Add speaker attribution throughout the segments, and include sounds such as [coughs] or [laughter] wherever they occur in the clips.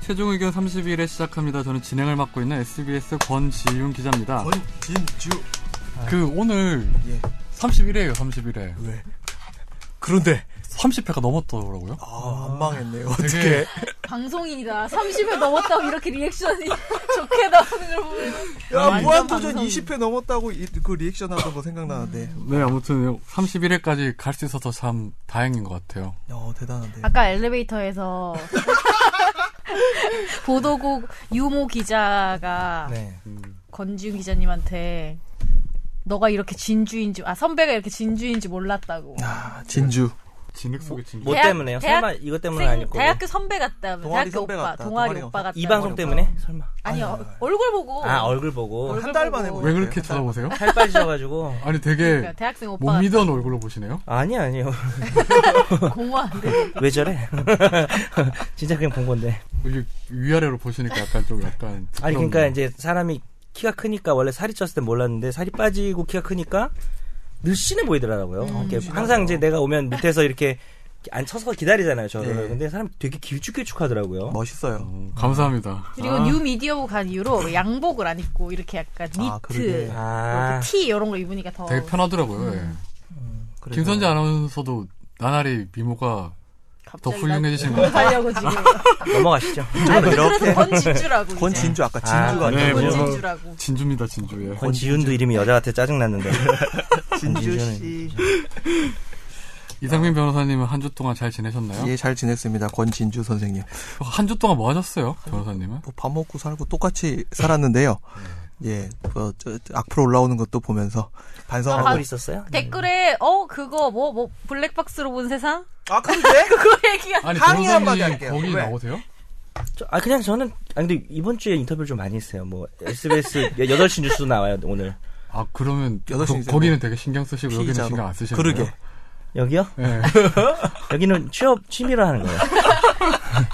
Speaker 1: 최종 의견 30일에 시작합니다. 저는 진행을 맡고 있는 SBS 권지윤 기자입니다.
Speaker 2: 권진주
Speaker 1: 그 오늘
Speaker 2: 예.
Speaker 1: 30일이에요. 30일에
Speaker 2: 왜 그런데
Speaker 1: 30회가 넘었더라고요.
Speaker 2: 아, 안 망했네요
Speaker 1: 되게-
Speaker 2: 어떻게
Speaker 3: 방송인이다. 30회 넘었다고 이렇게 리액션이 [laughs] 좋게 나오는 걸 보면.
Speaker 2: 야
Speaker 3: 완전
Speaker 2: 무한도전
Speaker 3: 방송.
Speaker 2: 20회 넘었다고 이, 그 리액션 하던 거 생각나는데
Speaker 1: 네, 아무튼 31회까지 갈 수 있어서 참 다행인 것 같아요.
Speaker 2: 어 대단한데
Speaker 3: 아까 엘리베이터에서 [laughs] 보도국 유모 기자가
Speaker 2: 네
Speaker 3: 권지윤 기자님한테 너가 이렇게 진주인지 아 선배가 이렇게 진주인지 몰랐다고.
Speaker 2: 아, 진주
Speaker 1: 진흙 속에 진흙.
Speaker 4: 뭐
Speaker 3: 대학-
Speaker 4: 때문에요?
Speaker 3: 대학-
Speaker 4: 설마 이것 때문은
Speaker 3: 생-
Speaker 4: 아니고
Speaker 3: 대학교 선배 같다며.
Speaker 2: 동아리
Speaker 3: 대학교
Speaker 2: 선배
Speaker 3: 오빠,
Speaker 2: 같다.
Speaker 3: 동아리
Speaker 2: 동아리
Speaker 3: 오빠 같다.
Speaker 4: 이 방송 때문에 설마
Speaker 3: 아니
Speaker 2: 아니,
Speaker 3: 어,
Speaker 2: 아니, 아니.
Speaker 3: 얼굴 보고.
Speaker 4: 아 얼굴 보고
Speaker 3: 뭐. 얼굴
Speaker 2: 한 달
Speaker 3: 보고.
Speaker 2: 만에
Speaker 1: 왜 그렇게 쳐다보세요?
Speaker 4: [laughs] 살 빠지셔가지고
Speaker 1: 아니 되게
Speaker 3: 그러니까 대학생 오빠
Speaker 1: 못
Speaker 3: 같다.
Speaker 1: 믿던 얼굴로 보시네요.
Speaker 4: 아니 아니요 [laughs]
Speaker 3: 공허한데.
Speaker 4: 왜 저래? [laughs] 진짜 그냥 본 건데
Speaker 1: 이게 위아래로 보시니까 약간 좀 약간
Speaker 4: 아니
Speaker 1: 부끄럽네요.
Speaker 2: 뭐.
Speaker 4: 그러니까 이제 사람이 키가 크니까 원래 살이 쪘을 땐 몰랐는데 살이 빠지고 키가 크니까 늘씬해 보이더라고요.
Speaker 3: 음,
Speaker 4: 이렇게 항상 이제 내가 오면 밑에서 이렇게 앉혀서 기다리잖아요. 저를
Speaker 2: 네. 뭐.
Speaker 4: 근데 사람 되게 길쭉길쭉하더라고요.
Speaker 2: 멋있어요
Speaker 1: 어, 감사합니다.
Speaker 3: 그리고
Speaker 4: 아.
Speaker 3: 뉴 미디어부 간 이후로 양복을 안 입고 이렇게 약간 니트,
Speaker 2: 아, 그러게.
Speaker 4: 아
Speaker 3: 티 이런 걸 입으니까 더
Speaker 1: 되게 편하더라고요. 예.
Speaker 2: 그래서-
Speaker 1: 김선재 아나운서도 나날이 미모가 더
Speaker 3: 갑자기
Speaker 1: 훌륭해지신 것
Speaker 3: 나- 가려고 지금.
Speaker 4: 넘어가시죠.
Speaker 3: 아니
Speaker 2: 이렇게-
Speaker 3: 그래서 권진주라고. 이제.
Speaker 2: 권진주 아까
Speaker 4: 아,
Speaker 2: 진주가
Speaker 1: 네,
Speaker 2: 아니라
Speaker 1: 뭐-
Speaker 3: 권진주라고.
Speaker 1: 진주입니다, 진주. 예.
Speaker 4: [laughs] 권지윤도 이름이 여자한테
Speaker 2: [laughs]
Speaker 4: 짜증났는데
Speaker 2: 진주
Speaker 4: 권진주는-
Speaker 2: 씨예잘
Speaker 1: 이상민 변호사님은 한 주 동안 잘
Speaker 2: 예,
Speaker 1: 지내셨나요?
Speaker 2: 지냈습니다 권진주 선생님
Speaker 1: 한 주 동안 뭐 하셨어요, 변호사님은?
Speaker 2: 뭐밥 먹고 살고 똑같이 살았는데요
Speaker 1: 네.
Speaker 2: 예 뭐, 저, 저, 악플 올라오는 것도 보면서
Speaker 1: 아,
Speaker 2: 반성하고
Speaker 4: 얼굴 있었어요?
Speaker 3: 댓글에 어 그거 뭐 뭐 블랙박스로 본 세상
Speaker 2: 아 근데
Speaker 3: [laughs] 그거 얘기가
Speaker 1: 아니
Speaker 2: 항의 한마디
Speaker 1: 변호사님
Speaker 2: 할게요.
Speaker 1: 거기
Speaker 2: 왜?
Speaker 1: 나오세요?
Speaker 4: 저- 아 그냥 저는 아니 근데 이번 주에 인터뷰를 좀 많이 했어요. 뭐 SBS 8시 뉴스도 나와요 오늘.
Speaker 1: 아 그러면
Speaker 2: 여덟 시
Speaker 1: 거,
Speaker 2: 이제
Speaker 1: 거기는 되게 신경 쓰시고 여기는
Speaker 2: 피의자로.
Speaker 1: 신경 안 쓰시는
Speaker 2: 그러게
Speaker 1: 거예요?
Speaker 4: 여기요?
Speaker 1: 예.
Speaker 4: 여기는 취업 취미로 하는 거예요.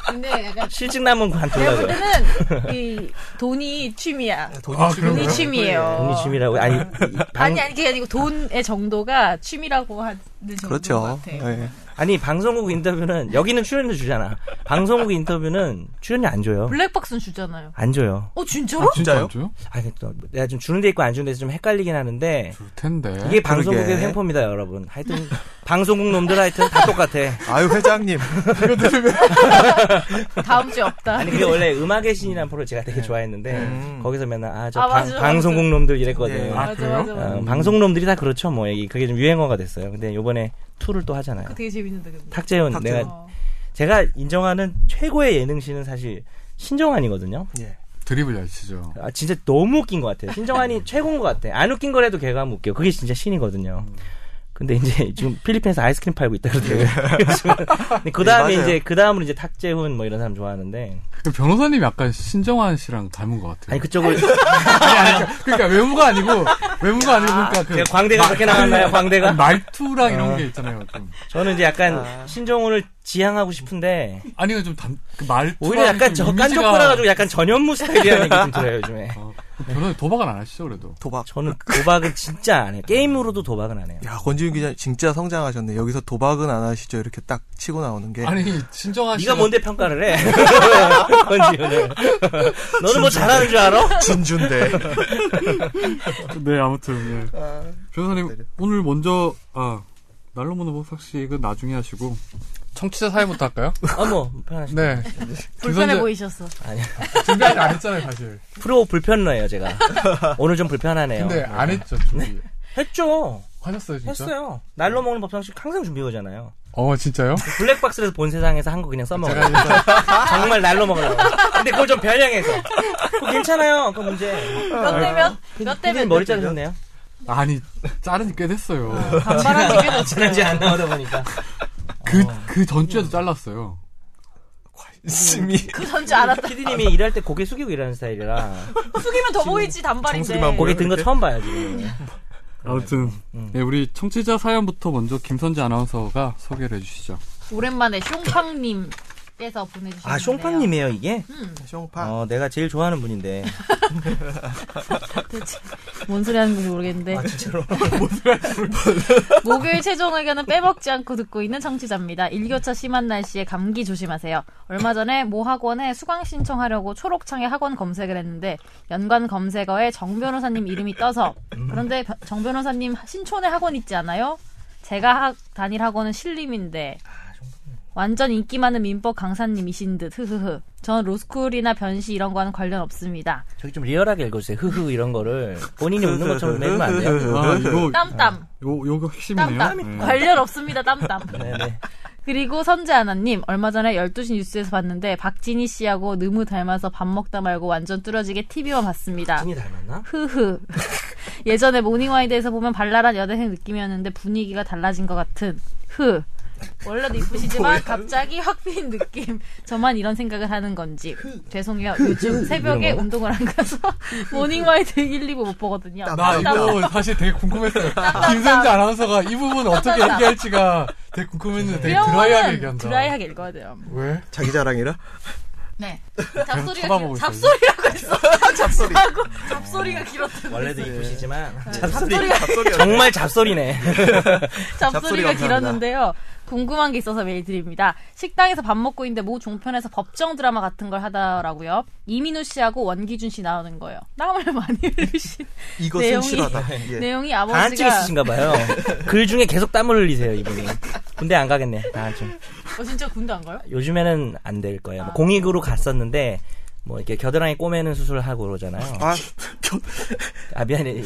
Speaker 3: 근데 약간
Speaker 4: 실직 남은
Speaker 3: 내가 볼
Speaker 4: 관둘라고요.
Speaker 3: 때는 이 돈이 취미야
Speaker 2: 돈이
Speaker 1: 아,
Speaker 2: 취미로
Speaker 1: 그런가요?
Speaker 3: 돈이
Speaker 2: 하는
Speaker 3: 취미예요
Speaker 4: 돈이 취미라고 아니 이- 방-
Speaker 3: 아니 아니 그게 아니고 돈의 정도가 취미라고 하는 정도인 것
Speaker 2: 그렇죠.
Speaker 3: 같아요
Speaker 2: 예.
Speaker 4: 아니 방송국 인터뷰는 여기는 출연료 주잖아. 방송국 인터뷰는 출연료 안 줘요.
Speaker 3: 블랙박스는 주잖아요
Speaker 4: 안 줘요.
Speaker 3: 어 진짜로?
Speaker 1: 아, 진짜요?
Speaker 2: 진짜요?
Speaker 4: 아니 또 내가 좀 주는 데 있고 안 주는 데서 좀 헷갈리긴 하는데
Speaker 1: 줄 텐데.
Speaker 4: 이게 방송국의
Speaker 2: 아, 그러게.
Speaker 4: 횡포입니다, 여러분. 하여튼 방송국 놈들 하여튼 다 똑같아.
Speaker 2: 아유 회장님 [laughs]
Speaker 3: 다음 주에 없다
Speaker 4: 아니 그게 원래 음악의 신이라는 프로를 제가 되게 좋아했는데
Speaker 2: 네. 음.
Speaker 4: 거기서 맨날 아 저
Speaker 3: 아, 맞아, 맞아.
Speaker 4: 방송국 놈들 이랬거든.
Speaker 2: 예.
Speaker 4: 요 음,
Speaker 1: 아,
Speaker 3: 맞아
Speaker 1: 그래요?
Speaker 3: 맞아 맞아
Speaker 4: 방송 놈들이 다 그렇죠, 뭐 이게 그게 좀 유행어가 됐어요. 근데 요번에 투를 또 하잖아요.
Speaker 3: 그거 되게 재밌는데 근데
Speaker 4: 탁재훈,
Speaker 2: 탁재훈.
Speaker 4: 내가
Speaker 3: 어.
Speaker 4: 제가 인정하는 최고의 예능신은 사실 신정환이거든요.
Speaker 2: 예.
Speaker 1: 드립을 잘 치죠.
Speaker 4: 아 진짜 너무 웃긴 것 같아요.
Speaker 2: [laughs]
Speaker 4: 신정환이 최고인 것 같아. 안 웃긴 거라도 걔가 하면 웃겨. 그게 진짜 신이거든요. 근데 이제 지금 필리핀에서 아이스크림 팔고 있다 그러더라고요. [laughs] 그 다음에
Speaker 2: 네, 맞아요.
Speaker 4: 이제 그 다음으로 이제 탁재훈 뭐 이런 사람 좋아하는데
Speaker 1: 그 변호사님이 약간 신정환 씨랑 닮은 것 같아요.
Speaker 2: [laughs]
Speaker 4: 아니 그쪽을
Speaker 1: 아니, 아니, 그러니까 외모가 아니고 외모가 아니고 그러니까 그
Speaker 4: 제가 광대가 그렇게 나왔나요? 광대가
Speaker 1: 말투랑 이런 게 있잖아요. 좀.
Speaker 4: 저는 이제 약간 신정훈을 지향하고 싶은데
Speaker 1: 아니요 좀그 말투
Speaker 4: 오히려 약간 저
Speaker 1: 음.
Speaker 4: 깐족거려가지고 약간 전현무 스타일이라는 얘기 좀 들어요 요즘에.
Speaker 1: 변호사님 도박은 안 하시죠 그래도?
Speaker 2: 도박
Speaker 4: 저는 도박은 진짜 안 해요. 게임으로도 도박은 안 해요.
Speaker 2: 야, 권지윤 기자 진짜 성장하셨네. 여기서 도박은 안 하시죠. 이렇게 딱 치고 나오는 게.
Speaker 1: 아니 신정환 씨
Speaker 4: 네가 뭔데 평가를 해? [laughs] 권지훈을. 너는 뭐 잘하는 줄 알아?
Speaker 2: [laughs] 진주인데.
Speaker 1: 네 아무튼 예.
Speaker 4: 네.
Speaker 1: 변호사님 오늘 먼저 아 날로 먹는 복삭식은 나중에 하시고 청취자 사회부터 할까요?
Speaker 4: 어머 편하시. [laughs]
Speaker 1: 네
Speaker 3: 불편해
Speaker 1: 김선재-
Speaker 3: 보이셨어
Speaker 4: 아니
Speaker 1: 준비하지 안 했잖아요 사실.
Speaker 4: 프로 불편러예요 제가. 오늘 좀 불편하네요.
Speaker 1: 근데 안 했죠 준비.
Speaker 4: 했죠.
Speaker 1: 하셨어요 진짜?
Speaker 4: 했어요. 날로 먹는 법상식 항상 준비해 오잖아요.
Speaker 1: 어 진짜요?
Speaker 4: 블랙박스에서 본 세상에서 한 거 그냥 써먹어요. 네.
Speaker 1: 제가 일단
Speaker 4: 정말 날로 먹으려고. 근데 그걸 좀 변형해서. 그거 괜찮아요. 그 문제.
Speaker 3: 몇 대면? 몇
Speaker 4: 피디님
Speaker 3: 대면?
Speaker 4: 머리 자르셨네요.
Speaker 1: [laughs] 아니 자른 지꽤 됐어요.
Speaker 3: 반바람이 꽤 났어요
Speaker 4: 지난주에 아, 안 나오다 보니까.
Speaker 1: 그 그 전주에도 잘랐어요.
Speaker 2: 심이.
Speaker 3: 그 전주 알았다
Speaker 4: 피디님이 일할 때 고개 숙이고 일하는 스타일이라
Speaker 3: [laughs] 숙이면 더 보이지 단발인데
Speaker 2: 정수리만
Speaker 4: 고개 든 거 처음 봐요 지금.
Speaker 1: 아무튼
Speaker 4: 음.
Speaker 1: 네, 우리 청취자 사연부터 먼저 김선재 아나운서가 소개를 해주시죠.
Speaker 3: 오랜만에 숑팡님 님께서 보내주신
Speaker 4: 아, 숑팡님이에요, 이게?
Speaker 3: 음,
Speaker 2: 숑파.
Speaker 4: 어, 내가 제일 좋아하는 분인데.
Speaker 3: 대체 뭔 소리 하는지 모르겠는데
Speaker 4: 진짜로.
Speaker 3: 목요일 최종 의견은 빼먹지 않고 듣고 있는 청취자입니다. 일교차 심한 날씨에 감기 조심하세요. 얼마 전에 모 학원에 수강 신청하려고 초록창에 학원 검색을 했는데 연관 검색어에 정 변호사님 이름이 떠서 그런데 변- 정 변호사님 신촌에 학원 있지 않아요? 제가 학- 다닐 학원은 신림인데 완전 인기 많은 민법 강사님이신 듯 흐흐흐. 전 로스쿨이나 변시 이런 거와는 관련 없습니다.
Speaker 4: 저기 좀 리얼하게 읽어주세요. 흐흐 이런 거를. 본인이 웃는 것처럼 내면 안 돼요.
Speaker 1: 아, 이거,
Speaker 3: 땀땀
Speaker 1: 요, 요거 핵심이네요.
Speaker 3: 땀땀
Speaker 1: 네.
Speaker 3: 관련 없습니다. 땀땀.
Speaker 4: 네네.
Speaker 3: 그리고 선재 하나님 얼마 전에 12시 뉴스에서 봤는데 박진희 씨하고 너무 닮아서 밥 먹다 말고 완전 뚫어지게 TV만 봤습니다.
Speaker 4: 진이 닮았나?
Speaker 3: 흐흐. [laughs] 예전에 모닝와이드에서 보면 발랄한 여대생 느낌이었는데 분위기가 달라진 것 같은 흐. 원래도 이쁘시지만 갑자기 확 빈 느낌. 저만 이런 생각을 하는 건지. 죄송해요. 요즘 새벽에
Speaker 4: 이런 거?
Speaker 3: 운동을 안
Speaker 1: [laughs]
Speaker 3: 가서 모닝와이드 1, 2부 못 보거든요.
Speaker 2: 아,
Speaker 1: 나 이거 사실 되게 궁금했어요. 김선재 아나운서가 이 부분 어떻게
Speaker 3: 땀땀.
Speaker 1: 얘기할지가 되게 궁금했는데 되게
Speaker 3: 이런 거는
Speaker 1: 드라이하게 얘기한다.
Speaker 3: 드라이하게 읽어야 돼요.
Speaker 1: 왜?
Speaker 2: 자기 자랑이라?
Speaker 3: 네.
Speaker 1: 쳐다보고 있어요.
Speaker 3: 잡소리가 잡소리라고 했어. 잡소리라고 잡소리가 길었던.
Speaker 4: 원래도 이쁘시지만.
Speaker 3: 잡소리가
Speaker 4: 네. 정말 잡소리네.
Speaker 2: 잡소리
Speaker 3: 잡소리가
Speaker 2: 감사합니다.
Speaker 3: 길었는데요. 궁금한 게 있어서 메일 드립니다. 식당에서 밥 먹고 있는데 모 종편에서 법정 드라마 같은 걸 하더라고요. 이민우 씨하고 원기준 씨 나오는 거예요. 땀을 많이 흘리신
Speaker 2: 이거
Speaker 3: 내용이-
Speaker 2: 순실하다. 예.
Speaker 3: 내용이
Speaker 4: 다한증
Speaker 3: 아버지가
Speaker 4: 있으신가 봐요. 글 중에 계속 땀을 흘리세요, 이분이. 군대 안 가겠네, 다한증.
Speaker 3: 어, 진짜 군대 안 가요?
Speaker 4: 요즘에는 안 될 거예요. 뭐 공익으로 갔었는데, 뭐 이렇게 겨드랑이 꼬매는 수술을 하고 그러잖아요.
Speaker 2: 아,
Speaker 4: 아, 미안해.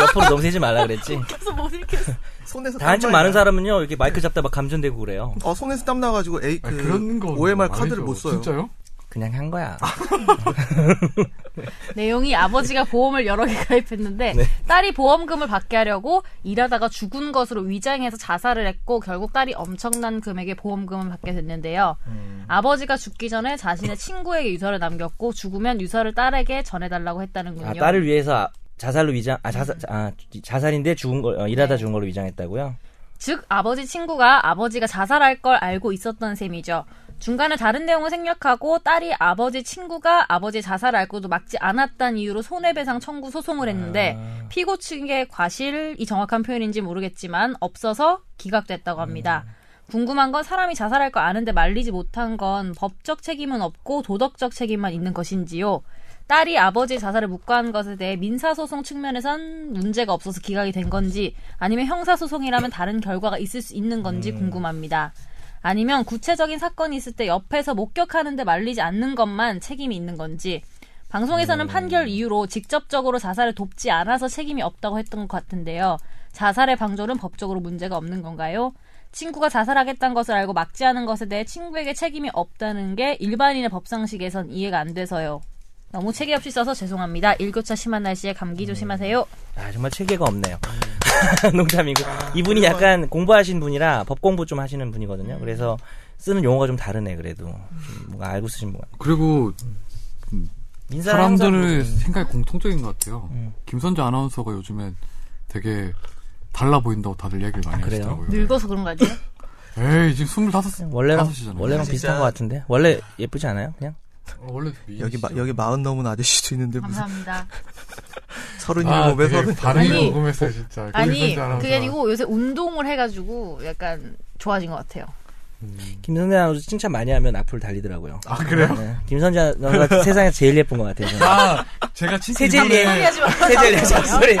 Speaker 4: 옆으로 너무 세지 말라 그랬지.
Speaker 3: 그래서 못 읽겠어.
Speaker 2: 손에서
Speaker 4: 다한증
Speaker 2: 땀
Speaker 4: 아, 많은
Speaker 2: 나요.
Speaker 4: 사람은요, 이렇게 마이크 잡다 막 감전되고 그래요.
Speaker 2: 어, 손에서 땀 나가지고 에이
Speaker 1: 아,
Speaker 2: 그
Speaker 1: 그런 거
Speaker 2: OMR
Speaker 1: 아니죠.
Speaker 2: 카드를 못 써요.
Speaker 1: 진짜요?
Speaker 4: 그냥 한 거야. 아,
Speaker 3: 내용이 아버지가 보험을 여러 개 가입했는데
Speaker 4: 네.
Speaker 3: 딸이 보험금을 받게 하려고 일하다가 죽은 것으로 위장해서 자살을 했고 결국 딸이 엄청난 금액의 보험금을 받게 됐는데요.
Speaker 4: 음.
Speaker 3: 아버지가 죽기 전에 자신의 친구에게 유서를 남겼고 죽으면 유서를 딸에게 전해달라고 했다는군요.
Speaker 4: 아, 딸을 위해서 아- 자살로 위장, 아, 자살, 아, 자살인데 죽은 걸, 어, 일하다 죽은 걸로 위장했다고요?
Speaker 3: 즉 아버지 친구가 아버지가 자살할 걸 알고 있었던 셈이죠. 중간에 다른 내용을 생략하고 딸이 아버지 친구가 아버지 자살 알고도 막지 않았다는 이유로 손해배상 청구 소송을 했는데 피고 측의 과실이 정확한 표현인지 모르겠지만 없어서 기각됐다고 합니다. 궁금한 건 사람이 자살할 거 아는데 말리지 못한 건 법적 책임은 없고 도덕적 책임만 있는 것인지요. 딸이 아버지 자살을 묵과한 것에 대해 민사소송 측면에선 문제가 없어서 기각이 된 건지 아니면 형사소송이라면 다른 결과가 있을 수 있는 건지 궁금합니다. 아니면 구체적인 사건이 있을 때 옆에서 목격하는데 말리지 않는 것만 책임이 있는 건지 방송에서는 판결 이후로 직접적으로 자살을 돕지 않아서 책임이 없다고 했던 것 같은데요. 자살의 방조는 법적으로 문제가 없는 건가요? 친구가 자살하겠다는 것을 알고 막지 않은 것에 대해 친구에게 책임이 없다는 게 일반인의 법상식에선 이해가 안 돼서요. 너무 체계 없이 써서 죄송합니다. 일교차 심한 날씨에 감기 조심하세요.
Speaker 4: 아, 정말 체계가 없네요. [laughs] 농담이고. 이분이 약간 공부하신 분이라 법 공부 좀 하시는 분이거든요. 그래서 쓰는 용어가 좀 다르네, 그래도. 좀 뭔가 알고 쓰신 분.
Speaker 1: 그리고
Speaker 4: 민사랑
Speaker 1: 사람들의
Speaker 4: 항상
Speaker 1: 생각이 공통적인 것 같아요. 김선재 아나운서가 요즘에 되게 달라 보인다고 다들 얘기를 많이
Speaker 4: 그래요?
Speaker 1: 하시더라고요.
Speaker 3: 늙어서 그런 거 아니에요?
Speaker 1: 에이, 지금 스물다섯,
Speaker 4: 원래랑,
Speaker 1: 다섯이잖아요.
Speaker 4: 원래랑
Speaker 2: 진짜.
Speaker 4: 비슷한 것 같은데? 원래 예쁘지 않아요? 그냥?
Speaker 1: 어, 원래
Speaker 2: 여기 마, 여기 마흔 넘은 아저씨도 있는데 무슨
Speaker 3: [laughs] 감사합니다.
Speaker 2: 서른이
Speaker 1: 아,
Speaker 2: 몸에
Speaker 1: 되게
Speaker 2: 서른
Speaker 1: 반응이
Speaker 3: 아니,
Speaker 1: 궁금했어요, 진짜.
Speaker 3: 아니,
Speaker 1: 김선재 아나운서가.
Speaker 3: 그게 아니고 요새 운동을 해가지고 약간 좋아진 것 같아요.
Speaker 4: 김선재 아나운서 칭찬 많이 하면 악플 달리더라고요.
Speaker 1: 아, 그래요?
Speaker 4: 네. 김선재 아나운서 세상에서 제일 예쁜 것 같아요. 저는.
Speaker 1: 아, 제가 진짜
Speaker 4: 세젤리에
Speaker 1: 이번에-
Speaker 3: 네. 소리하지 마요.
Speaker 4: 네. 세젤리에 잡소리.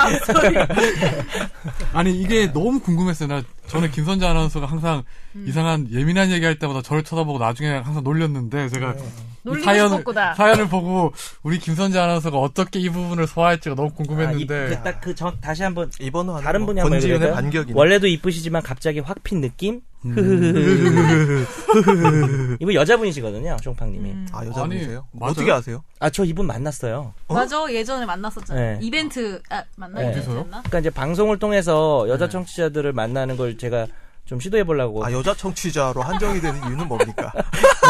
Speaker 1: 아니 이게
Speaker 4: 네.
Speaker 1: 너무 궁금했어요. 나 전에 김선재 아나운서가 항상
Speaker 4: 음.
Speaker 1: 이상한 예민한 얘기할 때마다 저를 쳐다보고 나중에 항상 놀렸는데 제가
Speaker 4: 네.
Speaker 1: 이
Speaker 3: 놀리고
Speaker 1: 사연을
Speaker 3: 싶었구나.
Speaker 1: 사연을 보고 우리 김선재 아나운서가 어떻게 이 부분을 소화할지가 너무
Speaker 4: 아, 이-
Speaker 1: 궁금했는데
Speaker 4: 그 딱 그, 정- 다시 한 번.
Speaker 2: 이번 화는
Speaker 4: 다른
Speaker 2: 뭐
Speaker 4: 분이 한번
Speaker 2: 권지윤의
Speaker 4: 해볼까요?
Speaker 2: 반격이
Speaker 4: 원래도 이쁘시지만 갑자기 확 핀 느낌? 이분 여자분이시거든요, 종팡님이.
Speaker 2: 아 여자분이세요?
Speaker 1: 아니, 맞아요?
Speaker 2: 어떻게 아세요?
Speaker 4: 아, 저 이분 만났어요.
Speaker 3: 맞아, 예전에 만났었잖아요.
Speaker 4: 네.
Speaker 3: 이벤트, 아, 만나요?
Speaker 4: 네.
Speaker 1: 어디서요?
Speaker 4: 그러니까 이제 방송을 통해서 여자
Speaker 1: 네.
Speaker 4: 청취자들을 만나는 걸 제가 좀 시도해 보려고
Speaker 2: 아 여자 청취자로 한정이 되는 이유는 뭡니까?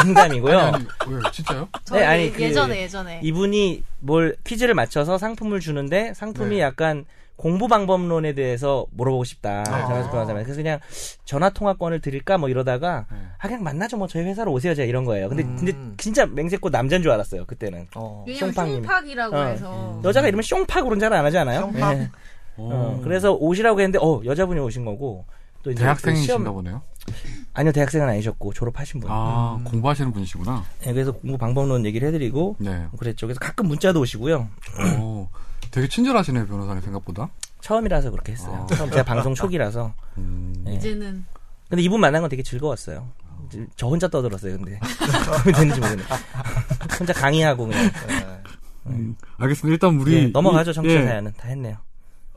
Speaker 4: 농담이고요.
Speaker 1: 네, 아니, 왜요? 진짜요?
Speaker 3: 저희
Speaker 4: 네, 아니, 그-
Speaker 3: 예전에, 예전에.
Speaker 4: 이분이 뭘 퀴즈를 맞춰서 상품을 주는데 상품이
Speaker 1: 네.
Speaker 4: 약간 공부 방법론에 대해서 물어보고
Speaker 1: 아.
Speaker 4: 싶다. 전화통화 변호사님. 그래서 그냥 전화 통화권을 드릴까 뭐 이러다가
Speaker 1: 네.
Speaker 4: 아 그냥 만나죠 뭐 저희 회사로 오세요 제가 이런 거예요.
Speaker 1: 음.
Speaker 4: 근데 근데 진짜 맹세코 남자인 줄 알았어요 그때는.
Speaker 2: 어.
Speaker 3: 왜냐면
Speaker 4: 송팡님.
Speaker 3: 흉팍이라고
Speaker 4: 어.
Speaker 3: 해서
Speaker 4: 여자가 이러면 숑팍 그런 잘 안 하지 않아요?
Speaker 2: 숑팍.
Speaker 4: 예. 어, 그래서 오시라고 했는데 어 여자분이 오신 거고 또 이제 그
Speaker 1: 대학생이신가
Speaker 4: 시험-
Speaker 1: 보네요.
Speaker 4: 아니요 대학생은 아니셨고 졸업하신 분.
Speaker 1: 아 공부하시는 분이시구나.
Speaker 4: 예, 그래서 공부 방법론 얘기를 해드리고
Speaker 1: 네.
Speaker 4: 그랬죠. 그래서 가끔 문자도 오시고요.
Speaker 1: 오, 되게 친절하시네요 변호사님 생각보다.
Speaker 4: 처음이라서 그렇게 했어요.
Speaker 1: 아.
Speaker 4: 처음 제가 방송 초기라서.
Speaker 1: 음,
Speaker 4: 예.
Speaker 3: 이제는
Speaker 4: 근데 이분 만난 건 되게 즐거웠어요. 이제 저 혼자 떠들었어요, 근데. [laughs] 도움이 되는지 모르겠네. [laughs] 혼자 강의하고 그냥.
Speaker 1: 음. 알겠습니다. 일단 우리
Speaker 4: 예, 넘어가죠,
Speaker 1: 이-
Speaker 4: 청취자
Speaker 1: 예.
Speaker 4: 사연은. 다 했네요.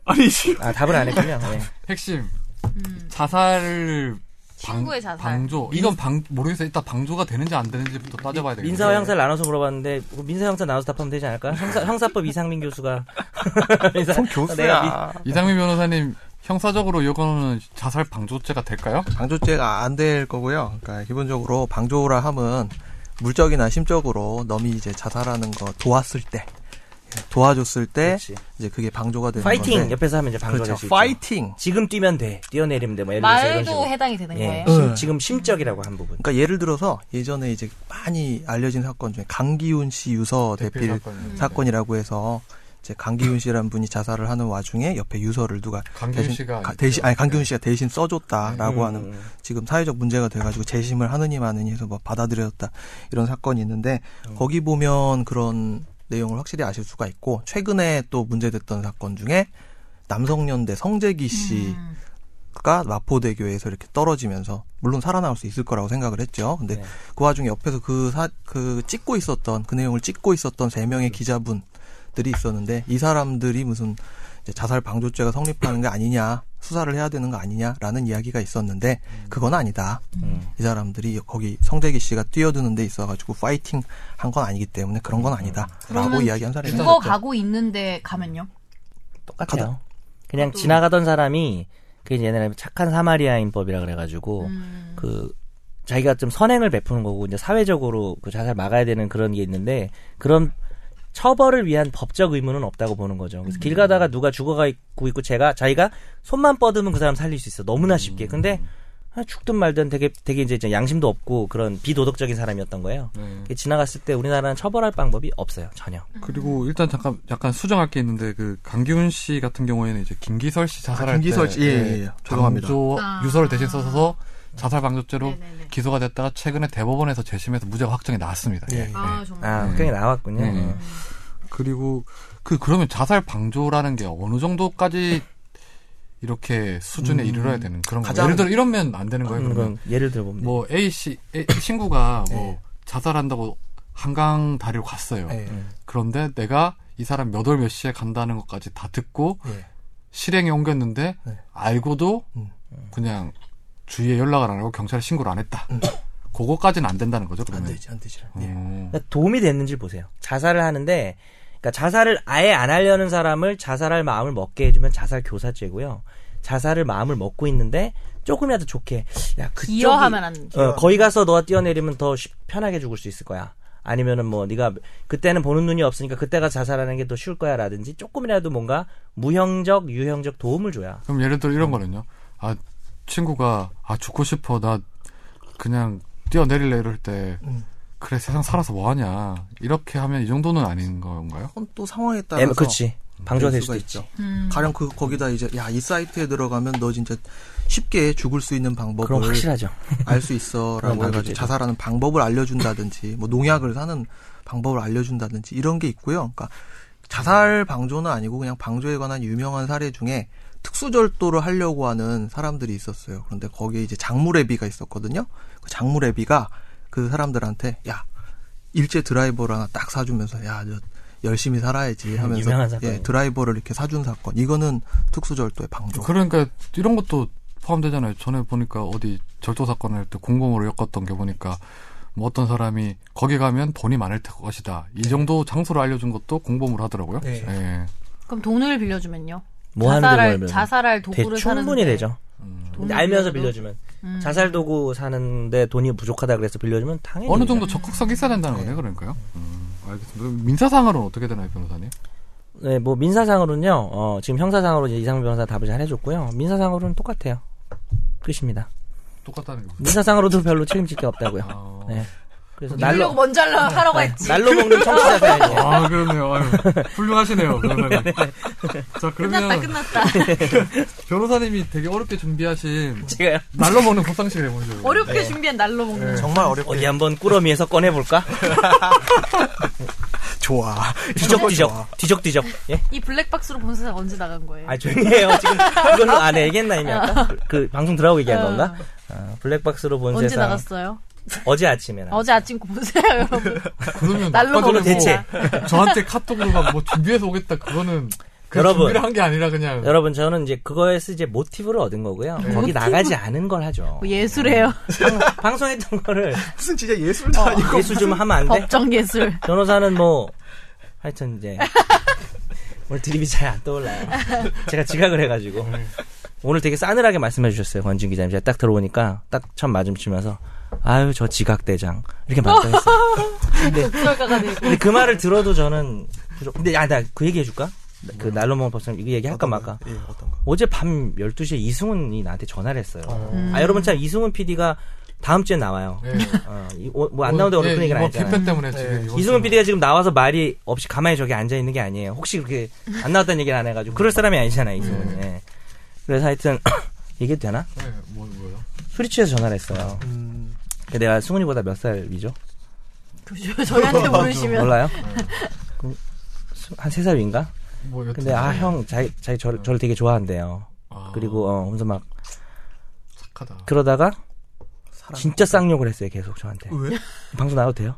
Speaker 1: 아니 지금
Speaker 4: 아, 답을 안 했군요.
Speaker 2: [laughs]
Speaker 4: 예.
Speaker 1: 핵심
Speaker 3: 음,
Speaker 1: 자살 방-
Speaker 3: 친구의 자살.
Speaker 1: 방조 이건 방 모르겠어요. 일단 방조가 되는지 안 되는지부터 따져봐야 되겠네요.
Speaker 4: 민사와 형사를 나눠서 물어봤는데, 뭐 민사 형사 나눠서 답하면 되지 않을까? 형사, 형사법 이상민
Speaker 2: [laughs]
Speaker 4: 교수가. 민사- 내가
Speaker 2: 교수야.
Speaker 1: 네. 이상민 변호사님 형사적으로 이거는 자살 방조죄가 될까요?
Speaker 2: 방조죄가 안 될 거고요. 그러니까 기본적으로 방조라 함은 물적이나 심적으로 넘이 이제 자살하는 거 도왔을 때 예, 도와줬을 때
Speaker 4: 그렇지.
Speaker 2: 이제 그게 방조가
Speaker 4: 미-
Speaker 2: 되는
Speaker 4: 파이팅!
Speaker 2: 건데.
Speaker 4: 옆에서 하면 이제 방조될 수
Speaker 2: 그렇죠.
Speaker 4: 있죠.
Speaker 2: 파이팅.
Speaker 4: 지금 뛰면 돼. 뛰어내리면 돼. 뭐 예를 들어서 이런
Speaker 3: 말도
Speaker 4: 식으로.
Speaker 3: 해당이 되는
Speaker 4: 예.
Speaker 3: 거예요.
Speaker 4: 심- 지금 심적이라고 한 부분.
Speaker 2: 그러니까 예를 들어서 예전에 이제 많이 알려진 사건 중에 강기훈 씨 유서 대필
Speaker 1: 사건이요. 음.
Speaker 2: 사건이라고 해서 이제 강기훈 씨라는 분이 자살을 하는 와중에 옆에 유서를 누가
Speaker 1: 강기훈
Speaker 2: 대신-
Speaker 1: 씨가
Speaker 2: 가-
Speaker 1: 아니죠.
Speaker 2: 대신 아니 강기훈 씨가 대신 써줬다라고
Speaker 4: 음.
Speaker 2: 하는 지금 사회적 문제가 돼가지고 재심을 하느니 마느니 해서 뭐 받아들여졌다 이런 사건이 있는데 거기 보면 그런 내용을 확실히 아실 수가 있고 최근에 또 문제됐던 사건 중에 남성연대 성재기 씨가
Speaker 3: 음.
Speaker 2: 마포대교에서 이렇게 떨어지면서 물론 살아나올 수 있을 거라고 생각을 했죠. 근데
Speaker 4: 네.
Speaker 2: 그 와중에 옆에서 그 사, 그 찍고 있었던 그 내용을 찍고 있었던 세 명의 기자분들이 있었는데 이 사람들이 무슨 이제 자살 방조죄가 성립하는 게 아니냐 수사를 해야 되는 거 아니냐라는 이야기가 있었는데 그건 아니다.
Speaker 4: 음.
Speaker 2: 이 사람들이 거기 성재기 씨가 뛰어드는 데 있어가지고 파이팅 한 건 아니기 때문에 그런 건
Speaker 4: 음.
Speaker 2: 아니다라고
Speaker 3: 그러면
Speaker 2: 이야기한 사람이 있었죠.
Speaker 3: 죽어가고 있는데 가면요?
Speaker 4: 똑같아요.
Speaker 2: 가다-
Speaker 4: 그냥 지나가던 사람이 그 얘네는 착한 사마리아인 법이라 그래가지고
Speaker 3: 음.
Speaker 4: 그 자기가 좀 선행을 베푸는 거고 이제 사회적으로 그 자살 막아야 되는 그런 게 있는데 그런 처벌을 위한 법적 의무는 없다고 보는 거죠. 그래서 길 가다가 누가 죽어가고 있고 제가 자기가 손만 뻗으면 그 사람 살릴 수 있어. 너무나 쉽게. 근데 아, 죽든 말든 되게 되게 이제 이제 양심도 없고 그런 비도덕적인 사람이었던 거예요.
Speaker 1: 네.
Speaker 4: 그게 지나갔을 때 우리나라는 처벌할 방법이 없어요. 전혀.
Speaker 1: 음. 그리고 일단 잠깐 약간 수정할 게 있는데 그 강기훈 씨 같은 경우에는 이제 김기설 씨 자살할
Speaker 2: 아, 김기설
Speaker 1: 때 네,
Speaker 2: 씨, 예, 예, 예. 죄송합니다.
Speaker 1: 방조
Speaker 3: 아.
Speaker 1: 유서를 대신 써서 자살 방조죄로
Speaker 3: 네네네.
Speaker 1: 기소가 됐다가 최근에 대법원에서 재심해서 무죄가 확정이 나왔습니다. 예.
Speaker 2: 예.
Speaker 1: 예.
Speaker 3: 아 정말.
Speaker 4: 아, 그게 나왔군요.
Speaker 1: 네. 그리고 그 그러면 자살 방조라는 게 어느 정도까지 이렇게 수준에 이르러야 되는 그런 거예요.
Speaker 2: 음, 가장- 그러니까
Speaker 1: 예를 들어 이러면 안 되는 거예요.
Speaker 4: 음,
Speaker 1: 그러면
Speaker 4: 그건 예를 들어보면
Speaker 1: 뭐 A 씨 A-
Speaker 2: [laughs]
Speaker 1: 친구가 뭐
Speaker 2: 예.
Speaker 1: 자살한다고 한강 다리로 갔어요.
Speaker 2: 예.
Speaker 1: 그런데 내가 이 사람 몇 월 몇 시에 간다는 것까지 다 듣고
Speaker 4: 음.
Speaker 2: 예.
Speaker 1: 실행에 옮겼는데
Speaker 2: 네.
Speaker 1: 알고도
Speaker 2: 음.
Speaker 1: 그냥 주위에 연락을 안 하고 경찰에 신고를 안 했다. 그거까지는 안 된다는 거죠.
Speaker 2: 음. 안
Speaker 1: 그러면.
Speaker 2: 되지 안 되지.
Speaker 1: 어.
Speaker 2: 예.
Speaker 4: 그러니까 도움이 됐는지 보세요. 자살을 하는데, 그러니까 자살을 아예 안 하려는 사람을 자살할 마음을 먹게 해주면 자살 교사죄고요. 자살을 마음을 먹고 있는데 조금이라도 좋게, 야 그쪽이
Speaker 3: 기여하면 안 돼.
Speaker 4: 어, 거기 가서 너가 뛰어내리면 더 쉽- 편하게 죽을 수 있을 거야. 아니면은 뭐 네가 그때는 보는 눈이 없으니까 그때가 자살하는 게 더 쉬울 거야라든지 조금이라도 뭔가 무형적 유형적 도움을 줘야.
Speaker 1: 그럼 예를 들어 이런 거는요. 아 친구가 아 죽고 싶어 나 그냥 뛰어내릴래 이럴 때
Speaker 2: 음.
Speaker 1: 그래 세상 살아서 뭐하냐 이렇게 하면 이 정도는 아닌 건가요?
Speaker 2: 그건 또 상황에
Speaker 4: 애,
Speaker 2: 따라서
Speaker 4: 예, 그렇지. 방조가 될
Speaker 2: 수가
Speaker 4: 수도 있죠.
Speaker 3: 음.
Speaker 2: 가령 그 거기다 이제 야 이 사이트에 들어가면 너 진짜 쉽게 죽을 수 있는
Speaker 4: 그럼
Speaker 2: 방법을
Speaker 4: 확실하죠.
Speaker 2: 알 수 있어라고
Speaker 4: 그런
Speaker 2: 해가지고
Speaker 4: 방법이죠.
Speaker 2: 자살하는 방법을 알려준다든지 뭐 농약을 사는 방법을 알려준다든지 이런 게 있고요. 그러니까 자살 방조는 아니고 그냥 방조에 관한 유명한 사례 중에 특수절도를 하려고 하는 사람들이 있었어요. 그런데 거기에 이제 장물애비가 있었거든요. 그 장물애비가 그 사람들한테 야 일제 드라이버를 하나 딱 사주면서 야 저 열심히 살아야지 하면서
Speaker 4: 음, 유명한 사건이에요.
Speaker 2: 예, 드라이버를 이렇게 사준 사건. 이거는 특수절도의 방조.
Speaker 1: 그러니까 이런 것도 포함되잖아요. 전에 보니까 어디 절도 사건을 할 때 공범으로 엮었던 게 보니까 뭐 어떤 사람이 거기 가면 돈이 많을 것이다. 이 정도 장소를 알려준 것도 공범으로 하더라고요.
Speaker 2: 네.
Speaker 1: 예.
Speaker 3: 그럼 돈을 빌려주면요?
Speaker 4: 뭐 하는
Speaker 3: 자살할
Speaker 4: 거면
Speaker 3: 자살할
Speaker 4: 대
Speaker 3: 도구를 사는
Speaker 4: 충분히 되죠. 근데 알면서 빌려주면
Speaker 3: 음.
Speaker 4: 자살 도구 사는데 돈이 부족하다 그래서 빌려주면
Speaker 1: 네.
Speaker 4: 당연히
Speaker 2: 네.
Speaker 1: 어느 정도 적극성이 있어야 된다는 거네요. 그러니까요. 음, 알겠습니다. 그럼 민사상으로는 어떻게 되나요, 변호사님?
Speaker 4: 네, 뭐 민사상으로는요. 어, 지금 형사상으로 이제 이상민 변호사 답을 잘 해줬고요. 민사상으로는 똑같아요. 끝입니다.
Speaker 1: 똑같다는 게 무슨?
Speaker 4: 민사상으로도 별로 책임질 게 없다고요.
Speaker 1: 아,
Speaker 4: 네. 그래서
Speaker 3: 날려고
Speaker 4: 날로
Speaker 3: 먼저 하려- 하라고
Speaker 4: 네,
Speaker 3: 했지.
Speaker 4: 날로 먹는 청취자 사연이에요.
Speaker 1: 아 그러네요. 아유, 훌륭하시네요,
Speaker 4: [laughs]
Speaker 1: 변호사님. 자
Speaker 3: 끝났다,
Speaker 1: 그러면
Speaker 3: 끝났다.
Speaker 1: 변호사님이 되게 어렵게 준비하신
Speaker 4: 제가요.
Speaker 1: 날로 먹는 보상식을 해보죠.
Speaker 3: 어렵게
Speaker 4: 네.
Speaker 3: 준비한 날로 먹는.
Speaker 2: 정말 어렵게
Speaker 4: 어디 한번 꾸러미에서 꺼내볼까?
Speaker 2: 좋아.
Speaker 4: 뒤적뒤적. 뒤적뒤적. 예?
Speaker 3: 이 블랙박스로 본 세상 언제 나간 거예요?
Speaker 4: 아 조용히 해요. 지금 이걸로 안 해. 얘기했나 이미 아까? 그 방송 들어가고 얘기한
Speaker 3: 어.
Speaker 4: 건가? 아, 블랙박스로 본
Speaker 3: 언제
Speaker 4: 세상.
Speaker 3: 나갔어요?
Speaker 4: 어제 아침에 나.
Speaker 3: 어제 아침 보세요,
Speaker 4: [laughs]
Speaker 3: 여러분.
Speaker 1: 그러면
Speaker 3: 날로
Speaker 1: 아까 전에
Speaker 4: 먹는 대체.
Speaker 1: 뭐 저한테 카톡으로 막 뭐 준비해서 오겠다 그거는 그냥
Speaker 4: 여러분.
Speaker 1: 준비를 한 게 아니라 그냥
Speaker 4: 음. 여러분 저는 이제 그거에서 이제 네. 모티브를 어, 얻은 거고요. 거기 나가지 않은 걸 하죠.
Speaker 3: 뭐 예술이에요.
Speaker 4: 방- 방송했던 [laughs] 거를
Speaker 2: 무슨 진짜 예술도 아니고
Speaker 4: 예술 좀 하면 안
Speaker 3: [laughs]
Speaker 4: 돼?
Speaker 3: 법정 예술. [laughs]
Speaker 4: 변호사는 뭐 하여튼 이제 [laughs] 오늘 드립이 잘 안 떠올라요. 제가 지각을 해가지고 오늘 되게 싸늘하게 말씀해 주셨어요 권진 기자님. 제가 딱 들어오니까 딱 참 마주치면서 아유 저 지각 대장 이렇게 [laughs] 말씀했어요.
Speaker 3: 국가가 되고.
Speaker 4: 근데 그 말을 들어도 저는 부족- 근데 야나 그 얘기 해줄까? 그 날로 먹은 법상 이거 얘기 할까 말까?
Speaker 2: 예, 네. 어떤 거.
Speaker 4: 어제 밤 12시에 이승훈이 나한테 전화를 했어요.
Speaker 3: 음.
Speaker 4: 아, 여러분 참 이승훈 PD가 다음 주에 나와요.
Speaker 2: 네.
Speaker 1: 예.
Speaker 4: 뭐안 나오는데
Speaker 2: 어,
Speaker 4: 오늘
Speaker 2: 예,
Speaker 4: 분위기는
Speaker 1: 뭐
Speaker 4: 아니잖아요. 네,
Speaker 1: 개편 때문에 지금 이번
Speaker 4: 이승훈
Speaker 1: 주는.
Speaker 4: PD가 지금 나와서 말이 없이 가만히 저기 앉아 있는 게 아니에요. 혹시 그렇게 안 나왔다는 얘기를 안 해가지고 그럴 사람이 아니잖아요, 이승훈이.
Speaker 2: 네.
Speaker 4: 예. 그래서 하여튼 [coughs] 얘기해도 되나?
Speaker 1: 예, 뭐 뭐요?
Speaker 4: 술이 취해서 전화를 했어요.
Speaker 2: 음,
Speaker 4: 근데 내가 승훈이보다 몇 살 위죠?
Speaker 3: 그
Speaker 4: [laughs]
Speaker 3: 저희한테 물으시면.
Speaker 4: 몰라요? 한 세 살 위인가?
Speaker 1: 뭐 여튼.
Speaker 4: 근데 아 형 자기 자기 저를, 저를 되게 좋아한대요.
Speaker 1: 아,
Speaker 4: 그리고 어, 하면서 막
Speaker 1: 착하다.
Speaker 4: 그러다가
Speaker 2: 사랑.
Speaker 4: 진짜 쌍욕을 했어요, 계속 저한테.
Speaker 2: 왜?
Speaker 4: 방송 나가도 돼요?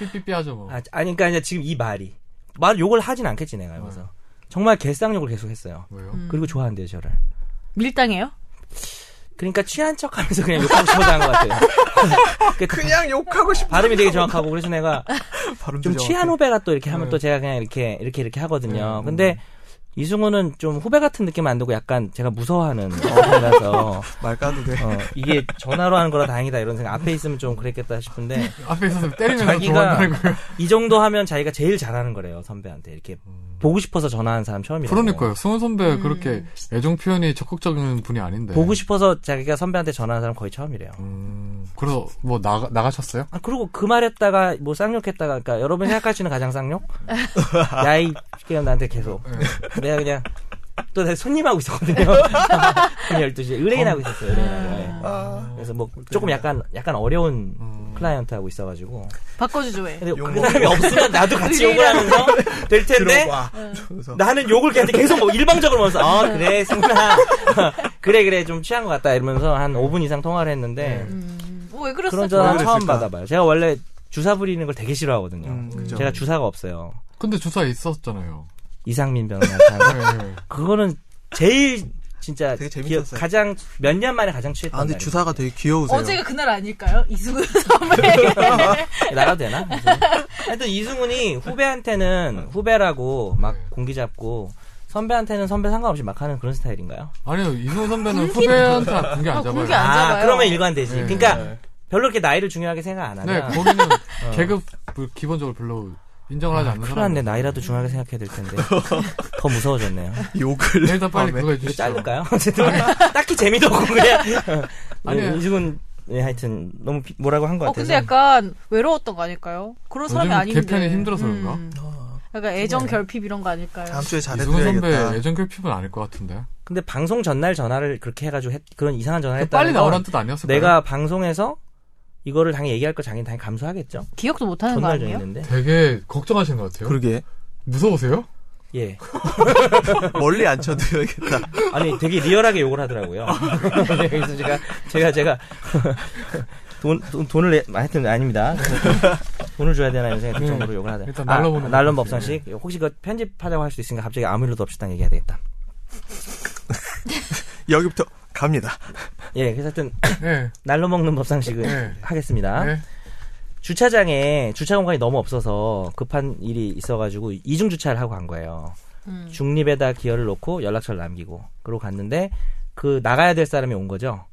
Speaker 1: 삐삐삐하죠 뭐.
Speaker 4: 아, 아니, 그러니까 이제 지금 이 말이. 말 욕을 하진 않겠지, 내가 여기서. 정말 개쌍욕을 계속했어요.
Speaker 1: 왜요?
Speaker 4: 그리고 좋아한대요, 저를.
Speaker 3: 밀당해요?
Speaker 4: 그러니까 취한 척 하면서 그냥 욕하고 싶어서 한것 같아요. 그러니까
Speaker 2: 그냥 욕하고 싶.
Speaker 4: 발음이 되게 정확하고, 그래서 내가
Speaker 2: 발음 그
Speaker 4: 좀
Speaker 2: 되게
Speaker 4: 취한
Speaker 2: 어때?
Speaker 4: 후배가 또 이렇게 하면
Speaker 1: 네.
Speaker 4: 또 제가 그냥 이렇게, 이렇게, 이렇게 하거든요.
Speaker 1: 네.
Speaker 4: 근데 이승우는 좀 후배 같은 느낌 안 들고 약간 제가 무서워하는 그래서
Speaker 2: 말 까도 돼.
Speaker 4: 어, 이게 전화로 하는 거라 다행이다 이런 생각 앞에 있으면 좀 그랬겠다 싶은데
Speaker 1: 앞에 있어서 때리면서
Speaker 4: 아, 자기가- 네.
Speaker 1: 좋아한다는 거예요.
Speaker 4: 이 정도 하면 자기가 제일 잘하는 거래요 선배한테 이렇게 보고 싶어서 전화하는 사람 처음이에요.
Speaker 1: 그러니까요. 승훈 선배 그렇게 애정 표현이 적극적인 분이 아닌데.
Speaker 4: 보고 싶어서 자기가 선배한테 전화하는 사람 거의 처음이래요.
Speaker 1: 음, 그래서 뭐 나가 나가셨어요?
Speaker 4: 아 그리고 그 말했다가 뭐 쌍욕했다가 그러니까 여러분 생각할 수 있는
Speaker 1: [laughs]
Speaker 4: 가장 쌍욕? 야이 그냥 나한테 계속
Speaker 1: 네.
Speaker 4: 내가 그냥 또 내가
Speaker 1: [laughs]
Speaker 4: 손님하고 있었거든요. 밤 12시에 의뢰인하고 있었어요. 의뢰인하고. 네.
Speaker 2: 아,
Speaker 4: 그래서 뭐 조금 약간 약간 어려운
Speaker 1: 음.
Speaker 4: 클라이언트하고 있어가지고
Speaker 3: 바꿔주죠, 왜?
Speaker 4: 근데 그
Speaker 2: 욕먹어.
Speaker 4: 사람이 없으면 나도 같이 욕을 하면서 될 텐데
Speaker 2: 들어봐. 그래서
Speaker 4: 나는 욕을 걔한테 계속 뭐 일방적으로 하면서 아 그래 승훈아 [laughs] 그래 그래 좀 취한 것 같다 이러면서 한 5분 이상 통화를 했는데
Speaker 3: 음, 어, 왜
Speaker 4: 그런
Speaker 3: 그랬어?
Speaker 4: 전화
Speaker 2: 왜
Speaker 4: 처음
Speaker 2: 네. 그랬을까?
Speaker 4: 받아봐요. 제가 원래 주사 부리는 걸 되게 싫어하거든요.
Speaker 2: 음, 그죠.
Speaker 4: 제가 주사가 없어요.
Speaker 1: 근데 주사 있었잖아요.
Speaker 4: 이상민 변호사
Speaker 1: 네.
Speaker 4: 그거는 제일 진짜
Speaker 2: 되게
Speaker 4: 기억-
Speaker 2: 재밌었어요.
Speaker 4: 가장 몇 년 만에 가장 취했던
Speaker 2: 아 근데
Speaker 4: 날이에요.
Speaker 2: 주사가 되게 귀여우세요.
Speaker 3: 어제가 그날 아닐까요? [laughs] 이승훈
Speaker 1: [laughs]
Speaker 3: 선배.
Speaker 4: 나가도 되나? 무슨. 하여튼 이승훈이 후배한테는 후배라고 막
Speaker 1: 네.
Speaker 4: 공기 잡고 선배한테는 선배 상관없이 막 하는 그런 스타일인가요?
Speaker 1: 아니요. 이승훈 선배는 후배한테 공개
Speaker 3: 아,
Speaker 1: 안 잡아요.
Speaker 3: 공개 안- 잡아요.
Speaker 4: 그러면 일관되지.
Speaker 1: 네.
Speaker 4: 그러니까
Speaker 2: 네.
Speaker 4: 별로 이렇게 나이를 중요하게 생각 안 하나.
Speaker 1: 네, 거기는 계급을 기본적으로 별로 인정을 하지 않는
Speaker 4: 아, 큰일
Speaker 1: 사람.
Speaker 4: 났네. 나이라도 중요하게 생각해야
Speaker 1: [laughs]
Speaker 4: 될 텐데. 더 무서워졌네요.
Speaker 2: 그 욕을
Speaker 1: 일단 빨리
Speaker 2: 밤에.
Speaker 1: 그거
Speaker 4: 아, 이거
Speaker 1: 해주시죠.
Speaker 4: 자를까요? [laughs] 어쨌든 딱히 재미도 없고 그냥.
Speaker 1: 아니에요.
Speaker 4: 이승훈 예, 하여튼 너무 비- 뭐라고 한 것
Speaker 3: 어,
Speaker 4: 같아서.
Speaker 3: 근데 약간 외로웠던 거 아닐까요? 그런 사람이
Speaker 1: 요즘
Speaker 3: 아닌데. 음.
Speaker 1: 개편이 힘들어서 그런가?
Speaker 2: 아,
Speaker 3: 약간 애정 결핍 이런 거 아닐까요?
Speaker 2: 다음 주에
Speaker 1: 이승훈 선배
Speaker 2: 잘해드려야겠다.
Speaker 1: 애정 결핍은 아닐 것 같은데.
Speaker 4: 근데 방송 전날 전화를 그렇게 해가지고 했- 그런 이상한 전화를
Speaker 1: 그
Speaker 4: 했다는
Speaker 1: 빨리
Speaker 4: 건
Speaker 1: 나오라는 뜻 아니었을까요?
Speaker 4: 내가 방송에서 이거를 당연히 얘기할 거 당연히 당연히 감수하겠죠.
Speaker 3: 기억도 못 하는 거
Speaker 4: 전날 전
Speaker 3: 아니에요?
Speaker 4: 있는데.
Speaker 1: 되게 걱정하시는 것 같아요.
Speaker 2: 그러게
Speaker 1: 무서우세요?
Speaker 4: 예.
Speaker 2: 멀리 안 쳐드려야겠다.
Speaker 4: 아니 되게 리얼하게 욕을 하더라고요. 네, 그래서 제가 제가 제가 돈, 돈 돈을 내, 하여튼 아닙니다. 돈을 줘야 되나 이런 생각 들 정도로 욕을 하더라고요. 아,
Speaker 1: 일단 날로 보는
Speaker 4: 날로
Speaker 1: 거지.
Speaker 4: 법상식 혹시 그 편집하자고 할 수 있으니까 갑자기 아무 일도 없이 딱 얘기해야 되겠다.
Speaker 2: 여기부터 갑니다.
Speaker 4: 예, 그래서 하여튼
Speaker 1: 네.
Speaker 4: 날로 먹는 법상식을
Speaker 1: 네.
Speaker 4: 하겠습니다.
Speaker 1: 네.
Speaker 4: 주차장에 주차 공간이 너무 없어서 급한 일이 있어가지고 이중 주차를 하고 간 거예요.
Speaker 3: 음.
Speaker 4: 중립에다 기어를 놓고 연락처를 남기고 그러고 갔는데 그 나가야 될 사람이 온 거죠.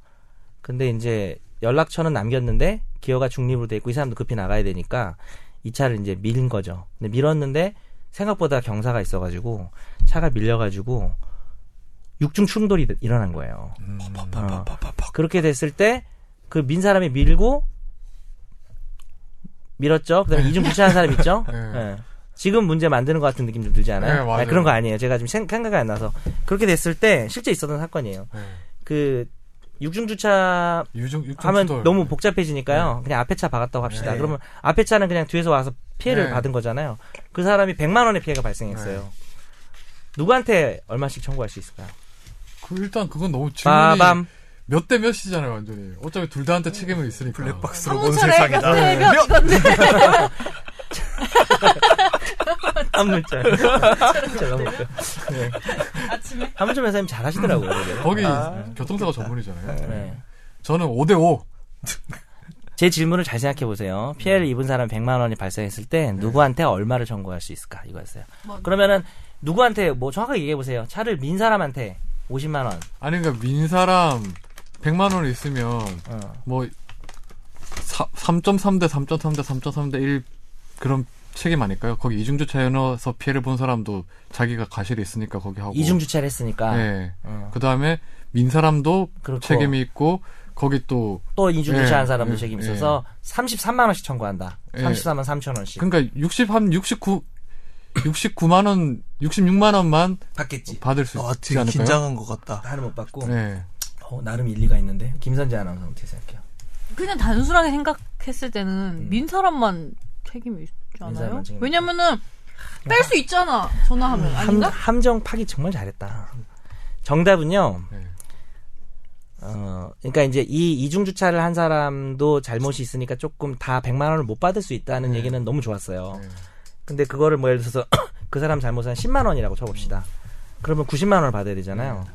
Speaker 4: 근데 이제 연락처는 남겼는데 기어가 중립으로 돼 있고 이 사람도 급히 나가야 되니까 이 차를 이제 밀은 거죠. 근데 밀었는데 생각보다 경사가 있어가지고 차가 밀려가지고 육중 충돌이 일어난 거예요.
Speaker 2: 아. 팍팍팍팍팍팍.
Speaker 4: 그렇게 됐을 때 그 민 사람이 밀고 밀었죠. 그다음에 이중 부차한 사람 있죠.
Speaker 1: [laughs] 네.
Speaker 4: 예. 지금 문제 만드는 것 같은 느낌 좀 들지 않아요?
Speaker 1: 네, 맞아요.
Speaker 4: 아니, 그런 거 아니에요. 제가 지금 생- 생각이 안 나서 그렇게 됐을 때 실제 있었던 사건이에요.
Speaker 1: 네.
Speaker 4: 그 육중 주차
Speaker 1: 유중 육중
Speaker 4: 하면
Speaker 1: 추돌.
Speaker 4: 너무 복잡해지니까요. 그냥 앞에 차 박았다고 합시다.
Speaker 1: 네.
Speaker 4: 그러면 앞에 차는 그냥 뒤에서 와서 피해를
Speaker 1: 네.
Speaker 4: 받은 거잖아요. 그 사람이 100만 원의 피해가 발생했어요. 누구한테 얼마씩 청구할 수 있을까요?
Speaker 1: 그 일단 그건 너무 질문이
Speaker 4: 빠밤.
Speaker 1: 몇 대 몇이잖아요 완전히. 어차피 둘 다한테 책임은 있으니까.
Speaker 2: 블랙박스로 본
Speaker 3: 사무처에
Speaker 2: 세상이다. 네.
Speaker 3: 가서
Speaker 1: 네.
Speaker 3: 해변 이건데
Speaker 1: [laughs]
Speaker 4: [laughs] 한문자. 제가 한문자.
Speaker 3: 아침에
Speaker 4: 한문자 회사님 잘하시더라고요. 그게.
Speaker 1: 거기
Speaker 2: 아,
Speaker 1: 교통사고 전문이잖아요.
Speaker 4: 음. 네.
Speaker 1: 저는 5대 5.
Speaker 4: 제 질문을 잘 생각해 보세요. 피해를 입은 사람 100만 원이 발생했을 때 누구한테 얼마를 청구할 수 있을까 이거였어요.
Speaker 3: 뭐-
Speaker 4: 그러면은 누구한테 뭐 정확하게 얘기해 보세요. 차를 민 사람한테 50만 원.
Speaker 1: 아니 그러니까 민 사람 100만 원 있으면
Speaker 4: 어.
Speaker 1: 뭐 3.3대 3.3대 3.3대 1 그런 책임 아닐까요? 거기 이중주차에서 피해를 본 사람도 자기가 과실이 있으니까 거기 하고.
Speaker 4: 어, 이중 주차를 했으니까.
Speaker 1: 예.
Speaker 4: 어.
Speaker 1: 그 다음에 민 사람도
Speaker 4: 그렇고.
Speaker 1: 책임이 있고 거기 또
Speaker 4: 또 인중 주차한
Speaker 1: 예,
Speaker 4: 사람도
Speaker 1: 예,
Speaker 4: 책임 이 있어서 33만 원씩 청구한다.
Speaker 1: 예.
Speaker 4: 34만 3천 원씩.
Speaker 1: 그러니까 60 한 69 69만 원 66만 원만
Speaker 4: 받겠지.
Speaker 1: 받을 수
Speaker 2: 아,
Speaker 1: 있지
Speaker 2: 되게
Speaker 1: 않을까요?
Speaker 2: 긴장한 것 같다.
Speaker 4: 하나 못 받고.
Speaker 1: 네.
Speaker 4: 어, 나름 일리가 있는데. 김선재 아나운서 어떻게 생각해요?
Speaker 3: 그냥 단순하게 생각했을 때는 민 사람만 책임이 있지 않아요?
Speaker 4: 사람만 음. 책임이 음.
Speaker 3: 왜냐면은 뺄 수 있잖아 전화하면
Speaker 4: 함,
Speaker 3: 아닌가?
Speaker 4: 함정 파기 정말 잘했다. 정답은요.
Speaker 1: 네.
Speaker 4: 어, 그러니까 이제 이 이중 주차를 한 사람도 잘못이 있으니까 조금 다 100만 원을 못 받을 수 있다는 얘기는 너무 좋았어요.
Speaker 1: 네.
Speaker 4: 근데 그거를 뭐 예를 들어서 [clears throat] 그 사람 잘못은 10만 원이라고 쳐봅시다. 그러면 90만 원을 받아야 되잖아요.
Speaker 1: 네.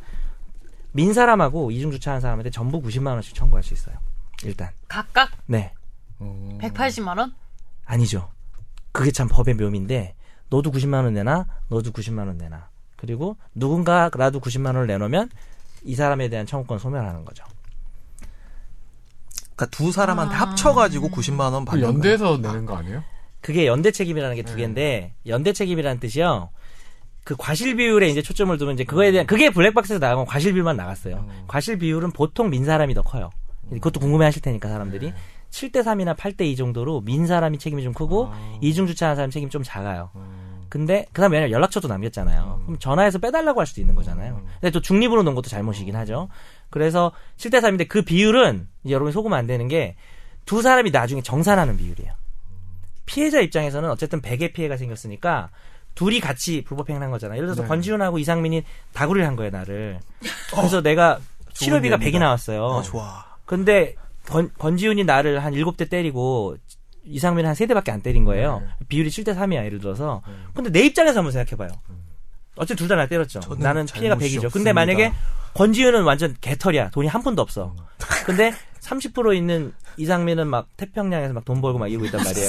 Speaker 4: 민 사람하고 이중 주차한 사람한테 전부 90만 원씩 청구할 수 있어요. 일단.
Speaker 3: 각각
Speaker 4: 네.
Speaker 1: 어,
Speaker 3: 180만 원?
Speaker 4: 아니죠. 그게 참 법의 묘미인데 너도 90만 원 내놔, 너도 90만 원 내놔. 그리고 누군가라도 90만 원을 내놓으면 이 사람에 대한 청구권 소멸하는 거죠.
Speaker 2: 그러니까 두
Speaker 3: 아.
Speaker 2: 사람한테 합쳐가지고 90만 원
Speaker 1: 그
Speaker 2: 받는
Speaker 1: 연대에서 내는 거 아니에요?
Speaker 4: 그게 연대 책임이라는 게 두 개인데 연대 책임이라는 뜻이요. 그 과실 비율에 이제 초점을 두면 이제 그거에 대한 그게 블랙박스에서 나간 건 과실 비율만 나갔어요. 과실 비율은 보통 민 사람이 더 커요. 그것도 궁금해 하실 테니까 사람들이 7대 3이나 8대 2 정도로 민 사람이 책임이 좀 크고 이중 주차하는 사람 책임 이좀 작아요. 근데 그다음에 왜냐면 연락처도 남겼잖아요.
Speaker 2: 음.
Speaker 4: 그럼 전화해서 빼달라고 할 수도 있는 거잖아요. 근데 또 중립으로 놓은 것도 잘못이긴 하죠. 그래서 7대 3인데 그 비율은 이제 여러분이 속으면 안 되는 게 두 사람이 나중에 정산하는 비율이에요. 피해자 입장에서는 어쨌든 100의 피해가 생겼으니까 둘이 같이 불법행위한 거잖아. 예를 들어서
Speaker 1: 네.
Speaker 4: 권지훈하고 이상민이 다구리를 한 거예요, 나를.
Speaker 2: 어.
Speaker 4: 그래서 내가 치료비가
Speaker 2: 예입니다.
Speaker 4: 100이 나왔어요.
Speaker 2: 아, 좋아.
Speaker 4: 근데 권, 권지훈이 나를 한 7대 때리고 이상민은 한 3대밖에 안 때린 거예요.
Speaker 2: 네.
Speaker 4: 비율이 7대 3이야, 예를 들어서. 근데 내 입장에서 한번 생각해봐요. 어쨌든 둘 다 날 때렸죠.
Speaker 2: 음. 저는
Speaker 4: 나는 피해가
Speaker 2: 잘못이
Speaker 4: 100이죠. 근데
Speaker 2: 없습니다.
Speaker 4: 만약에 권지훈은 완전 개털이야. 돈이 한 푼도 없어.
Speaker 2: 음.
Speaker 4: 근데 30% 있는 이상민은 막 태평양에서 막 돈 벌고 막 이러고
Speaker 2: [laughs]
Speaker 4: 있단 말이에요.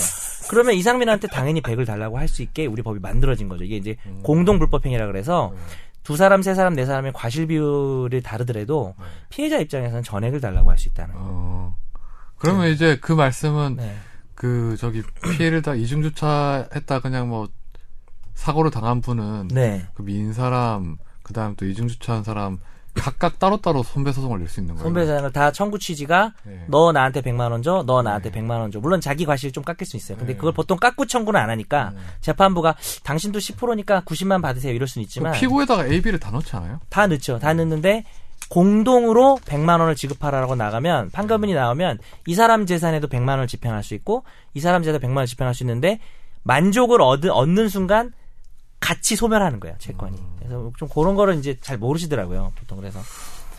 Speaker 4: 그러면 이상민한테 당연히 100을 달라고 할 수 있게 우리 법이 만들어진 거죠. 이게 이제 공동 불법행위라 그래서 두 사람, 세 사람, 네 사람의 과실 비율이 다르더라도 피해자 입장에서는 전액을 달라고 할 수 있다는 거예요.
Speaker 1: 어. 그러면 이제 그 말씀은
Speaker 4: 네.
Speaker 1: 그 저기 피해를 다 이중주차했다 그냥 뭐 사고를 당한 분은
Speaker 4: 네.
Speaker 1: 그 민 사람 그다음 또 이중주차한 사람 각각 따로따로 손배소송을 낼 수 있는 거예요. 그
Speaker 4: 손배상을 다 청구 취지가
Speaker 1: 네.
Speaker 4: 너 나한테 100만 원 줘, 너 나한테 100만 원 줘. 물론 자기 과실 좀 깎일 수 있어요. 근데
Speaker 1: 네.
Speaker 4: 그걸 보통 깎고 청구는 안 하니까 재판부가 당신도 10%니까 90만 받으세요 이럴 수는
Speaker 1: 그
Speaker 4: 있지만
Speaker 1: 피고에다가 AB를 다 넣지 않아요?
Speaker 4: 다 넣죠. 다 넣는데 공동으로 100만 원을 지급하라고 나가면 판결문이 나오면 이 사람 재산에도 100만 원을 집행할 수 있고 이 사람 재산에 100만 원을 집행할 수 있는데 만족을 얻, 얻는 순간 같이 소멸하는 거예요 채권이. 그래서 좀 그런 거를 이제 잘 모르시더라고요 보통 그래서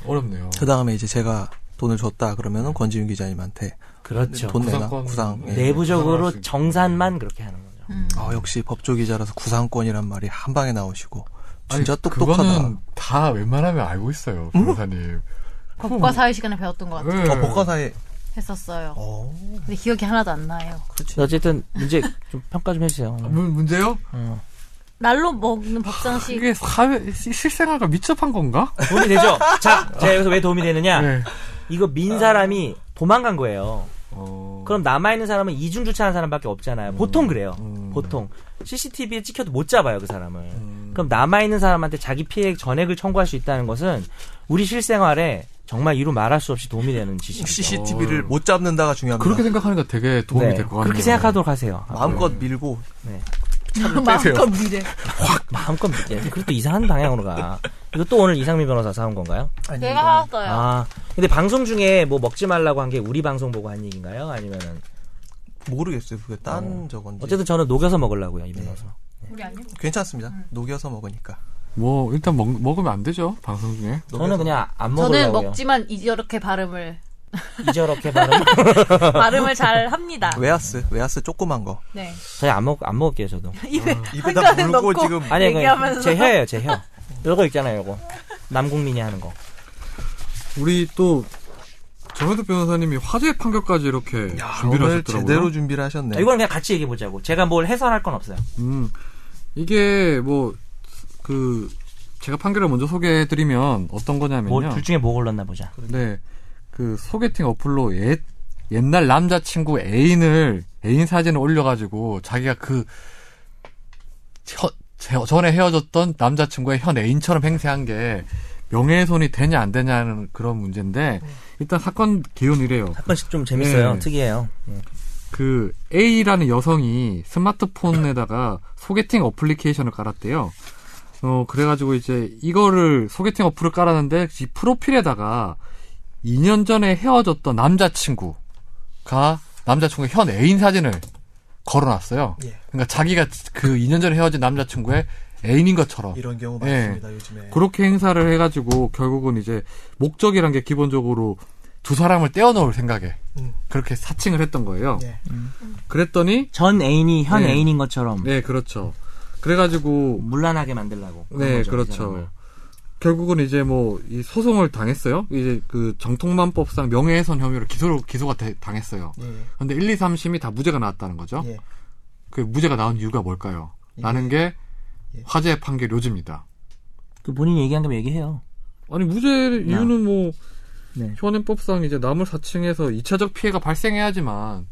Speaker 1: 어렵네요.
Speaker 2: 그 다음에 이제 제가 돈을 줬다 그러면은 권지윤 기자님한테
Speaker 4: 그렇죠.
Speaker 2: 돈 내놔
Speaker 1: 구상권.
Speaker 2: 구상. 예.
Speaker 1: 구상할 수
Speaker 4: 내부적으로
Speaker 1: 있게.
Speaker 4: 정산만 그렇게 하는 거죠.
Speaker 2: 아 역시 법조 기자라서 구상권이란 말이 한 방에 나오시고
Speaker 1: 아니,
Speaker 2: 진짜 똑똑하다.
Speaker 1: 그거는 다 웬만하면 알고 있어요, 변호사님.
Speaker 3: 법과 사회 시간에 배웠던 것 같아
Speaker 1: 예.
Speaker 2: 어, 법과사에
Speaker 3: 했었어요.
Speaker 2: 어
Speaker 3: 근데 기억이 하나도 안 나요.
Speaker 2: 그렇지.
Speaker 4: 어쨌든 문제 좀 평가 좀 해주세요.
Speaker 1: 아, 문- 문제요?
Speaker 3: 날로 먹는 법상식
Speaker 1: 이게 사회 시- 실생활과 밀접한 건가?
Speaker 4: 도움이 되죠. 자, 제가 여기서 왜 도움이 되느냐?
Speaker 1: 네.
Speaker 4: 이거 민 사람이 도망간 거예요.
Speaker 1: 어,
Speaker 4: 그럼 남아 있는 사람은 이중 주차한 사람밖에 없잖아요. 보통 그래요. 보통 CCTV에 찍혀도 못 잡아요 그 사람을. 그럼 남아 있는 사람한테 자기 피해 전액을 청구할 수 있다는 것은 우리 실생활에 정말 이루 말할 수 없이 도움이 되는
Speaker 2: [laughs]
Speaker 4: 지식.
Speaker 2: CCTV를 못 잡는다가 중요합니다.
Speaker 1: 그렇게 생각하니까 되게 도움이
Speaker 4: 네,
Speaker 1: 될 것 같네요.
Speaker 4: 그렇게 생각하도록 하세요.
Speaker 2: 마음껏 밀고
Speaker 4: 네.
Speaker 2: 차를 빼세요.
Speaker 3: 마음껏 미래.
Speaker 4: 마음껏 믿게. 네, 그리고 또 이상한 방향으로 가. 이거 또 오늘 이상민 변호사 사온 건가요?
Speaker 2: 아닙니다.
Speaker 3: 내가 사왔어요.
Speaker 4: 아, 근데 방송 중에 뭐 먹지 말라고 한 게 우리 방송 보고 한 얘기인가요? 아니면은
Speaker 2: 모르겠어요. 그게 딴
Speaker 4: 어.
Speaker 2: 저건지.
Speaker 4: 어쨌든 저는 녹여서 먹으려고요, 이 변호사.
Speaker 3: 우리 아니요?
Speaker 2: 괜찮습니다. 녹여서 먹으니까.
Speaker 1: 뭐 일단 먹, 먹으면 안 되죠 방송 중에.
Speaker 4: 저는 그냥 안
Speaker 3: 저는
Speaker 4: 먹으려고요.
Speaker 3: 먹지만 이렇게 발음을
Speaker 4: 이저렇게
Speaker 3: [laughs]
Speaker 4: 발음.
Speaker 3: 발음을 잘 합니다.
Speaker 2: 웨하스, 웨하스 조그만 거.
Speaker 3: 네.
Speaker 4: 저희 안 먹 안 먹을게요, 저도.
Speaker 3: 입에
Speaker 2: 입에다
Speaker 3: 한잔
Speaker 2: 물고
Speaker 3: 넣고.
Speaker 2: 지금
Speaker 4: 아니 그냥
Speaker 3: 얘기하면서.
Speaker 4: 제 혀예요, 제 혀. 이거 있잖아요, 이거. 남국민이 하는 거.
Speaker 1: 우리 또 정혜덕 변호사님이 화재 판결까지 이렇게
Speaker 2: 야,
Speaker 1: 준비를
Speaker 2: 오늘
Speaker 1: 하셨더라고요.
Speaker 2: 제대로 준비를 하셨네.
Speaker 4: 이건 그냥 같이 얘기해 보자고. 제가 뭘 해설할 건 없어요.
Speaker 1: 음, 이게 뭐 그 제가 판결을 먼저 소개해드리면 어떤
Speaker 4: 뭐,
Speaker 1: 거냐면요.
Speaker 4: 둘 중에 뭐 골랐나 보자.
Speaker 1: 네, 그 소개팅 어플로 옛 옛날 남자친구 애인을 애인 사진을 올려가지고 자기가 그 혀- 제- 전에 헤어졌던 남자친구의 현 애인처럼 행세한 게 명예훼손이 되냐 안 되냐는 그런 문제인데 일단 사건 개요이래요.
Speaker 4: 사건씩 좀 재밌어요.
Speaker 1: 네.
Speaker 4: 특이해요. 음.
Speaker 1: 그 A라는 여성이 스마트폰에다가 소개팅 어플리케이션을 깔았대요. 어 그래가지고 이제 이거를 소개팅 어플을 깔았는데 이 프로필에다가 2년 전에 헤어졌던 남자친구가 남자친구의 현 애인 사진을 걸어놨어요.
Speaker 2: 예.
Speaker 1: 그러니까 자기가 그 2년 전에 헤어진 남자친구의 애인인 것처럼
Speaker 2: 이런 경우
Speaker 1: 예.
Speaker 2: 많습니다, 요즘에.
Speaker 1: 그렇게 행사를 해가지고 결국은 이제 목적이란 게 기본적으로 두 사람을 떼어놓을 생각에
Speaker 2: 음.
Speaker 1: 그렇게 사칭을 했던 거예요.
Speaker 2: 예.
Speaker 1: 그랬더니
Speaker 4: 전 애인이 현
Speaker 1: 네.
Speaker 4: 애인인 것처럼
Speaker 1: 네, 그렇죠. 그래가지고
Speaker 4: 물란하게 만들라고. 그런
Speaker 1: 네,
Speaker 4: 거죠, 이
Speaker 1: 그렇죠.
Speaker 4: 사람을.
Speaker 1: 결국은 이제 뭐 이 소송을 당했어요. 이제 그 정통만법상 명예훼손 혐의로 기소로 기소가 대- 당했어요.
Speaker 2: 예.
Speaker 1: 근데 1, 2, 3심이 다 무죄가 나왔다는 거죠.
Speaker 2: 예.
Speaker 1: 그 무죄가 나온 이유가 뭘까요? 라는 게
Speaker 2: 예.
Speaker 1: 화재 판결 요지입니다.
Speaker 4: 그 본인이 얘기한 거면 얘기해요.
Speaker 1: 아니 무죄 이유는 뭐
Speaker 4: 네.
Speaker 1: 현행법상 이제 남을 사칭해서 2차적 피해가 발생해야지만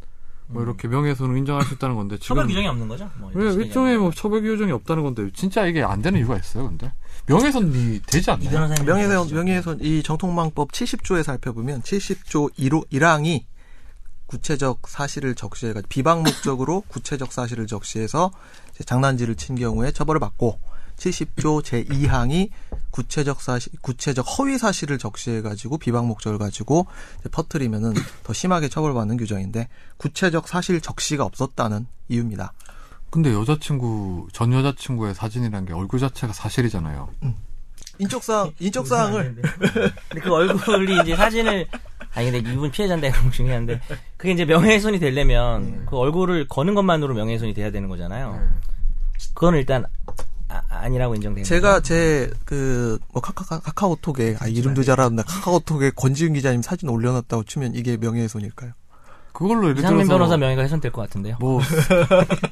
Speaker 1: 뭐
Speaker 4: 음.
Speaker 1: 이렇게 명예훼손을 인정할 수 있다는 건데 지금
Speaker 4: 처벌 규정이 없는 거죠? 뭐
Speaker 1: 왜
Speaker 4: 이렇게
Speaker 1: 일종의
Speaker 4: 얘기하면.
Speaker 1: 뭐 처벌 규정이 없다는 건데 진짜 이게 안 되는 이유가 있어요, 근데 명예훼손이 되지
Speaker 4: 이
Speaker 1: 않나요?
Speaker 4: 변호사님
Speaker 2: 어, 명예훼손, 명예훼손, 이 정통망법 70조에 살펴보면 70조 1호, 1항이 구체적 사실을 적시해가지고 비방 [laughs] 목적으로 구체적 사실을 적시해서 이제 장난질을 친 경우에 처벌을 받고 70조 제2항이 구체적 사실, 구체적 허위 사실을 적시해가지고 비방 목적을 가지고 이제 퍼뜨리면은 더 심하게 처벌받는 규정인데 구체적 사실 적시가 없었다는 이유입니다.
Speaker 1: 근데 여자친구 전 여자친구의 사진이란 게 얼굴 자체가 사실이잖아요.
Speaker 2: 그 인적사항, 인적사항을
Speaker 4: 근데 그 얼굴이 이제 사진을 아니 근데 이분 피해자인데 그럼 중요한데 그게 이제 명예훼손이 되려면
Speaker 2: 네.
Speaker 4: 그 얼굴을 거는 것만으로 명예훼손이 돼야 되는 거잖아요. 그건 일단 아, 니라고 인정돼요.
Speaker 2: 예. 제가 제 그 뭐 카카 카카오톡에
Speaker 4: 그렇죠.
Speaker 2: 아 이름도 잘 알았나 카카오톡에 권지윤 기자님 사진 올려놨다고 치면 이게 명예훼손일까요?
Speaker 1: 그걸로 예를 들어서
Speaker 4: 이상민
Speaker 2: 뭐
Speaker 4: 변호사 명예가 훼손될 것 같은데요.
Speaker 1: 뭐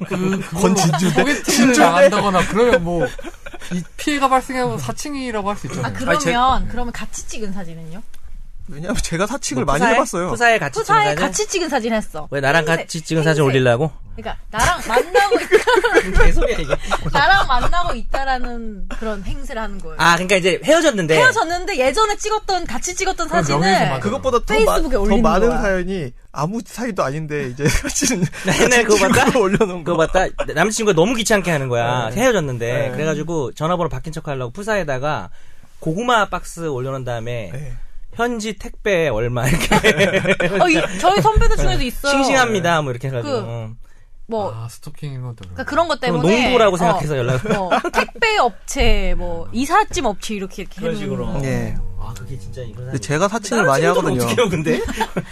Speaker 1: 그, 그걸로 [laughs] 소개팅을 당한다거나 그러면 뭐 이 피해가 발생하고 사칭이라고 할 수
Speaker 3: 아
Speaker 1: 있잖아요.
Speaker 3: 그러면
Speaker 2: 아니, 제-
Speaker 3: 그러면 같이 찍은 사진은요?
Speaker 2: 왜냐하면 제가 사칙을
Speaker 4: 뭐
Speaker 2: 많이
Speaker 4: 프사에?
Speaker 2: 해봤어요.
Speaker 4: 프사에 같이 찍은
Speaker 3: 투사에
Speaker 4: 사진.
Speaker 3: 같이 찍은 사진 했어.
Speaker 4: 왜 나랑
Speaker 3: 생색,
Speaker 4: 같이 찍은 사진
Speaker 3: 생색.
Speaker 4: 올리려고?
Speaker 3: 그러니까 나랑 만나고
Speaker 4: 개소리야 이게.
Speaker 3: [laughs] 나랑 만나고 있다라는 그런 행세를 하는 거예요.
Speaker 4: [laughs] 아 그러니까 이제 헤어졌는데
Speaker 3: 헤어졌는데 예전에 찍었던 같이 찍었던
Speaker 1: 그럼 명예훼손
Speaker 3: 사진을
Speaker 1: 맞아.
Speaker 2: 그것보다 더,
Speaker 3: 페이스북에
Speaker 2: 마, 더
Speaker 3: 올리는
Speaker 2: 많은
Speaker 3: 거야.
Speaker 2: 사연이 아무 사이도 아닌데
Speaker 4: [laughs]
Speaker 2: 이제 사실은
Speaker 4: 옛날에 네, 그거 봤다?
Speaker 2: 친구가 [laughs] 올려놓은
Speaker 4: 그거
Speaker 2: 거.
Speaker 4: 봤다. 남친과 너무 귀찮게 하는 거야. 헤어졌는데 그래가지고 전화번호 바뀐 척 하려고 프사에다가 고구마 박스 올려놓은 다음에
Speaker 2: 네.
Speaker 4: 현지 택배 얼마 이렇게
Speaker 3: 어, 이- 저희 선배들 중에도 있어요.
Speaker 4: [laughs] 네. 싱싱합니다 뭐 이렇게 해가지고
Speaker 3: 그-
Speaker 4: 어.
Speaker 3: 뭐
Speaker 1: 아 스토킹인 것도
Speaker 3: 그러니까 그런 것
Speaker 4: 그럼
Speaker 3: 때문에
Speaker 4: 농부라고
Speaker 3: 어,
Speaker 4: 생각해서 연락을
Speaker 3: 뭐 택배 업체 뭐 이삿짐 업체 이렇게 이렇게
Speaker 4: 그런
Speaker 3: 해놓은
Speaker 4: 식으로.
Speaker 3: 거.
Speaker 2: 예.
Speaker 4: 아 그게 진짜 이건
Speaker 2: 근데 제가 사칭을 많이 하거든요.
Speaker 4: 어떻게요 [laughs] 근데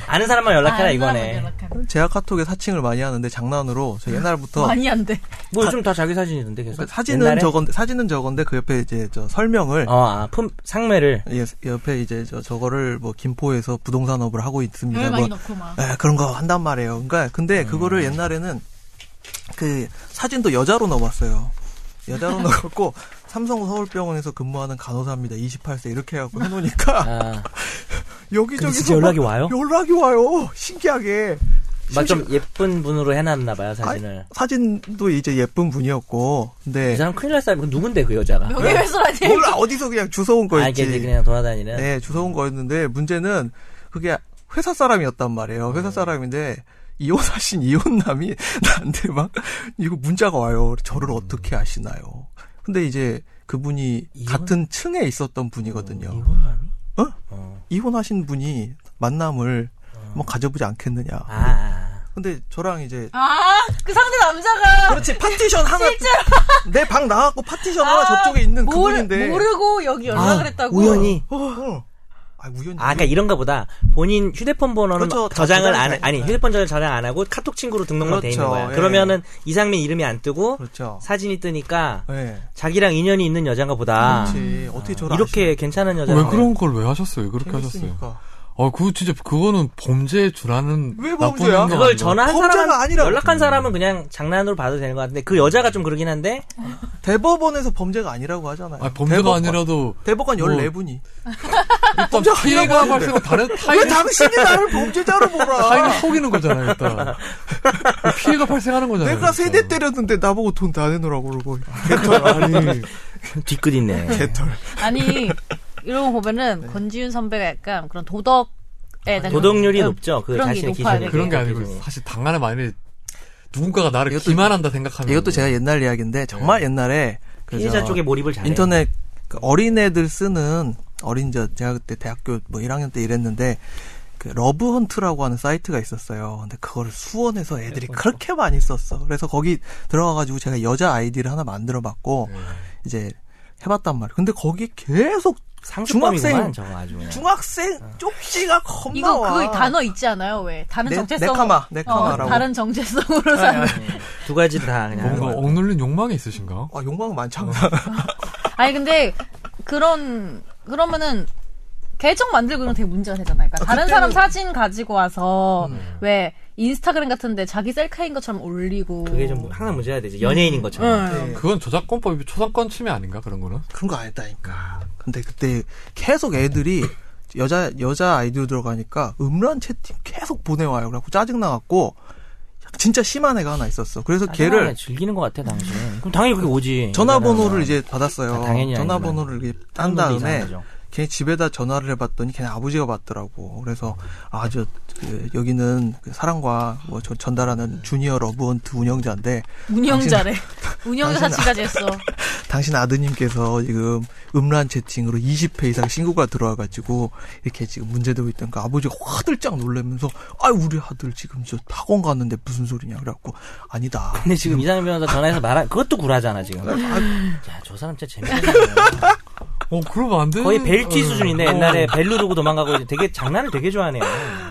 Speaker 4: 아는 사람만 연락해라
Speaker 3: 아,
Speaker 4: 이거네
Speaker 3: 연락하는.
Speaker 2: 제가 카톡에 사칭을 많이 하는데 장난으로 저 옛날부터
Speaker 3: 많이 안 돼.
Speaker 4: 뭐 요즘 다 자기 사진이던데 계속
Speaker 2: 그러니까 사진은
Speaker 4: 옛날에?
Speaker 2: 저건데 사진은 저건데 그 옆에 이제 저 설명을
Speaker 4: 어, 아, 품, 상매를
Speaker 2: 예, 옆에 이제 저 저거를 뭐 김포에서 부동산업을 하고 있습니다.
Speaker 3: 별
Speaker 4: 음,
Speaker 2: 뭐
Speaker 3: 많이 넣고 막.
Speaker 2: 예, 그런 거 한단 말이에요. 그러니까 근데 그거를 옛날에는 그 사진도 여자로 넣어봤어요. 여자로
Speaker 4: [laughs]
Speaker 2: 넣었고 삼성 서울병원에서 근무하는 간호사입니다. 28세 이렇게 해갖고 해놓으니까
Speaker 4: 아,
Speaker 2: [laughs] 여기저기서
Speaker 4: 진짜 연락이 와요?
Speaker 2: 연락이 와요. 신기하게
Speaker 4: 막 좀 예쁜 분으로 해놨나 봐요 사진을.
Speaker 2: 사진도 이제 예쁜 분이었고,
Speaker 4: 이
Speaker 2: 근데
Speaker 4: 사람 큰일 날 사람이 누군데 그 여자가?
Speaker 3: 여기 왜 쓰라니?
Speaker 2: 몰라 어디서 그냥 주워 온
Speaker 4: 아 이게 이제
Speaker 2: 거였지.
Speaker 4: 그냥 돌아다니는.
Speaker 2: 네, 주워 온 거였는데 문제는 그게 회사 사람이었단 말이에요.
Speaker 4: 네.
Speaker 2: 회사 사람인데 이혼하신 [laughs] 이혼남이 나한테 막 이거 문자가 와요. 저를 어떻게 아시나요? 근데 이제 그분이
Speaker 4: 음. 이혼? 음,
Speaker 2: 같은 층에 있었던 분이거든요.
Speaker 4: 이혼함이?
Speaker 2: 어?
Speaker 4: 어.
Speaker 2: 이혼하신 분이 만남을 한번 가져보지 않겠느냐.
Speaker 4: 아, 아.
Speaker 2: 근데 저랑 이제
Speaker 3: 아, 그 상대 남자가
Speaker 2: 그렇지 파티션
Speaker 3: [laughs]
Speaker 2: 하나 내 방 나왔고 파티션 하나 아, 저쪽에 있는
Speaker 3: 아, 모르,
Speaker 2: 그분인데
Speaker 3: 모르고 여기 연락을
Speaker 4: 아,
Speaker 3: 했다고.
Speaker 4: 우연히.
Speaker 2: 어, 어. 아 우연히
Speaker 4: 아, 그러니까 이런가 보다. 본인 휴대폰 번호는
Speaker 2: 그렇죠. 다
Speaker 4: 저장을
Speaker 2: 저장이
Speaker 4: 안,
Speaker 2: 돼
Speaker 4: 해- 아니,
Speaker 2: 있어요.
Speaker 4: 휴대폰 저장 저장 안 하고 카톡 친구로 등록만 돼 있는
Speaker 2: 그렇죠.
Speaker 4: 거야.
Speaker 2: 예.
Speaker 4: 그러면은 이상민 이름이 안 뜨고
Speaker 2: 그렇죠.
Speaker 4: 사진이 뜨니까
Speaker 2: 예.
Speaker 4: 자기랑 인연이 있는 여잔가 보다.
Speaker 2: 그렇지. 어떻게 저를
Speaker 4: 이렇게 괜찮은 여자.
Speaker 1: 어, 왜 그런 걸 왜 하셨어요? 그렇게 하셨어요? 어, 그 진짜 그거는 범죄에 줄하는
Speaker 2: 왜
Speaker 1: 나쁜
Speaker 2: 범죄야?
Speaker 1: 행동
Speaker 4: 그걸
Speaker 1: 아니에요?
Speaker 4: 전화한
Speaker 2: 뭐 범죄가
Speaker 4: 사람
Speaker 2: 아니라고.
Speaker 4: 연락한 사람은 그냥 장난으로 봐도 되는 것 같은데 그 여자가 좀 그러긴
Speaker 2: [laughs]
Speaker 4: 한데
Speaker 2: 대법원에서 범죄가 아니라고 하잖아요.
Speaker 1: 아니, 범죄가
Speaker 2: 대법관.
Speaker 1: 아니라도
Speaker 2: 대법관
Speaker 1: 뭐-
Speaker 2: 14분이.
Speaker 1: 일단
Speaker 2: 범죄가
Speaker 1: 피해가
Speaker 2: 아니라고
Speaker 1: 발생을 다른
Speaker 2: 왜
Speaker 1: 타인
Speaker 2: 당신이 나를 범죄자로
Speaker 1: 타인을
Speaker 2: [laughs] 몰아?
Speaker 1: 속이는 거잖아요.
Speaker 2: [laughs]
Speaker 1: 일단 피해가 발생하는 거잖아요.
Speaker 2: 내가 세 대
Speaker 1: 그래서.
Speaker 2: 때렸는데 나보고 돈 다 내놓으라고 [laughs] 그러고.
Speaker 1: 아니
Speaker 4: 뒤끝 있네.
Speaker 2: 개털.
Speaker 3: 아니, 이런 거
Speaker 2: 네.
Speaker 3: 보면은 권지윤 선배가 약간 그런 도덕에 대한
Speaker 4: 도덕률이
Speaker 3: 그런-
Speaker 4: 높죠. 그
Speaker 3: 그런 게
Speaker 4: 자신의
Speaker 3: 높아야
Speaker 4: 기준에.
Speaker 3: 돼요.
Speaker 1: 그런 게 아니고
Speaker 4: 기준이.
Speaker 1: 사실 당하는 말이 누군가가 나를
Speaker 2: 이것도-
Speaker 1: 기만한다 생각하면
Speaker 2: 이것도 제가 옛날 이야기인데 정말 옛날에 그래서
Speaker 4: 피해자 쪽에 몰입을 잘해.
Speaker 2: 인터넷 그 어린애들 쓰는 어린 저 제가 그때 대학교 뭐 1학년 때 이랬는데 그 러브 헌트라고 하는 사이트가 있었어요. 근데 그거를 수원에서 애들이 그렇게 많이 썼어. 그래서 거기 들어가가지고 제가 여자 아이디를 하나 만들어봤고 이제 해봤단 말이에요. 근데 거기 계속
Speaker 4: 상습범이구만
Speaker 2: 중학생
Speaker 4: 저거 아주 그냥.
Speaker 2: 중학생 쪽지가 겁나
Speaker 3: 이거
Speaker 2: 와.
Speaker 3: 그거 단어 있지 않아요? 왜 다른
Speaker 2: 네-
Speaker 3: 정체성
Speaker 2: 네카마, 네카마라고.
Speaker 3: 어, 다른 정체성으로 사는
Speaker 4: 두 가지 다 그냥.
Speaker 1: 뭔가 억눌린 욕망이 있으신가?
Speaker 2: 아 욕망 많잖아.
Speaker 3: 아니 근데 그런 그러면은 계정 만들고 이런 거 되게 문제가 되잖아요. 그러니까 다른 사람 사진 가지고 와서
Speaker 4: 음.
Speaker 3: 왜 인스타그램 같은데 자기 셀카인 것처럼 올리고
Speaker 2: 어.
Speaker 4: 그게 좀 항상 문제가 되지. 연예인인 것처럼.
Speaker 3: 응.
Speaker 2: 네.
Speaker 1: 그건 저작권법이 초상권 침해 아닌가 그런 거는?
Speaker 2: 그런 거 아니다니까. 근데 그때 계속 애들이 여자 여자 아이디로 들어가니까 음란 채팅 계속 보내와요. 그래갖고 짜증 나갖고 진짜 심한 애가 하나 있었어. 그래서
Speaker 4: 사랑을
Speaker 2: 걔를
Speaker 4: 즐기는 것 같아 당신. 그럼 당연히 그게 오지.
Speaker 2: 전화번호를 이제 받았어요.
Speaker 4: 아, 당연히 아니지만.
Speaker 2: 전화번호를 이렇게 딴 다음에 걔 집에다 전화를 해봤더니 걔네 아버지가 받더라고. 그래서 아저 여기는 그 사랑과 뭐 저- 전달하는 주니어 러브원트 운영자인데
Speaker 3: 운영자래.
Speaker 2: 당신은-
Speaker 3: 운영자 사치까지 했어.
Speaker 4: [laughs]
Speaker 2: 당신 아드님께서 지금 음란 채팅으로 20회 이상 신고가 들어와가지고 이렇게 지금 문제되고 있다니까 아버지가 화들짝 놀라면서 아 우리 아들 지금 저 학원 갔는데 무슨 소리냐 그래갖고 아니다
Speaker 4: 근데 지금 이상민 변호사 전화해서 말한 그것도 굴하잖아 지금. 야 저 사람 진짜 재밌네.
Speaker 1: 어 그러면 안 되는
Speaker 4: 거의 벨티
Speaker 1: 어,
Speaker 4: 수준인데
Speaker 1: 어.
Speaker 2: 음.
Speaker 4: 옛날에 벨로 두고 도망가고 이제 되게 장난을 되게 좋아하네요.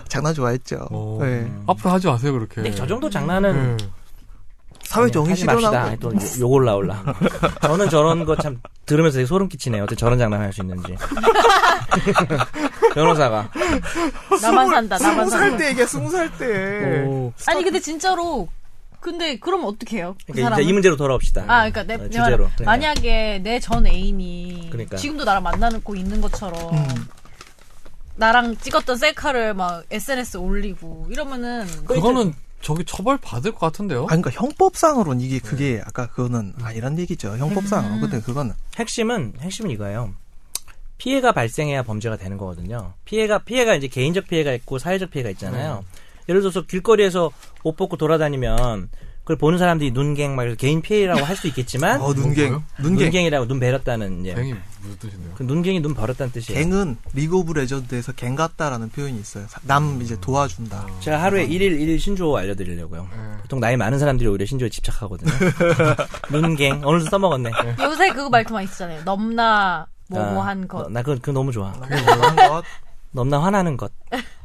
Speaker 2: 장난 좋아했죠
Speaker 1: 어.
Speaker 2: 예.
Speaker 1: 앞으로 하지 마세요 그렇게.
Speaker 4: 근데 네, 저 정도 장난은
Speaker 1: 예.
Speaker 2: 사회 음. 정의
Speaker 4: 하지 맙시다. 아,
Speaker 2: 실현하고
Speaker 4: 또 욕- 욕 올라올라. 저는 저런 거 참 들으면서 되게 소름 끼치네요. 어떻게 저런 장난 할
Speaker 2: [laughs]
Speaker 4: 수 있는지. 변호사가. 그러니까
Speaker 3: 나만 산다.
Speaker 2: 스무
Speaker 3: 나만 산다.
Speaker 2: 살때 얘기야 스무 살때
Speaker 4: 어.
Speaker 1: 오.
Speaker 3: 아니 근데 진짜로 근데 그럼 어떻게 해요? 그
Speaker 4: 그러니까
Speaker 3: 사람
Speaker 4: 이제 이 문제로 돌아옵시다.
Speaker 3: 아, 그러니까 내,
Speaker 4: 어,
Speaker 3: 내
Speaker 4: 주제로.
Speaker 3: 말은 만약에 내 전 애인이
Speaker 4: 그러니까. 음.
Speaker 3: 지금도 나랑 만나고 있는 것처럼 나랑 찍었던 셀카를 막 SNS 에 올리고 이러면은
Speaker 1: 그거는 저기 처벌 받을 것 같은데요?
Speaker 2: 아, 그러니까 형법상으로는 이게
Speaker 4: 네.
Speaker 2: 그게 아까 그거는
Speaker 4: 음.
Speaker 2: 아니란 얘기죠. 형법상으로. 근데 그거는
Speaker 4: 핵심은 핵심은 이거예요. 피해가 발생해야 범죄가 되는 거거든요. 피해가 피해가 이제 개인적 피해가 있고 사회적 피해가
Speaker 2: 네.
Speaker 4: 있잖아요. 예를 들어서 길거리에서 옷 벗고 돌아다니면 그걸 보는 사람들이 눈갱 막 이래서 개인 피해라고 할 수 있겠지만
Speaker 2: 어 눈갱,
Speaker 1: 뭐예요?
Speaker 2: 눈갱, 네.
Speaker 4: 이라고눈 베렸다는 이제
Speaker 1: 뱅이 무슨 뜻인데요?
Speaker 4: 그 눈갱이 눈 벌었다는 뜻이에요.
Speaker 2: 갱은 리그 오브 레전드에서 갱 같다라는 표현이 있어요. 사-
Speaker 4: 음.
Speaker 2: 남 이제 도와준다.
Speaker 4: 제가
Speaker 2: 아.
Speaker 4: 하루에 일일일 신조어 알려드리려고요.
Speaker 2: 네.
Speaker 4: 보통 나이 많은 사람들이 오히려 신조어에 집착하거든요. [laughs] 눈갱 오늘도 써먹었네.
Speaker 3: 요새 그거 말투만 있잖아요. 넘나
Speaker 4: 아,
Speaker 3: 뭐뭐한 것.
Speaker 4: 나 그거, 그거 너무 좋아.
Speaker 2: 그게 뭐라는 것?
Speaker 4: 넘나 화나는 것.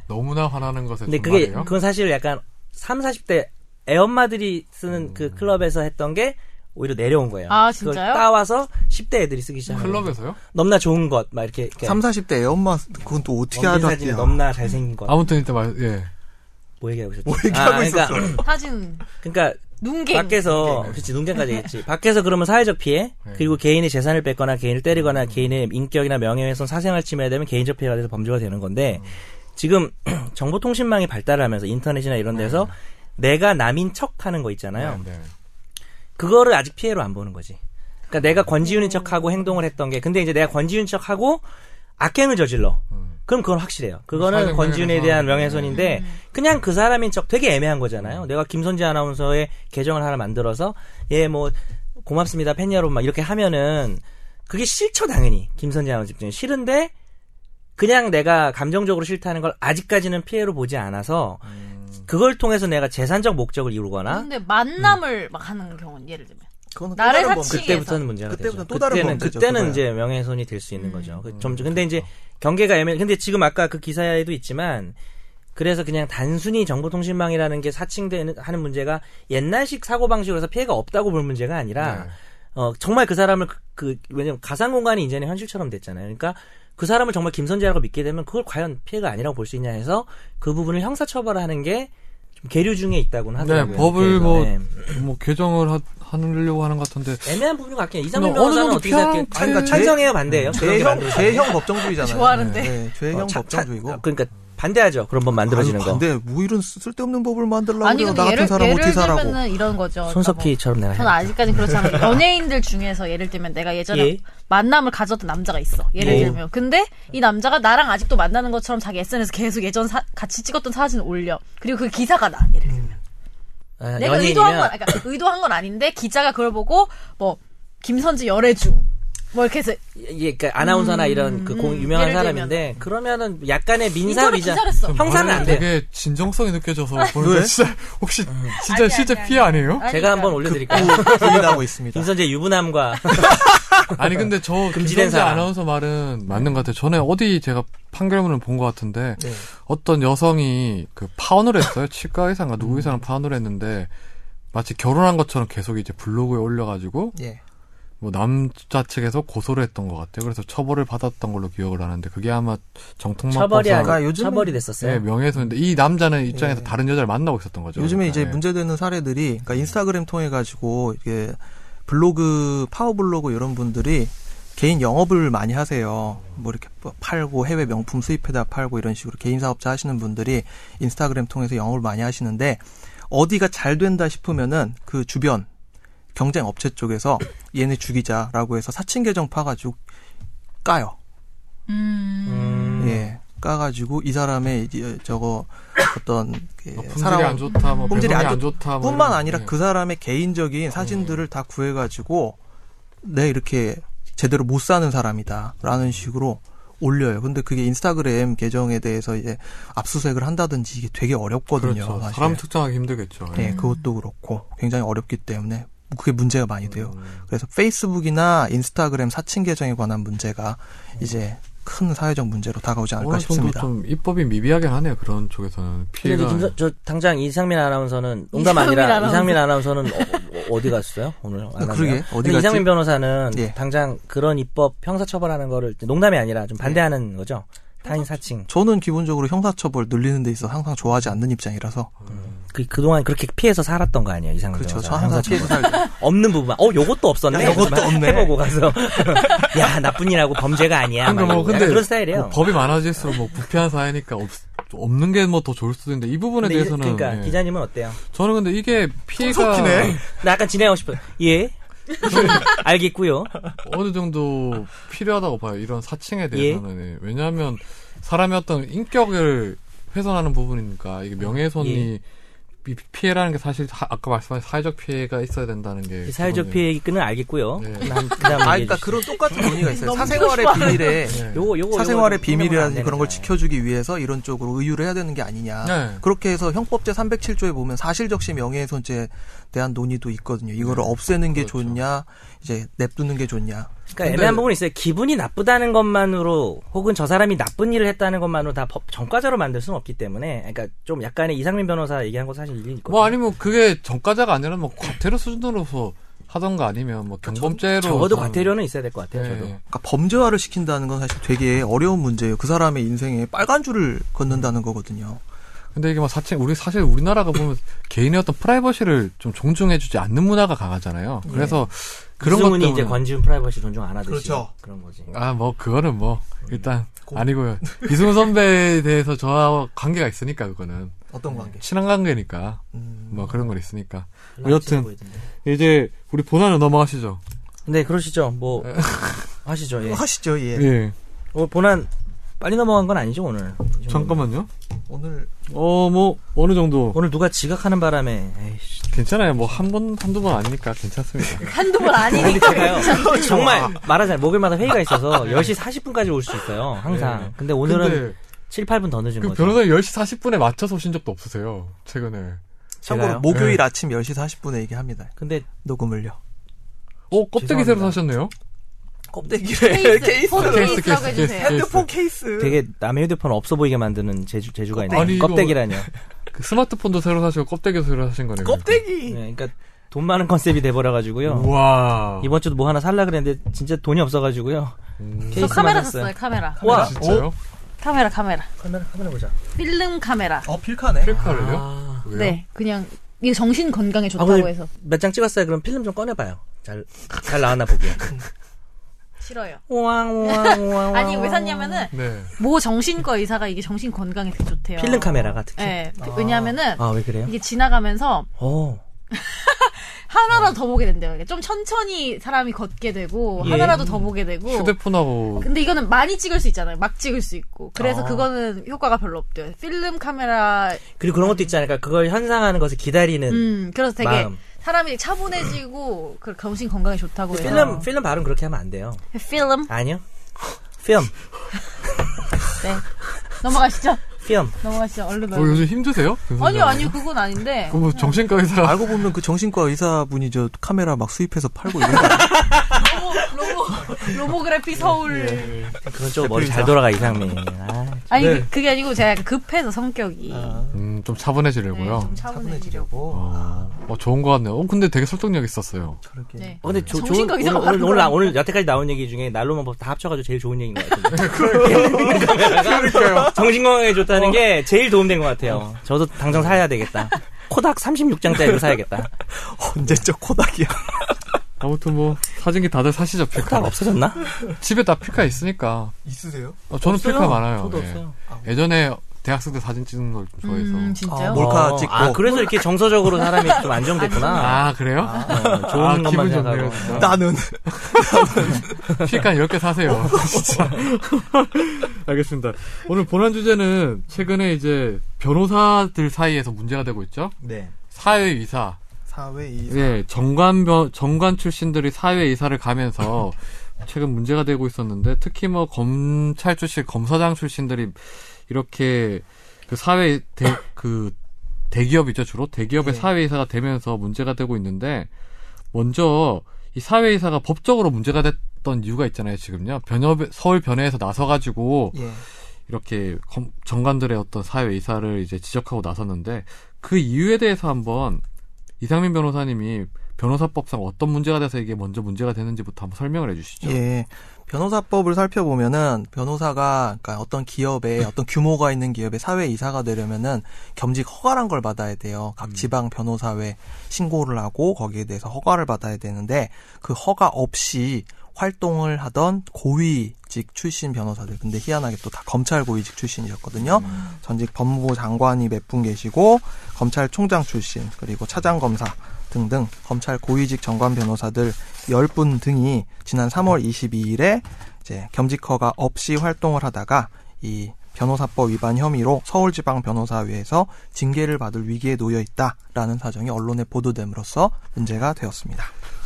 Speaker 1: 너무나 화나는 것에
Speaker 4: 근데
Speaker 1: 좀
Speaker 4: 네, 그게
Speaker 1: 말해요?
Speaker 4: 그건 사실 약간 3, 40대 애엄마들이 쓰는 그 클럽에서 했던 게 오히려 내려온 거예요.
Speaker 3: 아,
Speaker 4: 그걸
Speaker 3: 진짜요?
Speaker 4: 따와서 10대 애들이 쓰기 시작한 거예요.
Speaker 1: 네. 클럽에서요?
Speaker 4: 넘나 좋은 것 막 이렇게
Speaker 2: 3, 40대 애엄마 그건 또 어떻게
Speaker 4: 네. 사진
Speaker 2: 하던지
Speaker 4: 에 넘나 잘생긴 것.
Speaker 1: 아무튼 일단 말 예.
Speaker 4: 뭐 얘기하고 있었죠?
Speaker 2: 뭐 얘기하고
Speaker 4: 아, 그러니까,
Speaker 2: 있었어.
Speaker 3: 사진
Speaker 4: 그러니까
Speaker 3: 눈갱.
Speaker 4: 밖에서 그렇지 눈경까지 했지. 밖에서 그러면 사회적 피해 그리고 개인의 재산을 뺏거나 개인을 때리거나 개인의 인격이나 명예훼손, 사생활 침해가 되면 개인적 [clears throat] 피해가 돼서 범죄가 되는 건데 지금 정보통신망이 발달하면서 인터넷이나 이런 데서 내가 남인 척 하는 거 있잖아요.
Speaker 5: 네, 네.
Speaker 4: 그거를 아직 피해로 안 보는 거지. 그러니까 내가 권지윤인 척하고 행동을 했던 게 근데 이제 내가 권지윤 척하고 악행을 저질러.
Speaker 1: 음.
Speaker 4: 그럼 그건 확실해요.
Speaker 1: 사회적
Speaker 4: 그거는 권지윤에 대한
Speaker 1: 명예훼손.
Speaker 4: 명예훼손인데 그냥 그 사람인 척 되게 애매한 거잖아요. 내가 김선재 아나운서의 계정을 하나 만들어서 예 뭐 고맙습니다 팬 여러분 막 이렇게 하면은 그게 싫죠 당연히 김선재 아나운서 입장에 싫은데 그냥 내가 감정적으로 싫다는 걸 아직까지는 피해로 보지 않아서 그걸 통해서 내가 재산적 목적을 이루거나
Speaker 3: 근데 만남을 막 하는 경우는 예를 들면
Speaker 2: 그거는 또
Speaker 3: 나를
Speaker 2: 다른 범죄.
Speaker 3: 사칭-
Speaker 4: 그때부터는 문제가
Speaker 2: 그때부터는
Speaker 4: 되죠.
Speaker 2: 또 다른
Speaker 4: 그때는
Speaker 2: 범죄죠,
Speaker 4: 그때는
Speaker 2: 그거야.
Speaker 4: 이제 명예훼손이 될 수 있는 거죠. 그 점점 근데 이제
Speaker 1: 그렇죠.
Speaker 4: 경계가 애매. 근데 지금 아까 그 기사에도 있지만 그래서 그냥 단순히 정보통신망이라는 게 사칭되는 하는 문제가 옛날식 사고 방식으로서 피해가 없다고 볼 문제가 아니라
Speaker 5: 네.
Speaker 4: 어 정말 그 사람을 그, 그 왜냐면 가상 공간이 이제는 현실처럼 됐잖아요. 그러니까 그 사람을 정말 김선재라고 믿게 되면 그걸 과연 피해가 아니라고 볼 수 있냐 해서 그 부분을 형사 처벌하는 게좀 계류 중에 있다고는
Speaker 1: 네,
Speaker 4: 하더라고요.
Speaker 1: 법을
Speaker 4: 그래서,
Speaker 1: 뭐-
Speaker 4: 네.
Speaker 1: 뭐 개정을 하, 하려고 하는 것 같은데
Speaker 4: 애매한 부분인 것 같긴 해요. 이상민
Speaker 1: 근데 어느
Speaker 4: 변호사는
Speaker 1: 정도
Speaker 4: 어떻게 생각해요? 그러니까
Speaker 1: 피한-
Speaker 4: 찬-
Speaker 2: 아니,
Speaker 4: 찬성해요? 반대예요? 그런 게
Speaker 2: 죄형
Speaker 4: 만들어지는
Speaker 2: 죄형 법정주의잖아요.
Speaker 3: 좋아하는데.
Speaker 2: 네, 죄형 법정주의고.
Speaker 4: 어, 그러니까 반대하죠. 그런 법 만들어지는 거.
Speaker 2: 근데 뭐 이런 쓰- 쓸데없는 법을 만들라고
Speaker 3: 아니
Speaker 2: 그래요.
Speaker 3: 근데
Speaker 2: 나 같은
Speaker 3: 예를,
Speaker 2: 사람
Speaker 3: 예를
Speaker 2: 어떻게 뭐? 살라고.
Speaker 3: 들면은 이런 거죠.
Speaker 4: 손석희처럼
Speaker 3: 그러니까 뭐, 저는
Speaker 4: 내가
Speaker 3: 아직까지 그렇지
Speaker 4: [laughs]
Speaker 3: 않아요. 연예인들 중에서 예를 들면 내가 예전에
Speaker 4: 예.
Speaker 3: 만남을 가졌던 남자가 있어. 예를
Speaker 4: 예.
Speaker 3: 들면. 근데 이 남자가 나랑 아직도 만나는 것처럼 자기 SNS 계속 예전 사- 같이 찍었던 사진을 올려. 그리고 그 기사가 나. 예를 들면.
Speaker 4: 아,
Speaker 3: 내가
Speaker 4: 연예인이면-
Speaker 3: 의도한 건, 그러니까 의도한 건 아닌데 기자가 그걸 보고 뭐 김선지 열애 중. 뭐 이렇게 해서
Speaker 4: 예, 그러니까 아나운서나 이런 그 공-
Speaker 3: 음,
Speaker 4: 유명한
Speaker 3: 예를
Speaker 4: 사람인데 그러면은 약간의 민사
Speaker 3: 이거로
Speaker 4: 위자
Speaker 3: 기사를 써.
Speaker 4: 형사는
Speaker 1: 말이
Speaker 4: 안 돼요. 아,
Speaker 1: 되게 진정성이 느껴져서 보는데 진짜 [laughs] 혹시 진짜
Speaker 3: 아니,
Speaker 1: 실제
Speaker 3: 아니, 아니.
Speaker 1: 피해
Speaker 4: [laughs]
Speaker 1: 아니에요?
Speaker 3: 아니, 그러니까
Speaker 4: 제가 한번 올려드릴게요. [laughs]
Speaker 2: 고민하고 있습니다.
Speaker 4: 김선재 유부남과
Speaker 1: 아니 근데 저
Speaker 4: 금지된
Speaker 1: 김선재
Speaker 4: 사람.
Speaker 1: 아나운서 말은 맞는 것 같아요. 전에 어디 제가 판결문을 본 것 같은데
Speaker 2: 네.
Speaker 1: 어떤 여성이 그 파혼을 했어요. 치과 의사인가 누구
Speaker 4: 음.
Speaker 1: 의사랑 파혼을 했는데 마치 결혼한 것처럼 계속 이제 블로그에 올려가지고
Speaker 2: 예.
Speaker 1: 뭐 남자 측에서 고소를 했던 것 같아요. 그래서 처벌을 받았던 걸로 기억을 하는데 그게 아마
Speaker 4: 처벌이 네.
Speaker 1: 정통망법상
Speaker 4: 아니라
Speaker 2: 그러니까 요즘은-
Speaker 4: 처벌이 됐었어요.
Speaker 1: 예, 명예훼손인데 이 남자는 입장에서
Speaker 2: 예.
Speaker 1: 다른 여자를 만나고 있었던 거죠.
Speaker 2: 요즘에 이제
Speaker 1: 그러니까, 예.
Speaker 2: 문제되는 사례들이 그러니까 인스타그램 통해 가지고 이게 블로그 파워블로그 이런 분들이 개인 영업을 많이 하세요. 뭐 이렇게 팔고 해외 명품 수입해다 팔고 이런 식으로 개인 사업자 하시는 분들이 인스타그램 통해서 영업을 많이 하시는데 어디가 잘 된다 싶으면은 그 주변 경쟁 업체 쪽에서 얘네 죽이자라고 해서 사칭 계정 파가지고 까요.
Speaker 4: 음,
Speaker 2: 예. 까가지고 이 사람의 이제 저거 어떤 그
Speaker 4: 예,
Speaker 1: 뭐 품질이
Speaker 2: 사람
Speaker 1: 안 좋다, 뭐
Speaker 2: 품질이
Speaker 1: 품질이
Speaker 2: 안
Speaker 1: 안,
Speaker 2: 좋-
Speaker 1: 좋다, 뭐
Speaker 2: 뿐만
Speaker 1: 이런-
Speaker 2: 아니라
Speaker 1: 예.
Speaker 2: 그 사람의 개인적인 사진들을 다 구해가지고 내 이렇게 제대로 못 사는 사람이다라는 식으로 올려요. 근데 그게 인스타그램 계정에 대해서 이제 압수수색을 한다든지 이게 되게 어렵거든요.
Speaker 1: 그렇죠.
Speaker 2: 사실.
Speaker 1: 사람 특정하기 힘들겠죠. 예.
Speaker 4: 네,
Speaker 2: 예, 그것도 그렇고 굉장히 어렵기 때문에 그게 문제가 많이 돼요.
Speaker 1: 음.
Speaker 2: 그래서 페이스북이나 인스타그램 사칭 계정에 관한 문제가 이제 큰 사회적 문제로 다가오지 않을까
Speaker 1: 어느 정도
Speaker 2: 싶습니다.
Speaker 1: 좀 입법이 미비하긴 하네요. 그런 쪽에서는
Speaker 4: 그러니까 근데
Speaker 1: 피해가
Speaker 4: 이제 김선 저 당장 이상민 아나운서는 농담
Speaker 3: 이상민
Speaker 4: 아니라
Speaker 3: 아나운서.
Speaker 4: 이상민 아나운서는 어, 어, 디 갔어요 오늘? 안 왔나요?
Speaker 2: 그러게, 어디
Speaker 4: 근데
Speaker 2: 갔지?
Speaker 4: 이상민 변호사는
Speaker 2: 예.
Speaker 4: 당장 그런 입법 형사처벌하는 거를 농담이 아니라 좀 반대하는
Speaker 2: 예.
Speaker 4: 거죠. 타인 사칭.
Speaker 2: 저는 기본적으로 형사처벌 늘리는 데 있어 서 항상 좋아하지 않는 입장이라서
Speaker 4: 그 그동안 그렇게 피해서 살았던 거 아니에요 이상민
Speaker 2: 그렇죠.
Speaker 4: 변호사.
Speaker 2: 저 항상
Speaker 4: 형사처벌.
Speaker 2: 피해서 살죠.
Speaker 4: 없는 부분. 어, 요것도 없었네.
Speaker 2: 야, 요것도
Speaker 4: 그래서
Speaker 2: 없네.
Speaker 4: 해보고 가서. [laughs] 야, 나쁜 일하고 범죄가 아니야.
Speaker 1: 그러니까
Speaker 4: 막
Speaker 1: 뭐
Speaker 4: 이러고.
Speaker 1: 근데
Speaker 4: 약간 그런 스타일이에요.
Speaker 1: 뭐 법이 많아질수록 뭐 부패한 사회니까 없, 없는 게 뭐 더 좋을 수도 있는데 이 부분에
Speaker 4: 근데 이-
Speaker 1: 대해서는
Speaker 4: 그러니까
Speaker 1: 예.
Speaker 4: 기자님은 어때요?
Speaker 1: 저는 근데 이게 피해가
Speaker 4: 나 약간 진행하고 싶어요. 예. [laughs] 알겠고요.
Speaker 1: 어느 정도 필요하다고 봐요. 이런 사칭에 대해서는 예. 왜냐하면 사람의 어떤 인격을 훼손하는 부분이니까 이게 명예훼손이
Speaker 4: 예.
Speaker 1: 이 피해라는 게 사실 하- 아까 말씀하신 사회적 피해가 있어야 된다는 게
Speaker 4: 이 사회적
Speaker 1: 기본이에요.
Speaker 4: 피해는 알겠고요.
Speaker 1: 네.
Speaker 4: 그다음 그다음
Speaker 2: 아,
Speaker 4: 얘기해
Speaker 2: 그러니까
Speaker 4: 주시죠.
Speaker 2: 그런 똑같은 논의가 있어요.
Speaker 3: 너무
Speaker 2: 사생활의 비밀에
Speaker 1: 예.
Speaker 4: 요거
Speaker 2: 사생활의
Speaker 4: 요거 요거는 설명은 안
Speaker 2: 비밀이라든지
Speaker 4: 되는
Speaker 2: 그런 걸
Speaker 4: 거예요.
Speaker 2: 지켜주기 위해서 이런 쪽으로 의유를 해야 되는 게 아니냐.
Speaker 1: 네.
Speaker 2: 그렇게 해서 형법제 307조에 보면 사실적시 명예훼손죄에 대한 논의도 있거든요. 이거를 없애는 게
Speaker 1: 그렇죠.
Speaker 2: 좋냐, 이제 냅두는 게 좋냐.
Speaker 4: 그러니까
Speaker 1: 근데-
Speaker 4: 애매한 부분이 있어요. 기분이 나쁘다는 것만으로 혹은 저 사람이 나쁜 일을 했다는 것만으로 다 법, 전과자로 만들 수는 없기 때문에 그러니까 좀 약간의 이상민 변호사 얘기한 거 사실 일리 있거든요.
Speaker 1: 뭐 아니면 그게 전과자가 아니라 뭐 과태료 수준으로서 하던가 아니면 뭐 경범죄로
Speaker 4: 그러니까 적어도
Speaker 1: 좀-
Speaker 4: 과태료는 있어야 될 것 같아요.
Speaker 1: 예.
Speaker 4: 저도.
Speaker 2: 그러니까 범죄화를 시킨다는 건 사실 되게 어려운 문제예요. 그 사람의 인생에 빨간 줄을 걷는다는 거거든요.
Speaker 1: 근데 이게 막 사칭 우리 사실 우리나라가 보면 개인의 어떤 프라이버시를 좀 존중해주지 않는 문화가 강하잖아요. 그래서 그런 것
Speaker 4: 예. 이승훈이
Speaker 1: 때문에
Speaker 4: 이제 권지훈 프라이버시 존중 안 하듯이
Speaker 2: 그렇죠.
Speaker 4: 그런 거지.
Speaker 1: 아 뭐 그거는 뭐 일단 아니고요. 이승훈 선배에 대해서 저와 관계가 있으니까 그거는
Speaker 2: 어떤 관계?
Speaker 1: 친한 관계니까
Speaker 2: 음.
Speaker 1: 뭐 그런 건 있으니까
Speaker 4: 별로 안 친해
Speaker 1: 여튼.
Speaker 4: 보이던데.
Speaker 1: 이제 우리 본안으로 넘어가시죠.
Speaker 4: 네 그러시죠. 뭐 [laughs] 하시죠. 예.
Speaker 2: 하시죠, 예.
Speaker 1: 예.
Speaker 4: 어, 본안 빨리 넘어간 건 아니죠 오늘. 이 정도면.
Speaker 1: 잠깐만요.
Speaker 2: 오늘
Speaker 1: 어 뭐 어느 정도
Speaker 4: 오늘 누가 지각하는 바람에 에이씨.
Speaker 1: 괜찮아요. 뭐 한 번 한두 번 아니니까 괜찮습니다.
Speaker 3: 한두 번
Speaker 4: 근데
Speaker 3: 아니니.
Speaker 4: 제가요 정말 말하자면 목요일마다 회의가 있어서 10시 40분까지 올 수 있어요 항상
Speaker 1: 네.
Speaker 4: 근데 [laughs] 오늘은
Speaker 1: 근데
Speaker 4: 7, 8분 더 늦은
Speaker 1: 그
Speaker 4: 거죠
Speaker 1: 변호사님 10시 40분에 맞춰서 오신 적도 없으세요. 최근에. 어,
Speaker 2: 참고로
Speaker 4: 제가요?
Speaker 2: 목요일 아침 10시 40분에 얘기합니다.
Speaker 4: 근데
Speaker 2: 녹음을요.
Speaker 1: 어 껍데기 새로
Speaker 4: 죄송합니다.
Speaker 1: 사셨네요.
Speaker 2: [laughs]
Speaker 4: [laughs]
Speaker 2: 껍데기를
Speaker 3: [laughs] 케이스, 폰
Speaker 1: 케이스,
Speaker 3: 케이스라고
Speaker 1: 케이스,
Speaker 3: 해주세요.
Speaker 2: 핸드폰 케이스.
Speaker 4: 되게 남의 휴대폰 없어 보이게 만드는 재주, 재주가 있네
Speaker 1: 아니, 이거- [laughs]
Speaker 4: 껍데기라뇨
Speaker 1: 그 스마트폰도 새로 사시고 껍데기도 새로 사신 거네요.
Speaker 4: 네,
Speaker 2: 껍데기.
Speaker 4: 그러니까 돈 많은 컨셉이 돼버려가지고요
Speaker 1: 와.
Speaker 4: 이번 주도 뭐 하나 살라 그랬는데 진짜 돈이 없어가지고요
Speaker 1: 음.
Speaker 3: 저
Speaker 4: 케이스만
Speaker 3: 카메라
Speaker 4: 샀어요.
Speaker 3: 샀어요. 카메라.
Speaker 4: 와
Speaker 1: 아, 진짜요?
Speaker 3: 카메라 카메라.
Speaker 4: 카메라 카메라 보자
Speaker 3: 필름 카메라.
Speaker 2: 어, 필카네.
Speaker 1: 필카를요?
Speaker 4: 아,
Speaker 1: 왜요?
Speaker 3: 네, 그냥 이게 정신 건강에 좋다고
Speaker 4: 근데
Speaker 3: 해서
Speaker 4: 몇 장 찍었어요 그럼 필름 좀 꺼내봐요 잘, 잘
Speaker 1: [laughs]
Speaker 4: 나왔나 보게
Speaker 3: 싫어요.
Speaker 4: [laughs] 우왕우왕우왕
Speaker 3: 아니 왜 샀냐면은
Speaker 1: 네.
Speaker 3: 모 정신과 의사가 이게 정신 건강에 되게 좋대요.
Speaker 4: 필름 카메라가 특히
Speaker 3: 네, 왜냐면은
Speaker 4: 아 왜 그래요? 어.
Speaker 3: 이게 지나가면서
Speaker 4: 오
Speaker 3: 하나라도 더 보게 된대요. 이게 좀 천천히 사람이 걷게 되고
Speaker 4: 아. 예.
Speaker 3: 하나라도 더 보게 되고.
Speaker 1: 휴대폰하고
Speaker 3: 근데 이거는 많이 찍을 수 있잖아요. 막 찍을 수 있고. 그래서
Speaker 4: 아.
Speaker 3: 그거는 효과가 별로 없대요. 필름 카메라,
Speaker 4: 그리고 그런 것도 있잖아요. 그러니까 그걸 현상하는 것을 기다리는
Speaker 3: 음, 그래서 되게
Speaker 4: 마음.
Speaker 3: 사람이 차분해지고 그 정신 건강에 좋다고
Speaker 1: 네.
Speaker 3: 해서.
Speaker 1: 어.
Speaker 4: 필름 필름 발음 그렇게 하면 안 돼요.
Speaker 3: 필름.
Speaker 4: 아니요. 필름
Speaker 3: 네. 넘어가시죠.
Speaker 4: 필름.
Speaker 3: 넘어가시죠. 얼른
Speaker 1: 뭐
Speaker 3: 넘어.
Speaker 1: 요즘 힘드세요?
Speaker 3: 네. 아니요, 아니요, 그건 아닌데.
Speaker 1: [laughs] 그뭐 정신과 의사
Speaker 2: 알고 보면 그 정신과 의사분이 저 카메라 막 수입해서 팔고 이런 거
Speaker 3: 로보, 로보, 로보그래피 서울.
Speaker 4: [laughs] 그건 좀 머리
Speaker 2: 대표이사.
Speaker 4: 잘 돌아가 이상민. 아,
Speaker 3: 아니, 그- 그게 아니고 제가 급해서 성격이.
Speaker 1: [laughs]
Speaker 2: 아,
Speaker 1: 음, 좀
Speaker 3: 네,
Speaker 1: 차분해지려고요.
Speaker 3: 좀 차분해지려고.
Speaker 2: 차분해지려고.
Speaker 4: 아.
Speaker 1: 어, 어, 좋은 것 같네요. 어, 근데 되게 설득력 있었어요.
Speaker 2: 저렇게.
Speaker 3: 네.
Speaker 4: 어, 근데 조, 좋은
Speaker 3: 정신과
Speaker 4: 오늘
Speaker 3: 의사가
Speaker 4: 오늘
Speaker 3: 바른
Speaker 4: 오늘,
Speaker 3: 거라니까.
Speaker 4: 오늘 여태까지 나온 얘기 중에 날로만 법 다 합쳐가지고 제일 좋은 얘기인
Speaker 1: [laughs]
Speaker 4: 것 같은데.
Speaker 1: 그러니까요. 어.
Speaker 4: 정신 건강에 좋다는 게 제일 도움된 것 같아요. 저도 당장 사야 되겠다. 코닥
Speaker 1: [laughs]
Speaker 4: 36장짜리를 사야겠다.
Speaker 2: 언제적 코닥이야.
Speaker 1: 아무튼 뭐 사진기 다들 사시죠
Speaker 4: 딱
Speaker 1: 필카.
Speaker 4: 없어졌나?
Speaker 1: [laughs] 집에 다 필카 있으니까.
Speaker 2: 있으세요?
Speaker 1: 어, 저는
Speaker 4: 없어요.
Speaker 1: 필카 많아요.
Speaker 4: 저도
Speaker 1: 예.
Speaker 4: 없어요.
Speaker 1: 예전에 대학생 때 사진 찍는 걸 좀 좋아해서.
Speaker 3: 음, 진짜요?
Speaker 2: 아, 뭘- 몰카 찍고.
Speaker 4: 아, 그래서 이렇게 정서적으로 사람이 좀 안정됐구나.
Speaker 1: 아 그래요?
Speaker 4: 어, 좋은
Speaker 1: 아,
Speaker 4: 것만
Speaker 1: 기분
Speaker 4: 생각하고.
Speaker 1: 좋네요, 진짜.
Speaker 2: 나는
Speaker 1: 필카 10개 사세요. 진짜. [laughs] 알겠습니다. 오늘 본안 주제는 최근에 이제 변호사들 사이에서 문제가 되고 있죠.
Speaker 2: 네.
Speaker 1: 사회이사.
Speaker 2: 사회 이
Speaker 1: 예, 정관 변 정관 출신들이 사회이사를 가면서 [laughs] 최근 문제가 되고 있었는데 특히 뭐 검찰 출신 검사장 출신들이 이렇게 그 사회 대, 그 대기업이죠 주로 대기업의
Speaker 2: 예.
Speaker 1: 사회이사가 되면서 문제가 되고 있는데 먼저 이 사회이사가 법적으로 문제가 됐던 이유가 있잖아요 지금요 변협 서울 변회에서 나서가지고
Speaker 2: 예.
Speaker 1: 이렇게 검- 정관들의 어떤 사회 이사를 이제 지적하고 나섰는데 그 이유에 대해서 한번 이상민 변호사님이 변호사법상 어떤 문제가 돼서 이게 먼저 문제가 되는지부터 한번 설명을 해주시죠.
Speaker 2: 예. 변호사법을 살펴보면은 변호사가 그러니까 어떤 기업에
Speaker 1: 음.
Speaker 2: 어떤 규모가 있는 기업의 사회 이사가 되려면은 겸직 허가란 걸 받아야 돼요.
Speaker 1: 음.
Speaker 2: 각 지방 변호사회 신고를 하고 거기에 대해서 허가를 받아야 되는데 그 허가 없이 활동을 하던 고위직 출신 변호사들 근데 희한하게 또 다 검찰 고위직 출신이셨거든요.
Speaker 1: 음.
Speaker 2: 전직 법무부 장관이 몇 분 계시고 검찰총장 출신 그리고 차장검사 등등 검찰 고위직 정관 변호사들 10분 등이 지난 3월 22일에 이제 겸직허가 없이 활동을 하다가 이 변호사법 위반 혐의로 서울지방 변호사회에서 징계를 받을 위기에 놓여 있다라는 사정이 언론에 보도됨으로써 문제가 되었습니다.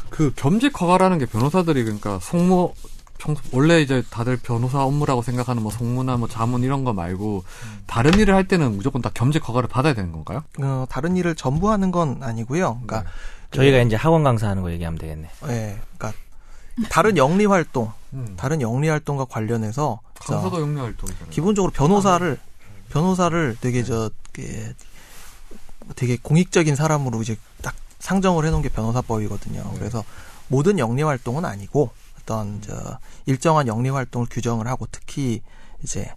Speaker 1: 그 겸직 허가라는 게 변호사들이 그러니까 송무 총- 원래 이제 다들 변호사 업무라고 생각하는 뭐 송무나 뭐 자문 이런 거 말고 다른 일을 할 때는 무조건 다 겸직 허가를 받아야 되는 건가요?
Speaker 2: 어, 다른 일을 전부 하는 건 아니고요. 그러니까
Speaker 4: 저희가 이제 학원 강사하는 거 얘기하면 되겠네.
Speaker 2: 예, 그러니까 다른 영리 활동,
Speaker 1: 음.
Speaker 2: 다른 영리 활동과 관련해서 저-
Speaker 1: 강사도 영리 활동이잖아요. 네. 음.
Speaker 2: 기본적으로 변호사를 변호사를 되게 저 예, 되게 공익적인 사람으로 이제 딱 상정을 해놓은 게 변호사법이거든요.
Speaker 1: 네.
Speaker 2: 그래서 모든 영리 활동은 아니고 어떤 저 일정한 영리 활동을 규정을 하고 특히 이제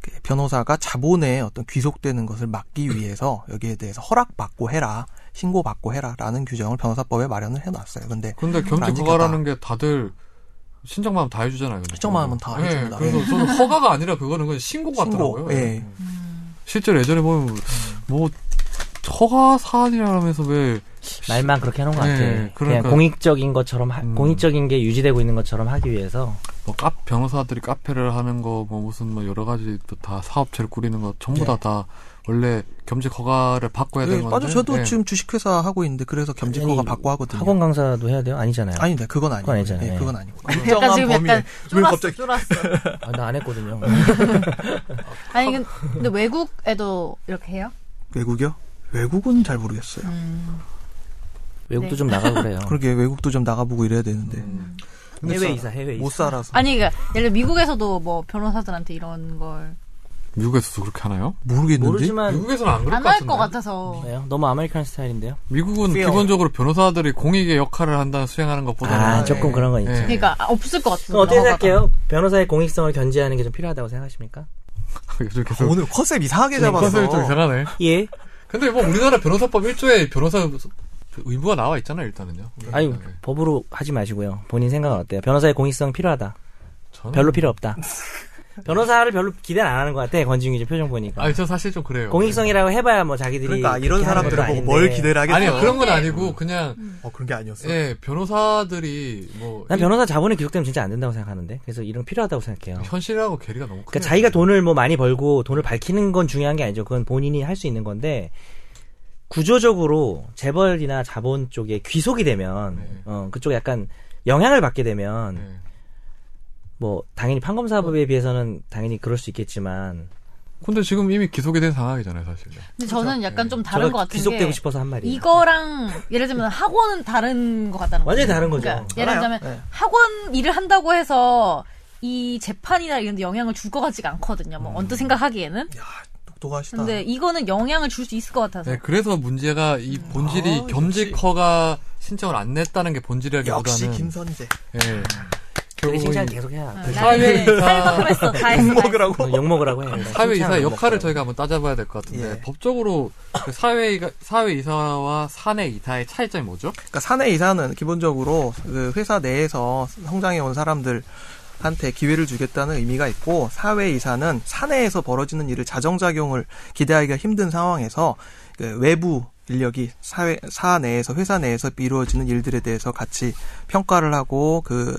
Speaker 2: 그 변호사가 자본에 어떤 귀속되는 것을
Speaker 1: [coughs]
Speaker 2: 막기 위해서 여기에 대해서 허락받고 해라, 신고받고 해라라는 규정을 변호사법에 마련을 해놨어요. 근데
Speaker 1: 근데 경제
Speaker 2: 안
Speaker 1: 허가라는 게 다들 신청만 하면 다 해주잖아요. 근데
Speaker 2: 신청만 하면
Speaker 1: 그거.
Speaker 2: 다 해줍니다.
Speaker 1: 예, 그래서 저는 허가가 아니라 그거는 그냥 신고 같더라고요. 네.
Speaker 2: 신고, 예.
Speaker 1: 실제로 예전에 보면 뭐 허가 사안이라면서 왜
Speaker 4: 말만 그렇게 하는 것 같아.
Speaker 1: 네,
Speaker 4: 그냥
Speaker 1: 그러니까-
Speaker 4: 공익적인 것처럼 하-
Speaker 1: 음.
Speaker 4: 공익적인 게 유지되고 있는 것처럼 하기 위해서
Speaker 1: 뭐 카, 변호사들이 카페를 하는 거 뭐 무슨 뭐 여러 가지 또 다 사업체를 꾸리는 거 전부 다 다 원래 겸직 허가를 바꿔야
Speaker 2: 예,
Speaker 1: 되는 건데.
Speaker 2: 맞아, 저도
Speaker 1: 예.
Speaker 2: 지금 주식회사 하고 있는데 그래서 겸직허가
Speaker 4: 아니,
Speaker 2: 받고 하거든요.
Speaker 4: 학원 강사도 해야 돼요? 아니잖아요.
Speaker 2: 아니다, 그건 아니고,
Speaker 4: 네. 그건 아니잖아요.
Speaker 2: 예,
Speaker 4: 예.
Speaker 2: 그건 아니고.
Speaker 3: 약간 지금 약간
Speaker 2: 왜
Speaker 3: 쫄았어,
Speaker 2: 갑자기-
Speaker 3: 쫄았어.
Speaker 4: 아, 나 안 했거든요.
Speaker 3: 아니 근- 근데 외국에도 이렇게 해요?
Speaker 2: 외국이요? 외국은 잘 모르겠어요.
Speaker 4: 외국도 좀 나가고 그래요.
Speaker 2: 그러게 외국도 좀 나가보고 이래야 되는데
Speaker 4: 해외 이사, 해외 이사.
Speaker 2: 못 살아서
Speaker 3: 아니 그러니까 예를 들어 미국에서도 뭐 변호사들한테 이런 걸 안 할
Speaker 1: 미국에서도 그렇게 하나요?
Speaker 2: 모르겠는데.
Speaker 4: 모르지만
Speaker 1: 미국에서는 안 그럴
Speaker 3: 것 같아서
Speaker 4: 왜요? 너무 아메리칸 스타일인데요.
Speaker 1: 미국은
Speaker 2: Feel.
Speaker 1: 기본적으로 변호사들이 공익의 역할을 한다 수행하는 것보다는
Speaker 4: 아, 조금
Speaker 2: 예.
Speaker 4: 그런 건 있죠.
Speaker 1: 예.
Speaker 3: 그러니까 아, 없을 것 같아요.
Speaker 4: 그럼 어떻게 생각해요? 변호사의 공익성을 견제하는 게 좀 필요하다고 생각하십니까?
Speaker 1: 요즘
Speaker 2: 아,
Speaker 1: 계속
Speaker 2: 오늘 컨셉 이상하게 잡아서
Speaker 1: 네, 컨셉이 좀 이상하네.
Speaker 4: 예.
Speaker 1: 근데 뭐 우리나라 변호사법 1조에 변호사 의무가 나와 있잖아요, 일단은요.
Speaker 4: 아니
Speaker 1: 네.
Speaker 4: 법으로 하지 마시고요. 본인 생각은 어때요? 변호사의 공익성 필요하다.
Speaker 1: 저는
Speaker 4: 별로 필요 없다. 변호사를 별로 기대 안 하는 것 같아. 권지웅이 좀 표정 보니까.
Speaker 1: 아니 저 사실 좀 그래요.
Speaker 4: 공익성이라고 해봐야 뭐 자기들이
Speaker 2: 그러니까 이런
Speaker 4: 그렇게 하는
Speaker 2: 사람들을
Speaker 4: 것도
Speaker 2: 보고
Speaker 4: 아닌데.
Speaker 2: 뭘 기대를 하겠어?
Speaker 1: 아니요 그런 건 아니고 그냥
Speaker 2: 어, 그런 게 아니었어.
Speaker 1: 예 변호사들이 뭐
Speaker 4: 난
Speaker 1: 이-
Speaker 4: 변호사 자본이 기록되면 진짜 안 된다고 생각하는데. 그래서 이런 거 필요하다고 생각해요.
Speaker 1: 현실하고 괴리가 너무
Speaker 4: 그러니까
Speaker 1: 크니까
Speaker 4: 자기가 돈을 뭐 많이 벌고 돈을 밝히는 건 중요한 게 아니죠. 그건 본인이 할 수 있는 건데 구조적으로 재벌이나 자본 쪽에 귀속이 되면
Speaker 1: 네.
Speaker 4: 어, 그쪽 약간 영향을 받게 되면
Speaker 1: 예.
Speaker 4: 뭐 당연히
Speaker 3: 어.
Speaker 4: 판검사법에 비해서는 당연히 그럴 수 있겠지만
Speaker 1: 근데 지금 이미 기소가 된 상황이잖아요, 네, 사실.
Speaker 3: 근데 저는 약간 좀 다른
Speaker 4: 제가
Speaker 3: 것 같은
Speaker 4: 귀속되고
Speaker 3: 게
Speaker 4: 싶어서 한 말이에요.
Speaker 3: 이거랑 예를 들면 학원은 다른 것 같다는
Speaker 4: 완전히
Speaker 3: 거죠.
Speaker 4: 다른 거죠.
Speaker 3: 그러니까 예를
Speaker 2: 알아요.
Speaker 3: 들면
Speaker 2: 네.
Speaker 3: 학원 일을 한다고 해서 이 재판이나 이런 데 영향을 줄 것 같지가 않거든요. 뭐 언뜻 생각하기에는.
Speaker 2: 야, 똑똑하시다.
Speaker 3: 근데 이거는 영향을 줄 수 있을 것 같아서.
Speaker 1: 네, 그래서 문제가 이 본질이
Speaker 2: 아, 역시.
Speaker 1: 겸직 허가 신청을 안 냈다는 게
Speaker 2: 역시
Speaker 1: 본질이라기보다는
Speaker 2: 김선재.
Speaker 1: 예.
Speaker 4: 우리
Speaker 1: 결국은
Speaker 4: 아, 칭찬 계속해야
Speaker 3: 네.
Speaker 4: 돼.
Speaker 1: 사회 이사-
Speaker 3: 살만큼 했어. 다 했어. 다 했어.
Speaker 2: 네. 먹으라고?
Speaker 4: 욕 먹으라고 해요.
Speaker 1: 사회
Speaker 4: 칭찬은
Speaker 1: 이사
Speaker 4: 욕
Speaker 1: 역할을
Speaker 4: 먹고.
Speaker 1: 저희가 한번 따져봐야 될 것 같은데
Speaker 2: 예.
Speaker 1: 법적으로 그 사회 사회 이사와 사내 이사의 차이점이 뭐죠?
Speaker 2: 그러니까 사내 이사는 기본적으로 그 회사 내에서 성장해 온 사람들한테 기회를 주겠다는 의미가 있고 사회 이사는 사내에서 벌어지는 일을 자정작용을 기대하기가 힘든 상황에서 그 외부 인력이 사회 사내에서 회사 내에서 이루어지는 일들에 대해서 같이 평가를 하고 그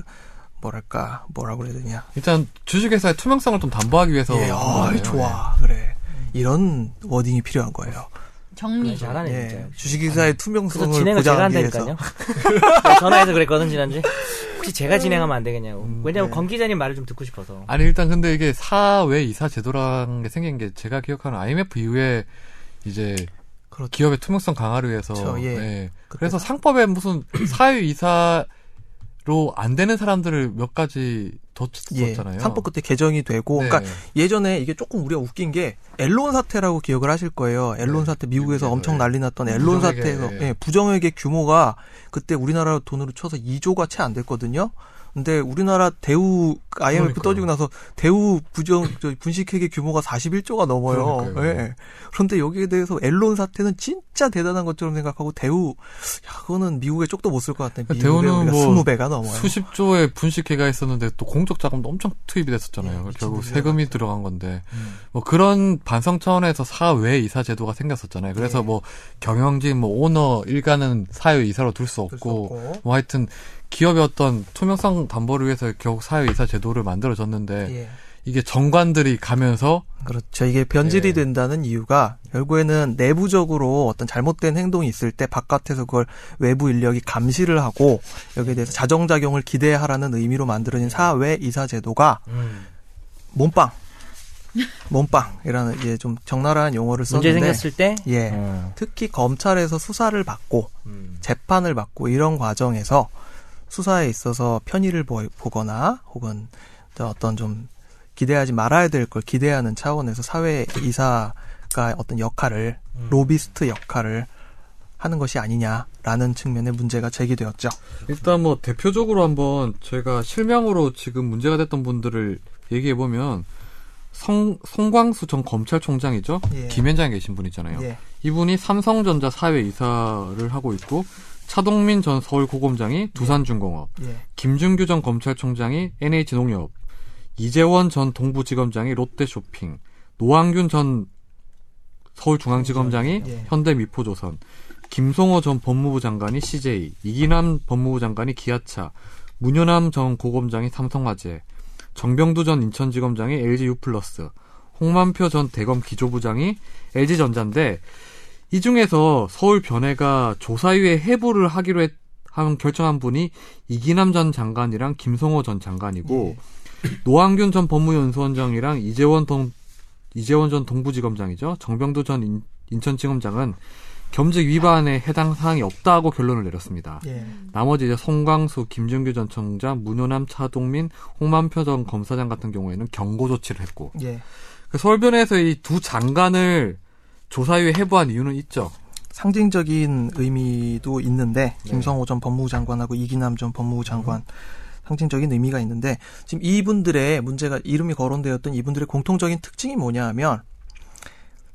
Speaker 2: 뭐랄까 뭐라고 그래야 되냐
Speaker 1: 일단 주식회사의 투명성을 좀 담보하기 위해서
Speaker 2: 예, 어,
Speaker 1: 그러네요.
Speaker 2: 좋아 그래 이런 워딩이 필요한 거예요
Speaker 3: 정리.
Speaker 4: 잘하네 진짜.
Speaker 2: 예, 주식회사의 투명성을
Speaker 4: 그래서 진행을 제가
Speaker 2: 보장하기 위해서
Speaker 4: 한다니까요. [laughs] 전화해서 그랬거든 지난주에. 혹시 제가 진행하면 안 되겠냐고.
Speaker 2: 음.
Speaker 4: 왜냐면
Speaker 2: 네.
Speaker 4: 권 기자님 말을 좀 듣고 싶어서.
Speaker 1: 아니 일단 근데 이게 사회 이사 제도라는 게 생긴 게 제가 기억하는 IMF 이후에 이제
Speaker 2: 그렇죠.
Speaker 1: 기업의 투명성 강화를 위해서
Speaker 2: 그렇죠, 예.
Speaker 1: 그래서 상법에 무슨 [clears throat] 사회 이사로 안 되는 사람들을 몇 가지
Speaker 2: 예,
Speaker 1: 뒀었잖아요. 네.
Speaker 2: 상법 그때 개정이 되고 그러니까 예전에 이게 조금 우리가 웃긴 게 엘론 사태라고 기억을 하실 거예요. 엘론
Speaker 1: 네.
Speaker 2: 사태 미국에서
Speaker 1: 미국에서,
Speaker 2: 엄청
Speaker 1: 예.
Speaker 2: 난리 났던 엘론
Speaker 1: 부정회계,
Speaker 2: 사태에서
Speaker 1: 예.
Speaker 2: 예, 부정회계 규모가 그때 우리나라 돈으로 쳐서 2조가 채 안 됐거든요. 근데 우리나라 대우 IMF
Speaker 1: 그러니까요.
Speaker 2: 떠지고 나서 대우 부정 저 분식회계 규모가 41조가 넘어요.
Speaker 1: 그러니까요.
Speaker 2: 예. 그런데 여기에 대해서 엘론 사태는 진짜 대단한 것처럼 생각하고 대우 야 그거는 미국에 쪽도 못 쓸 것 같아. 미국에
Speaker 1: 대우는
Speaker 2: 우리가
Speaker 1: 뭐
Speaker 2: 20배가 넘어요.
Speaker 1: 수십 조의 분식회가 있었는데 또 공적 자금도 엄청 투입이 됐었잖아요.
Speaker 2: 예,
Speaker 1: 결국
Speaker 2: 미친
Speaker 1: 세금이
Speaker 2: 일이었죠.
Speaker 1: 들어간 건데
Speaker 2: 음.
Speaker 1: 뭐 그런 반성 차원에서 사회 이사 제도가 생겼었잖아요. 그래서
Speaker 2: 예.
Speaker 1: 뭐 경영진, 뭐 오너 일가는 사회 이사로 둘 수
Speaker 2: 될수
Speaker 1: 없고
Speaker 2: 없고.
Speaker 1: 뭐 하여튼 기업의 어떤 투명성 담보를 위해서 결국 사회이사 제도를 만들어졌는데
Speaker 2: 예.
Speaker 1: 이게 정관들이 가면서
Speaker 2: 그렇죠. 이게 변질이
Speaker 4: 네.
Speaker 1: 예.
Speaker 2: 된다는 이유가 결국에는 내부적으로 어떤 잘못된 행동이 있을 때 바깥에서 그걸 외부 인력이 감시를 하고 여기에 대해서 자정작용을 기대하라는 의미로 만들어진 사회 이사 제도가
Speaker 4: 음.
Speaker 2: 몸빵, 몸빵이라는 이제 좀 적나라한 용어를
Speaker 4: 문제
Speaker 2: 썼는데
Speaker 4: 생겼을 때.
Speaker 2: 예.
Speaker 4: 어.
Speaker 2: 특히 검찰에서 수사를 받고
Speaker 4: 음.
Speaker 2: 재판을 받고 이런 과정에서 수사에 있어서 편의를 보- 보거나 혹은 또 어떤 좀 기대하지 말아야 될 걸 기대하는 차원에서 사회 이사가 어떤 역할을 로비스트 역할을 하는 것이 아니냐라는 측면의 문제가 제기되었죠.
Speaker 1: 일단 뭐 대표적으로 한번 저희가 실명으로 지금 문제가 됐던 분들을 얘기해 보면 성, 송광수 전 검찰총장이죠.
Speaker 2: 예.
Speaker 1: 김현장에 계신 분이잖아요.
Speaker 2: 예.
Speaker 1: 이분이 삼성전자 사회 이사를 하고 있고 차동민 전 서울고검장이 두산중공업,
Speaker 2: 예.
Speaker 1: 김준규 전 검찰총장이 NH농협, 이재원 전 동부지검장이 롯데쇼핑, 노항균 전 서울중앙지검장이
Speaker 2: 예.
Speaker 1: 현대미포조선, 김성호 전 법무부 장관이 CJ, 이기남 법무부 장관이 기아차, 문현암 전 고검장이 삼성화재, 정병두 전 인천지검장이 LGU 플러스, 홍만표 전 대검 기조부장이 LG전자인데 이 중에서 서울 변해가 조사위에 해부를 하기로 했, 한 결정한 분이 이기남 전 장관이랑 김성호 전 장관이고 노항균 전 법무연수원장이랑 이재원 동 이재원 전 동부지검장이죠 정병두 전 인, 인천지검장은 겸직 위반에 해당 사항이 없다고 결론을 내렸습니다.
Speaker 2: 예.
Speaker 1: 나머지 이제 송광수, 김준규 전 청장, 문효남, 차동민, 홍만표 전 검사장 같은 경우에는 경고 조치를 했고
Speaker 2: 예.
Speaker 1: 그 서울변에서 이 두 장관을 조사위에 해부한 이유는 있죠.
Speaker 2: 상징적인 의미도 있는데 김성호 전 법무부 장관하고 이기남 전 법무부 장관 상징적인 의미가 있는데 지금 이분들의 문제가 이름이 거론되었던 이분들의 공통적인 특징이 뭐냐하면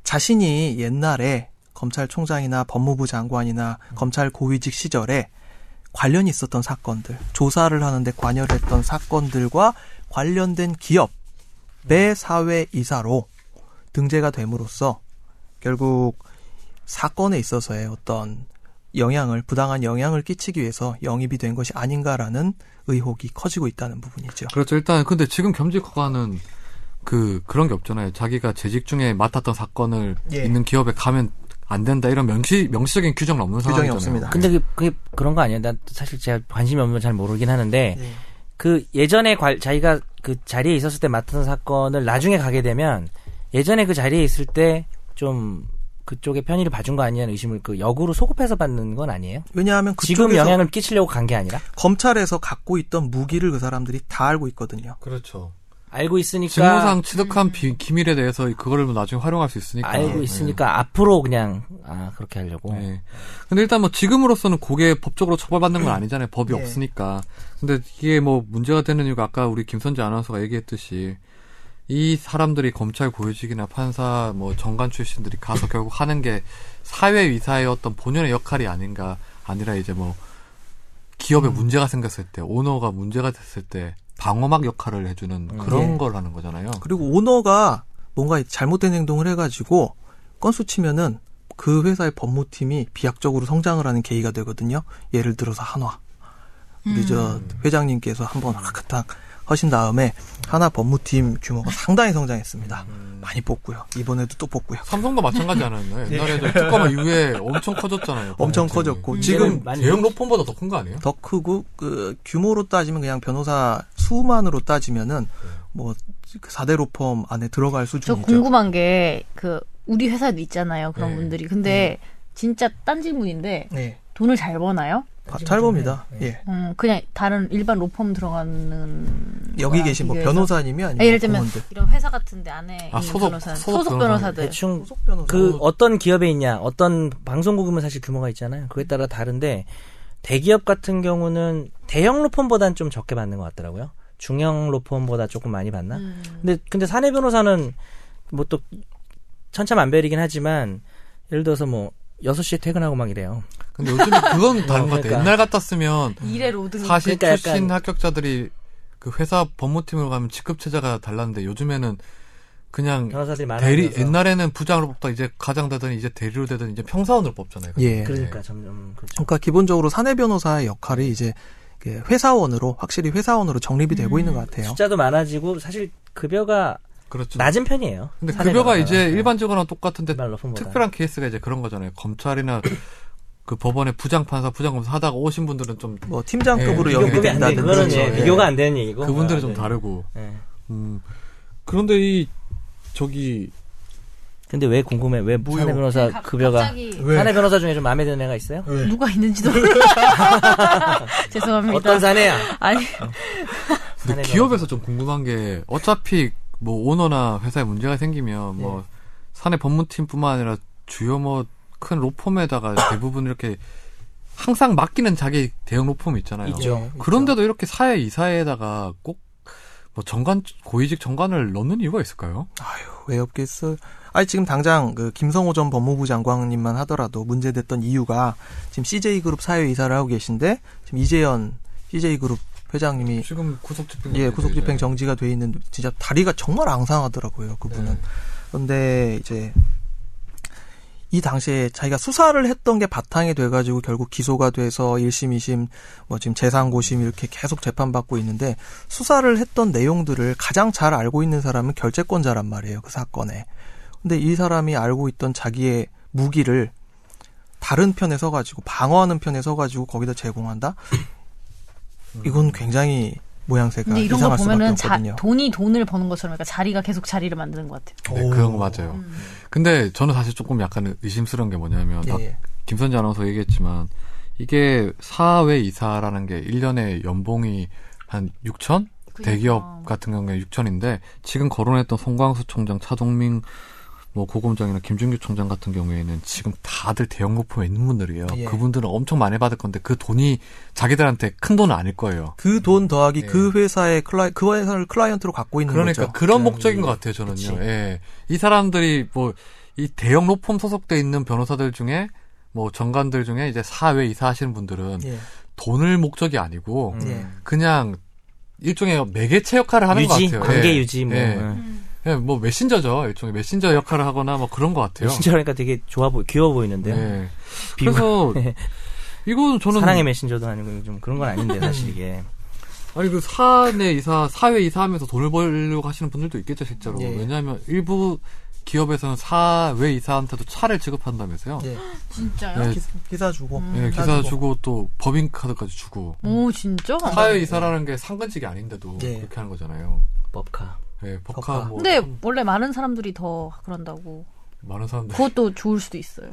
Speaker 2: 자신이 옛날에 검찰총장이나 법무부 장관이나 검찰 고위직 시절에 관련이 있었던 사건들 조사를 하는데 관여를 했던 사건들과 관련된 기업의 사회 이사로 등재가 됨으로써 결국 사건에 있어서의 어떤 영향을 부당한 영향을 끼치기 위해서 영입이 된 것이 아닌가라는 의혹이 커지고 있다는 부분이죠.
Speaker 1: 그렇죠. 일단 근데 지금 겸직 허가는 그 그런 게 없잖아요. 자기가 재직 중에 맡았던 사건을
Speaker 2: 예.
Speaker 1: 있는 기업에 가면 안 된다 이런 명시 명시적인 규정은 없는
Speaker 2: 규정이
Speaker 1: 상황이잖아요.
Speaker 2: 없습니다.
Speaker 4: 근데 그게, 그게 그런 거 아니에요? 난 사실 제가 관심이 없는 건 잘 모르긴 하는데
Speaker 2: 예.
Speaker 4: 그 예전에 관- 자기가 그 자리에 있었을 때 맡은 사건을 나중에 가게 되면 예전에 그 자리에 있을 때 좀 그쪽의 편의를 봐준 거 아니냐는 의심을 그 역으로 소급해서 받는 건 아니에요?
Speaker 2: 왜냐하면
Speaker 4: 지금
Speaker 2: 그쪽에서
Speaker 4: 영향을 끼치려고 간 게 아니라
Speaker 2: 검찰에서 갖고 있던 무기를 그 사람들이 다 알고 있거든요.
Speaker 1: 그렇죠.
Speaker 4: 알고 있으니까
Speaker 1: 직무상 취득한 비- 기밀에 대해서 그거를 나중에 활용할 수 있으니까. 네.
Speaker 4: 알고 있으니까 앞으로 그냥 아 그렇게 하려고
Speaker 2: 네.
Speaker 1: 예. 예. 근데 일단 뭐 지금으로서는 그게 법적으로 처벌받는 건 아니잖아요. 법이
Speaker 2: 예.
Speaker 1: 없으니까. 근데 이게 뭐 문제가 되는 이유가 아까 우리 김선재 아나운서가 얘기했듯이 이 사람들이 검찰 고위직이나 판사 뭐 정관 출신들이 가서 결국 하는 게 사회 위사의 어떤 본연의 역할이 아닌가 아니라 이제 뭐 기업에
Speaker 2: 음.
Speaker 1: 문제가 생겼을 때 오너가 문제가 됐을 때 방어막 역할을 해주는 그런
Speaker 2: 예.
Speaker 1: 걸 하는 거잖아요.
Speaker 2: 그리고 오너가 뭔가 잘못된 행동을 해가지고 건수 치면은 그 회사의 법무팀이 비약적으로 성장을 하는 계기가 되거든요. 예를 들어서 한화. 우리 저
Speaker 4: 음.
Speaker 2: 회장님께서 한번 하카탁 하신 다음에 하나 법무팀 규모가 상당히 성장했습니다.
Speaker 4: 음.
Speaker 2: 많이 뽑고요. 이번에도 또 뽑고요.
Speaker 4: 아,
Speaker 1: 삼성도 마찬가지 않았나요? 옛날에 도 특검 이후에 엄청 커졌잖아요.
Speaker 2: 네. 엄청
Speaker 1: 법무팀이.
Speaker 2: 커졌고
Speaker 4: 음.
Speaker 2: 지금
Speaker 4: 많이
Speaker 1: 대형 로펌보다 더 큰 거 아니에요?
Speaker 2: 더 크고 그 규모로 따지면 그냥 변호사 수만으로 따지면은 뭐 4대 로펌 안에 들어갈
Speaker 3: 저
Speaker 2: 수준이죠.
Speaker 3: 궁금한 게 그 우리 회사도 있잖아요 그런
Speaker 1: 네.
Speaker 3: 분들이. 근데 진짜 딴 질문인데
Speaker 2: 네.
Speaker 3: 돈을 잘 버나요?
Speaker 2: 바- 잘 봅니다. 예.
Speaker 3: 음, 그냥 다른 일반 로펌 들어가는
Speaker 2: 여기
Speaker 3: 거랑
Speaker 2: 계신 뭐
Speaker 3: 네. 아, 비교해서?
Speaker 2: 변호사님이 아니면
Speaker 3: 예를 들면
Speaker 2: 공무원들.
Speaker 3: 이런 회사 같은데 안에
Speaker 1: 아,
Speaker 3: 있는
Speaker 1: 소속-
Speaker 3: 변호사
Speaker 1: 소속
Speaker 3: 소속,
Speaker 1: 변호사들.
Speaker 3: 변호사들
Speaker 4: 대충
Speaker 2: 소속 변호사.
Speaker 4: 그 어떤 기업에 있냐, 어떤 방송국이면 사실 규모가 있잖아요. 그에 따라 다른데 대기업 같은 경우는 대형 로펌보다는 좀 적게 받는 것 같더라고요. 중형 로펌보다 조금 많이 받나?
Speaker 3: 음.
Speaker 4: 근데 근데 사내 변호사는 뭐 또 천차만별이긴 하지만 예를 들어서 뭐 6시에 퇴근하고 막 이래요.
Speaker 1: 근데 요즘에
Speaker 4: [laughs]
Speaker 1: 그건 다른 것
Speaker 4: 그러니까.
Speaker 1: 같아요. 옛날 같았으면
Speaker 3: 일의 음. 로드
Speaker 1: 사실
Speaker 4: 그러니까
Speaker 1: 출신
Speaker 4: 약간-
Speaker 1: 합격자들이 그 회사 법무팀으로 가면 직급 체제가 달랐는데 요즘에는 그냥
Speaker 4: 변호사들이 많아서
Speaker 1: 대리 옛날에는 부장으로 뽑다 이제 가장 되더니 이제 대리로 되더니 이제 평사원으로 뽑잖아요.
Speaker 2: 예.
Speaker 4: 그러니까 점점 그렇죠.
Speaker 2: 그러니까 기본적으로 사내 변호사의 역할이 이제 그 회사원으로 확실히 회사원으로 정립이
Speaker 3: 음,
Speaker 2: 되고 있는 것 같아요.
Speaker 4: 숫자도 많아지고 사실 급여가
Speaker 1: 그렇죠.
Speaker 4: 낮은 편이에요.
Speaker 1: 근데
Speaker 4: 사내
Speaker 1: 급여가
Speaker 4: 변호사가.
Speaker 1: 이제
Speaker 4: 네.
Speaker 1: 일반적으로랑 똑같은데
Speaker 4: 일반 로펌보다.
Speaker 1: 특별한 케이스가 이제 그런 거잖아요. 검찰이나 그 법원에 부장 판사, 부장 검사 하다가 오신 분들은 좀
Speaker 2: 뭐 팀장급으로
Speaker 1: 예.
Speaker 2: 연결이
Speaker 4: 비교급이 네, 안 돼.
Speaker 2: 된다든지.
Speaker 4: 그거는 예,
Speaker 1: 그렇죠.
Speaker 4: 비교가 안 되는 얘기고.
Speaker 1: 그분들은 좀
Speaker 4: 네.
Speaker 1: 다르고.
Speaker 4: 네.
Speaker 1: 음. 그런데 이 저기
Speaker 4: 근데 왜 궁금해? 왜
Speaker 1: 뭐요?
Speaker 4: 사내 변호사 아, 급여가
Speaker 3: 갑자기
Speaker 1: 왜?
Speaker 4: 사내 변호사 중에 좀 마음에 드는 애가 있어요?
Speaker 3: 누가 있는지도 [laughs] 죄송합니다.
Speaker 4: 어떤 사내야?
Speaker 3: 아니
Speaker 1: 근데
Speaker 4: 사내
Speaker 1: 기업에서 좀 궁금한 게 어차피 뭐 오너나 회사에 문제가 생기면
Speaker 2: 네.
Speaker 1: 뭐 사내 법무팀뿐만 아니라 주요 뭐 큰 로펌에다가
Speaker 2: [coughs]
Speaker 1: 대부분 이렇게 항상
Speaker 2: 예. 어,
Speaker 1: 맡기는 자기 대형 로펌 있잖아요.
Speaker 4: 있죠.
Speaker 1: 그런데도 이렇게 사회 이사에다가 꼭 뭐 정관 고위직 정관을 넣는 이유가 있을까요?
Speaker 2: 왜 없겠어요? 아니 지금 당장 그 김성호 전 법무부 장관님만 하더라도 문제됐던 이유가 지금 CJ그룹 사회 이사를 하고 계신데 지금 이재현 CJ그룹 회장님이
Speaker 1: 지금 구속 집행
Speaker 2: 예 구속
Speaker 1: 네.
Speaker 2: 집행 정지가 돼 있는 진짜 다리가 정말 앙상하더라고요 그분은 근데 이제 이 당시에 자기가 수사를 했던 게 바탕이 돼가지고 결국 기소가 돼서 1심, 2심, 뭐 지금 재상고심 이렇게 계속 재판받고 있는데 수사를 했던 내용들을 가장 잘 알고 있는 사람은 결재권자란 말이에요. 그 사건에. 근데 이 사람이 알고 있던 자기의 무기를 다른 편에 서가지고 방어하는 편에 서가지고 거기다 제공한다?
Speaker 1: 음.
Speaker 2: 이건 굉장히 모양새가
Speaker 3: 근데 이런 걸
Speaker 2: 이상할 수밖에
Speaker 3: 보면은 자-
Speaker 2: 없거든요.
Speaker 3: 돈이 돈을 버는 것처럼 그러니까 자리가 계속 자리를 만드는 것 같아요. 음.
Speaker 1: 네, 그건 맞아요. 근데 저는 사실 조금 약간 의심스러운 게 뭐냐면
Speaker 2: 예,
Speaker 1: 아까
Speaker 2: 예.
Speaker 1: 김선재 아나운서 얘기했지만 이게 사회 이사라는 게 1년에 연봉이 한 6천?
Speaker 3: 그러니까. 어,
Speaker 1: 대기업 같은 경우에 6천인데 지금 거론했던 송광수 총장, 차동민 뭐 고검장이나 김준규 총장 같은 경우에는 지금 다들 대형 거품에 있는 분들이에요.
Speaker 2: 예.
Speaker 1: 그분들은 엄청 많이 받을 건데 그 돈이 자기들한테 큰 돈은 아닐 거예요.
Speaker 2: 그 돈 더하기
Speaker 1: 네.
Speaker 2: 그 회사의 클라이 그 회사를 클라이언트로 갖고 있는
Speaker 1: 그러니까
Speaker 2: 거죠.
Speaker 1: 그런
Speaker 4: 음,
Speaker 1: 목적인 것 같아요
Speaker 4: 그치.
Speaker 1: 저는요. 예. 이 사람들이 뭐 이 대형 로펌 소속돼 있는 변호사들 중에 뭐 정관들 중에 이제 사회 이사하시는 분들은
Speaker 2: 예.
Speaker 1: 돈을 목적이 아니고
Speaker 4: 음.
Speaker 2: 예.
Speaker 1: 그냥 일종의 매개체 역할을 하는
Speaker 4: 유지,
Speaker 1: 것 같아요.
Speaker 4: 관계
Speaker 1: 예.
Speaker 4: 유지 뭐.
Speaker 1: 예.
Speaker 4: 예.
Speaker 1: 예, 뭐 메신저죠. 일종의 메신저 역할을 하거나 뭐 그런 것 같아요.
Speaker 4: 메신저라니까 그러니까 되게 좋아 보이, 귀여워 보이는데요.
Speaker 1: 예.
Speaker 4: 비유가.
Speaker 1: 그래서
Speaker 4: [laughs]
Speaker 1: 이건 저는
Speaker 4: 사랑의 음. 메신저도 아니고 좀 그런 건 아닌데 사실 이게.
Speaker 1: 아니 그 사내 이사 사회 이사하면서 돈을 벌려고 하시는 분들도 있겠죠 실제로.
Speaker 2: 예.
Speaker 1: 왜냐하면 일부 기업에서는 사회 이사한테도 차를 지급한다면서요.
Speaker 4: 네.
Speaker 2: 예.
Speaker 3: 어. 진짜요?
Speaker 1: 예.
Speaker 2: 기- 기사 주고
Speaker 3: 음.
Speaker 1: 예, 기사 주고 또 법인 카드까지 주고
Speaker 3: 오 진짜?
Speaker 4: 음.
Speaker 1: 사회 이사라는 게 상근직이 아닌데도
Speaker 2: 예.
Speaker 1: 그렇게 하는 거잖아요.
Speaker 4: 네. 법카.
Speaker 1: 예,
Speaker 2: 법카.
Speaker 1: 법카 뭐
Speaker 3: 근데 원래 많은 사람들이 더 그런다고.
Speaker 1: 많은 사람들 [laughs]
Speaker 3: 그것도 좋을 수도 있어요.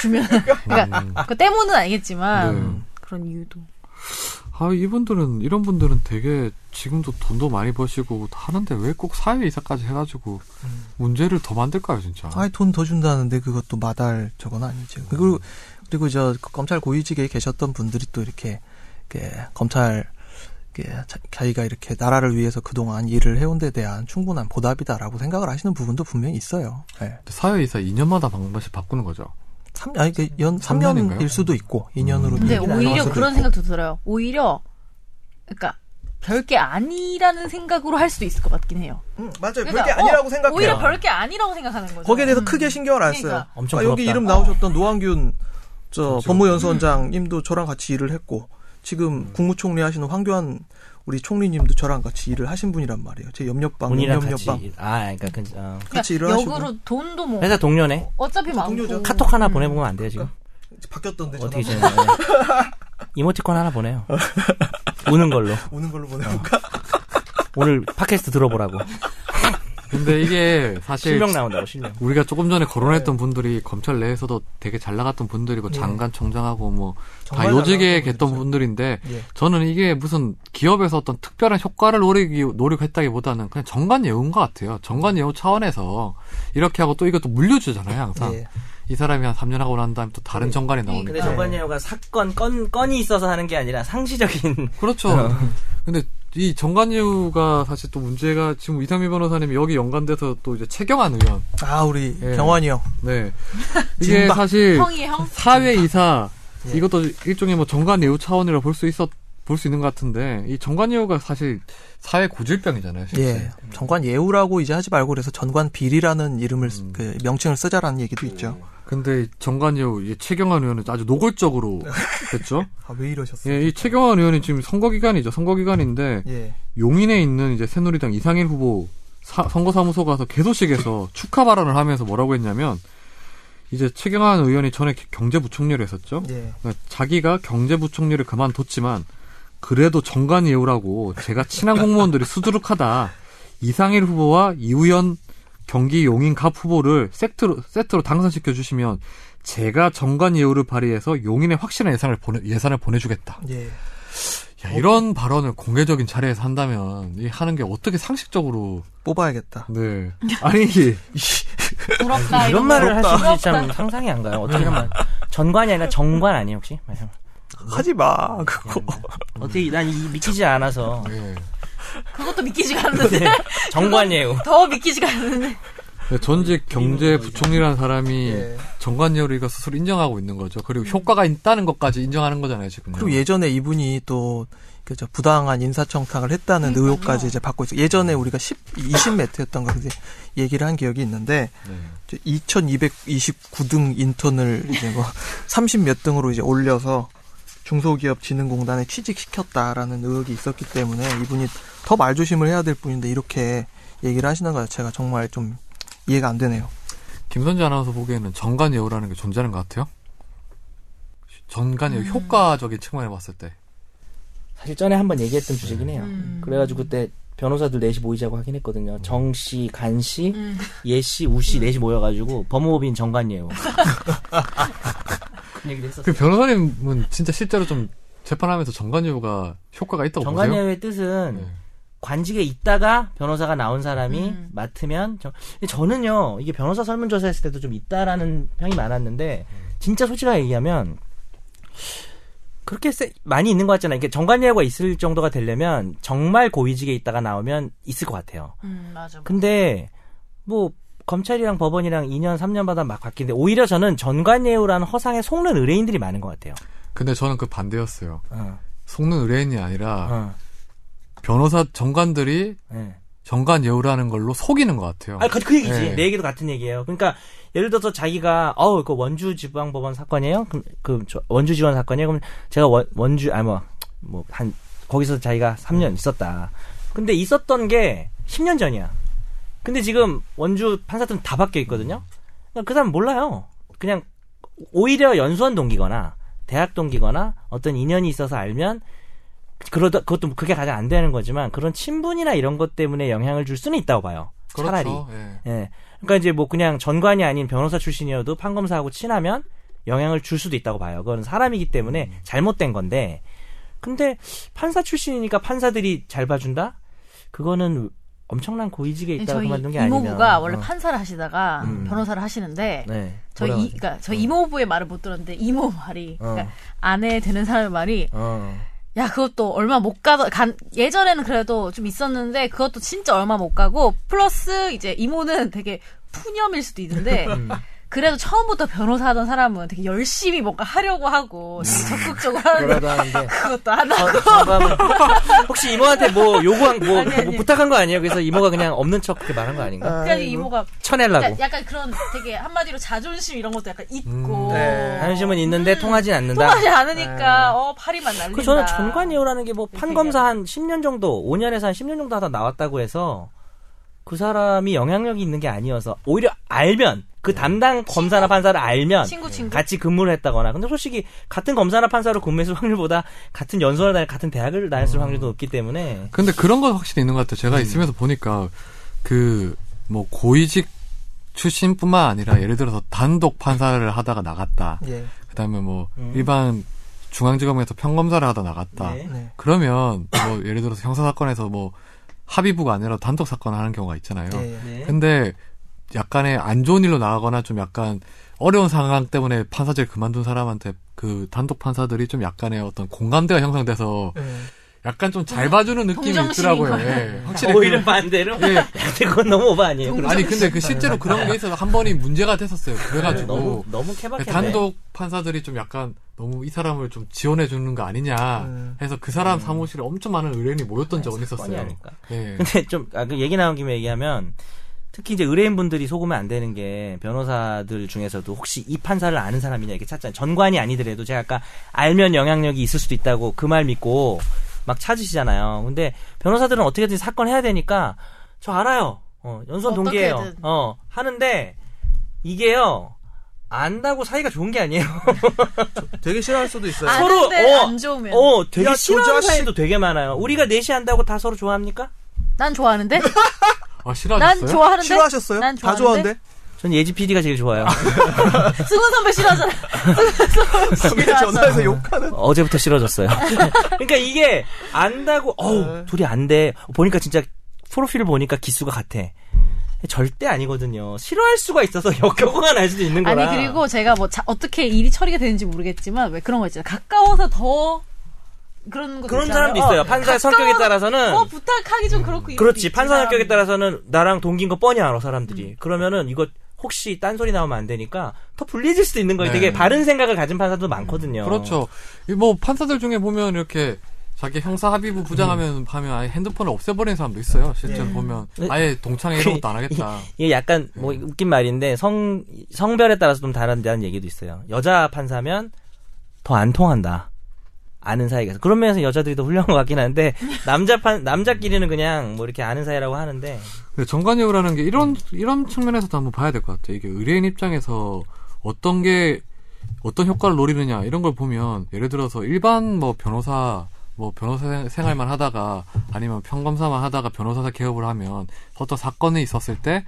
Speaker 3: 주면 그러니까 그 때문은 아니겠지만
Speaker 1: 음. 네.
Speaker 3: 그런 이유도.
Speaker 1: 아 이분들은 이런 분들은 되게 지금도 돈도 많이 버시고 하는데 왜 꼭 사회 이사까지 해가지고 문제를 더 만들까요 진짜?
Speaker 2: 아이 돈 더 준다는데 그것도 마달 저건 아니죠. 그리고 그리고 저 검찰 고위직에 계셨던 분들이 또 이렇게 이렇게 검찰 이렇게 자- 자기가 이렇게 나라를 위해서 그동안 일을 해온 데 대한 충분한 보답이다라고 생각을 하시는 부분도 분명히 있어요. 예.
Speaker 1: 사회 이사 2년마다 방법씩 바꾸는 거죠.
Speaker 2: 삼 아니 그연
Speaker 1: 삼
Speaker 2: 3년일
Speaker 1: 년인가요?
Speaker 2: 수도 있고 2년으로
Speaker 3: 음. 근데 오히려 그런 생각도 들어요. 오히려 그러니까 별게 아니라는 생각으로 할 수도 있을 것 같긴 해요.
Speaker 2: 음, 네, 맞아요.
Speaker 3: 그러니까, 어, 오히려 별게 아니라고 생각하는 거죠.
Speaker 2: 거기에 대해서
Speaker 3: 음.
Speaker 2: 크게 신경을 안 써요.
Speaker 3: 그러니까.
Speaker 4: 엄청
Speaker 2: 아, 여기
Speaker 4: 부럽다.
Speaker 2: 이름 나오셨던 노한균 저 법무연수원장님도 저랑 같이 일을 했고 지금 국무총리 하시는 황교안 우리 총리님도 저랑 같이 일을 하신 분이란 말이에요. 제 옆옆방,
Speaker 4: 본이랑 같이.
Speaker 2: 옆옆방
Speaker 4: 아, 그러니까 그, 어.
Speaker 2: 같이 일을
Speaker 3: 그러니까
Speaker 2: 하시고
Speaker 3: 역으로 돈도 뭐
Speaker 4: 회사 동료네.
Speaker 3: 어차피 뭐 많고
Speaker 2: 동료죠.
Speaker 4: 카톡 하나 보내보면 안 돼요 지금.
Speaker 1: 네,
Speaker 2: 바뀌었던데
Speaker 4: 어떻게 이제 예. 이모티콘 하나 보내요. 우는 걸로.
Speaker 2: 오는 걸로
Speaker 4: 어.
Speaker 2: 보내볼까?
Speaker 4: 오늘 팟캐스트 들어보라고.
Speaker 1: 근데 이게 사실
Speaker 4: 실명 나온다고 실명.
Speaker 1: 우리가 조금 전에 거론했던 분들이 검찰 내에서도 되게 잘 나갔던 분들이고 장관 총장하고 뭐 다
Speaker 2: [laughs]
Speaker 4: 아,
Speaker 2: 정말 잘
Speaker 1: 요직에
Speaker 2: 나갔던
Speaker 1: 계던
Speaker 2: 분들이죠.
Speaker 1: 분들인데
Speaker 2: 예.
Speaker 1: 저는 이게 무슨 기업에서 어떤 특별한 효과를 노리기 노력했다기보다는 그냥 정관 예우인 것 같아요. 정관 예우 차원에서 이렇게 하고 또 이것도 물려주잖아요 항상
Speaker 2: 예.
Speaker 1: 이 사람이 한 3년 하고 난 다음에 또 다른 정관이 나오니까
Speaker 4: 근데 정관예우가 사건 건 건이 있어서 하는 게 아니라 상시적인
Speaker 1: 그렇죠.
Speaker 2: 어.
Speaker 1: 근데 이 정관 예우가 사실 또 문제가 지금 이상민 변호사님이 여기 연관돼서 또 이제 최경환 의원
Speaker 2: 아 우리
Speaker 1: 예.
Speaker 2: 경환이 형. [laughs]
Speaker 1: 네 이게
Speaker 2: 진박.
Speaker 1: 사실
Speaker 3: 형이 형
Speaker 1: 사회 이사
Speaker 2: 예.
Speaker 1: 이것도 일종의 뭐 정관 예우 차원이라 볼 수 있었 볼 수 있는 것 같은데 이 정관 예우가 사실 사회 고질병이잖아요. 실제.
Speaker 2: 예. 전관 예우라고 이제 하지 말고 그래서 전관 비리라는 이름을 쓰-
Speaker 4: 음.
Speaker 2: 그 명칭을 쓰자라는 얘기도 있죠.
Speaker 1: 근데 정관 예우 이 최경환 의원은 아주 노골적으로
Speaker 2: [laughs]
Speaker 1: 했죠.
Speaker 2: 아 왜 이러셨어요?
Speaker 1: 예, 이 최경환 의원이 지금 선거 기간이죠. 선거 기간인데
Speaker 2: 예.
Speaker 1: 용인에 있는 이제 새누리당 이상일 후보 사- 선거사무소 가서 개소식에서 축하 발언을 하면서 뭐라고 했냐면 이제 최경환 의원이 전에 기- 경제부총리를 했었죠.
Speaker 2: 예.
Speaker 1: 그러니까 자기가 경제부총리를 그만뒀지만 그래도 정관 예우라고 제가 친한 공무원들이 수두룩하다. 이상일 후보와 이우연 경기 용인 갑 후보를 세트로 세트로 당선시켜 주시면 제가 정관 예우를 발휘해서 용인에 확실한 예산을 보내 예산을 보내주겠다.
Speaker 2: 예.
Speaker 1: 야, 이런 발언을 공개적인 자리에서 한다면 이 하는 게 어떻게 상식적으로
Speaker 2: 뽑아야겠다.
Speaker 1: 네 아니
Speaker 3: 부럽다
Speaker 4: 아, 이런
Speaker 3: 이런
Speaker 4: 말을
Speaker 3: 거.
Speaker 4: 하시는지 참 상상이 안 가요. 어떻게 [laughs] 하면 전관이 아니라 정관 아니에요 혹시? 말씀.
Speaker 2: 하지 마 [laughs] 그거.
Speaker 4: 어떻게 난 이, 믿기지 않아서
Speaker 1: 예.
Speaker 3: 그것도 믿기지가 않는데
Speaker 4: 네, 정관예우.
Speaker 3: 더 믿기지가 않는데
Speaker 1: 네, 전직 경제부총리라는 사람이
Speaker 2: 예.
Speaker 1: 정관여리가 스스로 인정하고 있는 거죠. 그리고 효과가 있다는 것까지 인정하는 거잖아요, 지금.
Speaker 2: 그리고 예전에 이분이 또 그저 부당한 인사청탁을 했다는 의혹까지 이제 받고 있어. 요 예전에 우리가 10, 20매트였던 거 이제 얘기를 한 기억이 있는데 2,229등 인턴을 이제 뭐 [laughs] 30몇 등으로 이제 올려서 중소기업진흥공단에 취직시켰다라는 의혹이 있었기 때문에 이분이 더 말조심을 해야 될 분인데 이렇게 얘기를 하시는 것 자체가 정말 좀 이해가 안 되네요.
Speaker 1: 김선재 아나운서 보기에는 정관여우라는 게 존재하는 것 같아요? 정관여우 효과적인 측면에 봤을 때.
Speaker 4: [laughs] 사실 전에 한번 얘기했던 주제긴 해요.
Speaker 3: 음.
Speaker 4: 그래가지고 그때 변호사들 넷이 모이자고 하긴 했거든요. 정 씨, 간 씨,
Speaker 3: 음.
Speaker 4: 예 씨, 우 씨 넷이 모여가지고
Speaker 3: [laughs]
Speaker 4: 법무법인 정관예우. [laughs] 그런 얘기를 했었어요.
Speaker 1: 그 변호사님은 진짜 실제로 좀 재판하면서 정관여우가 효과가 있다고 보세요?
Speaker 4: 정관예우의 뜻은
Speaker 1: 네.
Speaker 4: 관직에 있다가 변호사가 나온 사람이
Speaker 3: 음.
Speaker 4: 맡으면 저, 근데 저는요 이게 변호사 설문조사 했을 때도 좀 있다라는 평이 많았는데 진짜 솔직하게 얘기하면 그렇게 세- 많이 있는 것 같잖아요. 이게 정관예우가 있을 정도가 되려면 정말 고위직에 있다가 나오면 있을 것 같아요.
Speaker 3: 음, 맞아.
Speaker 4: 근데 뭐 검찰이랑 법원이랑 2년 3년 받아 막 바뀌는데 오히려 저는 전관예우라는 허상에 속는 의뢰인들이 많은 것 같아요.
Speaker 1: 근데 저는 그 반대였어요.
Speaker 4: 어,
Speaker 1: 속는 의뢰인이 아니라
Speaker 4: 어,
Speaker 1: 변호사 정관들이
Speaker 4: 예.
Speaker 1: 정관여우라는 걸로 속이는 것 같아요.
Speaker 4: 아, 그, 그 얘기지.
Speaker 1: 네.
Speaker 4: 내 얘기도 같은 얘기예요. 그러니까 예를 들어서 자기가 어우 그 원주 지방법원 사건이에요. 그럼 그 저- 원주 지원 사건이에요. 그럼 제가 원, 원주 아뭐뭐 한 거기서 자기가 3년 있었다. 근데 있었던 게 10년 전이야. 근데 지금 원주 판사들은 다 바뀌어 있거든요. 그러니까 그 사람 몰라요. 그냥 오히려 연수원 동기거나 대학 동기거나 어떤 인연이 있어서 알면 그러다 그것도 그게 가장 안 되는 거지만 그런 친분이나 이런 것 때문에 영향을 줄 수는 있다고 봐요.
Speaker 1: 그렇죠.
Speaker 4: 차라리.
Speaker 1: 예.
Speaker 4: 예. 그러니까 이제 뭐 그냥 전관이 아닌 변호사 출신이어도 판검사하고 친하면 영향을 줄 수도 있다고 봐요. 그건 사람이기 때문에 잘못된 건데. 근데 판사 출신이니까 판사들이 잘 봐준다? 그거는 엄청난 고위직에 있다가
Speaker 3: 네, 저희
Speaker 4: 그만둔 게 아니면.
Speaker 3: 이모부가 원래
Speaker 4: 어.
Speaker 3: 판사를 하시다가
Speaker 4: 음.
Speaker 3: 변호사를 하시는데
Speaker 4: 네.
Speaker 3: 저희
Speaker 4: 뭐라
Speaker 3: 이,
Speaker 4: 그러지?
Speaker 3: 그러니까 저희 이모부의 말을 못 들었는데 이모 말이
Speaker 4: 어.
Speaker 3: 그러니까 아내 되는 사람의 말이
Speaker 4: 어.
Speaker 3: 야 그것도 얼마 못 가던 간- 예전에는 그래도 좀 있었는데 그것도 진짜 얼마 못 가고 플러스 이제 이모는 되게 푸념일 수도
Speaker 4: [laughs]
Speaker 3: 있는데
Speaker 4: 음.
Speaker 3: 그래도 처음부터 변호사 하던 사람은 되게 열심히 뭔가 하려고 하고 적극적으로 하는데
Speaker 4: 뭐라도 하는데.
Speaker 3: [laughs] 그것도 안 하고
Speaker 4: 저- 저가 뭐- [laughs] 혹시 이모한테 뭐 요구한 뭐,
Speaker 3: 아니, 어. 아니.
Speaker 4: 뭐 부탁한 거 아니에요? 그래서 이모가 그냥 없는 척 그렇게 말한 거 아닌가?
Speaker 3: 그래서 이모가
Speaker 4: 쳐내려고.
Speaker 3: 그러니까 약간 그런 되게 한마디로 자존심 이런 것도 약간 있고
Speaker 1: 음.
Speaker 2: 네.
Speaker 4: 관심은 있는데 통하진 않는다.
Speaker 3: 통하지 않으니까 어 파리만 날린다.
Speaker 4: 네. 그 저는 전관예우라는 게 뭐
Speaker 3: 이렇게
Speaker 4: 판검사 한 10년 정도, 5년에서 한 10년 정도 하다 나왔다고 해서 그 사람이 영향력이 있는 게 아니어서 오히려 알면 그 담당 검사나 판사를 알면
Speaker 3: 네. 친구 친구
Speaker 4: 같이 근무를 했다거나 근데 솔직히 같은 검사나 판사로 근무했을 확률보다 같은 연수원을 다닐 같은 대학을 다녔을
Speaker 1: 음.
Speaker 4: 확률도 높기 때문에
Speaker 1: 근데 그런 건 확실히 있는 것 같아요. 제가
Speaker 4: 음.
Speaker 1: 있으면서 보니까 그 뭐 고위직 출신뿐만 아니라 예를 들어서 단독 판사를 하다가 나갔다.
Speaker 2: 예.
Speaker 1: 그다음에 뭐
Speaker 4: 음.
Speaker 1: 일반 중앙지검에서 평검사를 하다 나갔다.
Speaker 4: 네.
Speaker 2: 네.
Speaker 1: 그러면 뭐 예를 들어서 형사 사건에서 뭐 합의부가 아니라 단독 사건을 하는 경우가 있잖아요.
Speaker 2: 예, 예.
Speaker 4: 네.
Speaker 1: 근데 약간의 안 좋은 일로 나가거나 좀 약간 어려운 상황 때문에 판사제를 그만둔 사람한테 그 단독 판사들이 좀 약간의 어떤 공감대가 형성돼서
Speaker 2: 예.
Speaker 1: 약간 좀 잘 봐주는 느낌이
Speaker 3: 음, 동정심인
Speaker 1: 있더라고요.
Speaker 3: 거예요.
Speaker 1: 예. 확실히
Speaker 4: 어, 오히려 반대로 [laughs]
Speaker 1: 예.
Speaker 4: 근데 그건 너무 오버 아니에요? 네,
Speaker 1: 아니 근데 그 실제로 그런 게 있어서 한 번이 문제가 됐었어요.
Speaker 4: 너무
Speaker 1: 그래가지고
Speaker 4: 너무 케바케
Speaker 1: 단독 판사들이 좀 약간 너무 이 사람을 좀 지원해 주는 거 아니냐
Speaker 2: 음.
Speaker 1: 해서 그 사람 사무실에 엄청 많은 의뢰인이 모였던
Speaker 4: 네,
Speaker 1: 적은 있었어요.
Speaker 4: 아닐까? [laughs]
Speaker 1: 예.
Speaker 4: 근데 좀, 아, 그 얘기 나온 김에 얘기하면, 특히 이제 의뢰인분들이 속으면 안 되는 게, 변호사들 중에서도 혹시 이 판사를 아는 사람이냐 이렇게 찾잖아요. 전관이 아니더라도 제가 아까 알면 영향력이 있을 수도 있다고 그 말 믿고 막 찾으시잖아요. 근데 변호사들은 어떻게든 사건 해야 되니까, 저 알아요. 어, 연수원 동기예요.
Speaker 3: 어떻게든.
Speaker 4: 어, 하는데, 이게요, 안다고 사이가 좋은 게 아니에요.
Speaker 2: 되게 싫어할 수도 있어요.
Speaker 4: 아,
Speaker 3: 서로
Speaker 4: 서로, 어,
Speaker 3: 안 좋으면
Speaker 4: 어, 되게
Speaker 2: 야, 저
Speaker 4: 싫어하는
Speaker 2: 자식.
Speaker 4: 사이도 되게 많아요. 우리가 넷이 한다고 다 서로 좋아합니까?
Speaker 3: 난 좋아하는데
Speaker 1: 아
Speaker 3: 난
Speaker 1: 싫어하셨어요?
Speaker 3: 좋아하는데
Speaker 2: 싫어하셨어요?
Speaker 3: 난
Speaker 2: 다
Speaker 3: 좋아하는데 [laughs]
Speaker 2: 좋아하는데?
Speaker 4: 전 예지 PD가 제일 좋아요.
Speaker 3: 승훈 선배 싫어하잖아.
Speaker 1: [laughs]
Speaker 3: 승훈 선배
Speaker 2: 그게
Speaker 3: 싫어하잖아.
Speaker 2: 전화해서 욕하는.
Speaker 4: 어제부터 싫어졌어요. [laughs] 그러니까 이게 안다고
Speaker 3: 네.
Speaker 4: 어우 둘이 안 돼. 보니까 진짜 프로필을 보니까 기수가 같아. 절대 아니거든요. 싫어할 수가 있어서 [laughs] 역효과가 날 수도 있는 거라.
Speaker 3: 아니 그리고 제가 뭐 자- 어떻게 일이 처리가 되는지 모르겠지만 왜 그런 거 있잖아요. 어, 가까워서 더 그런 거
Speaker 4: 그런 사람도 있어요. 판사의 성격에 따라서는
Speaker 5: 뭐 부탁하기 좀 그렇고
Speaker 4: 그렇지 판사 성격에
Speaker 5: 따라
Speaker 4: 따라서는 나랑 동기인 거 뻔히 알아 사람들이
Speaker 3: 음.
Speaker 4: 그러면은 이거 혹시 딴소리 나오면 안 되니까 더 불리해질 수도 있는 거예요
Speaker 1: 네.
Speaker 4: 되게 바른 생각을 가진 판사도 많거든요
Speaker 1: 그렇죠. 이 뭐 판사들 중에 보면 이렇게 자기 형사 합의부 부장하면 하면 아예 핸드폰을 없애버리는 사람도 있어요. 실제로 보면
Speaker 4: 음. 네.
Speaker 1: 아예 동창회 이런 것도 안 하겠다.
Speaker 4: 이게 약간 뭐 웃긴 말인데 성 성별에 따라서 좀 다른다는 얘기도 있어요 여자 판사면 더 안 통한다 아는 사이에서 그런 면에서 여자들이 더 훌륭한 것 같긴 [laughs] 한데 남자 판 남자끼리는 그냥 뭐 이렇게 아는 사이라고 하는데
Speaker 1: 근데 정관예우라는 게 이런 이런 측면에서도 한번 봐야 될 것 같아요. 이게 의뢰인 입장에서 어떤 게 어떤 효과를 노리느냐 이런 걸 보면 예를 들어서 일반 뭐 변호사 뭐 변호사 생- 생활만 하다가 아니면 평검사만 하다가 변호사 개업을 하면 어떤 사건이 있었을 때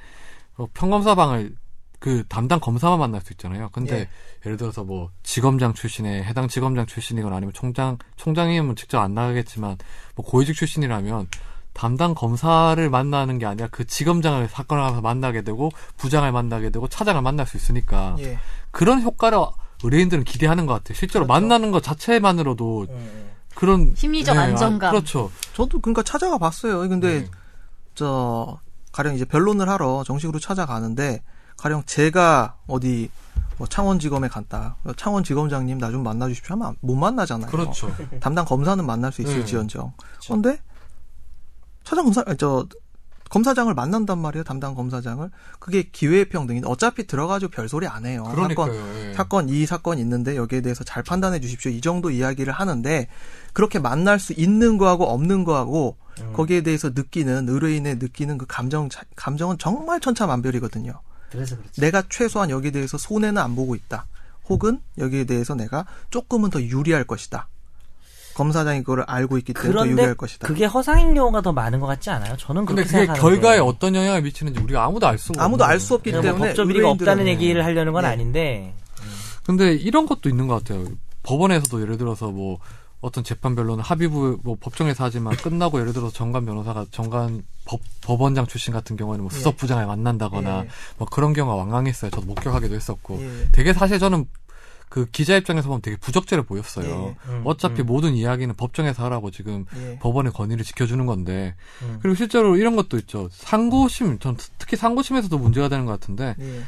Speaker 1: 어, 평검사방을 그 담당 검사만 만날 수 있잖아요. 근데 예. 를 들어서 뭐 지검장 출신에 해당 지검장 출신이거나 아니면 총장 총장이면 직접 안 나가겠지만 뭐 고위직 출신이라면 담당 검사를 만나는 게 아니라 그 지검장을 사건을 하면서 만나게 되고 부장을 만나게 되고 차장을 만날 수 있으니까
Speaker 2: 예.
Speaker 1: 그런 효과를 의뢰인들은 기대하는 것 같아요. 실제로 만나는 것 자체만으로도 그런
Speaker 3: 심리적
Speaker 1: 예, 아,
Speaker 3: 안정감.
Speaker 1: 그렇죠.
Speaker 2: 저도 그러니까 찾아가 봤어요. 근데
Speaker 1: 네.
Speaker 2: 저 가령 이제 변론을 하러 정식으로 찾아가는데 가령 제가 어디 뭐 창원지검에 간다. 창원지검장님 나 좀 만나 주십시오 하면 안- 못 만나잖아요.
Speaker 1: 그렇죠. 네.
Speaker 2: 담당 검사는 만날 수 있을지언정. 그런데 차장 검사 아니, 저 검사장을 만난단 말이에요. 담당 검사장을. 그게 기회 평등인데 어차피 들어가지고 별소리 안 해요. 사건
Speaker 1: 그러니까요. 예.
Speaker 4: 네.
Speaker 2: 사건 이 사건 있는데 여기에 대해서 잘 판단해 주십시오. 이 정도 이야기를 하는데 그렇게 만날 수 있는 거하고 없는 거하고
Speaker 4: 음.
Speaker 2: 거기에 대해서 느끼는 의뢰인의 느끼는 그 감정 차- 감정은 정말 천차만별이거든요.
Speaker 4: 그래서 그렇지
Speaker 2: 내가 최소한 여기에 대해서 손해는 안 보고 있다. 혹은 여기에 대해서 내가 조금은 더 유리할 것이다. 검사장이 그거를 알고 있기 때문에 더
Speaker 4: 그런데
Speaker 2: 유리할 것이다.
Speaker 4: 그게 허상인 경우가 더 많은 것 같지 않아요? 저는
Speaker 1: 근데
Speaker 4: 그렇게
Speaker 1: 그게
Speaker 4: 생각하는데
Speaker 1: 결과에 어떤 영향을 미치는지 우리가 아무도 알 수가
Speaker 2: 아무도
Speaker 1: 없는
Speaker 2: 알 수 없기
Speaker 4: 그냥
Speaker 2: 때문에
Speaker 4: 뭐 법적 비리가
Speaker 2: 의뢰인들은-
Speaker 4: 없다는 얘기를 하려는 건
Speaker 2: 네.
Speaker 4: 아닌데
Speaker 1: 근데 이런 것도 있는 것 같아요. 법원에서도 예를 들어서 뭐 어떤 재판 변론은 합의부 뭐 법정에서 하지만 끝나고 예를 들어서 정관 변호사가 정관 법, 법원장 출신 같은 경우에는 뭐 수석 부장을 만난다거나
Speaker 2: 예.
Speaker 1: 뭐 그런 경우가 왕왕했어요. 저도 목격하기도 했었고
Speaker 2: 예.
Speaker 1: 되게 사실 저는 그 기자 입장에서 보면 되게 부적절해
Speaker 2: 네.
Speaker 1: 보였어요.
Speaker 4: 예. 음,
Speaker 1: 어차피
Speaker 4: 음.
Speaker 1: 모든 이야기는 법정에서 하라고 지금
Speaker 2: 예.
Speaker 1: 법원의 권위를 지켜주는 건데
Speaker 4: 음.
Speaker 1: 그리고 실제로 이런 것도 있죠. 상고심 전 특히 상고심에서도 문제가 되는 것 같은데
Speaker 2: 예.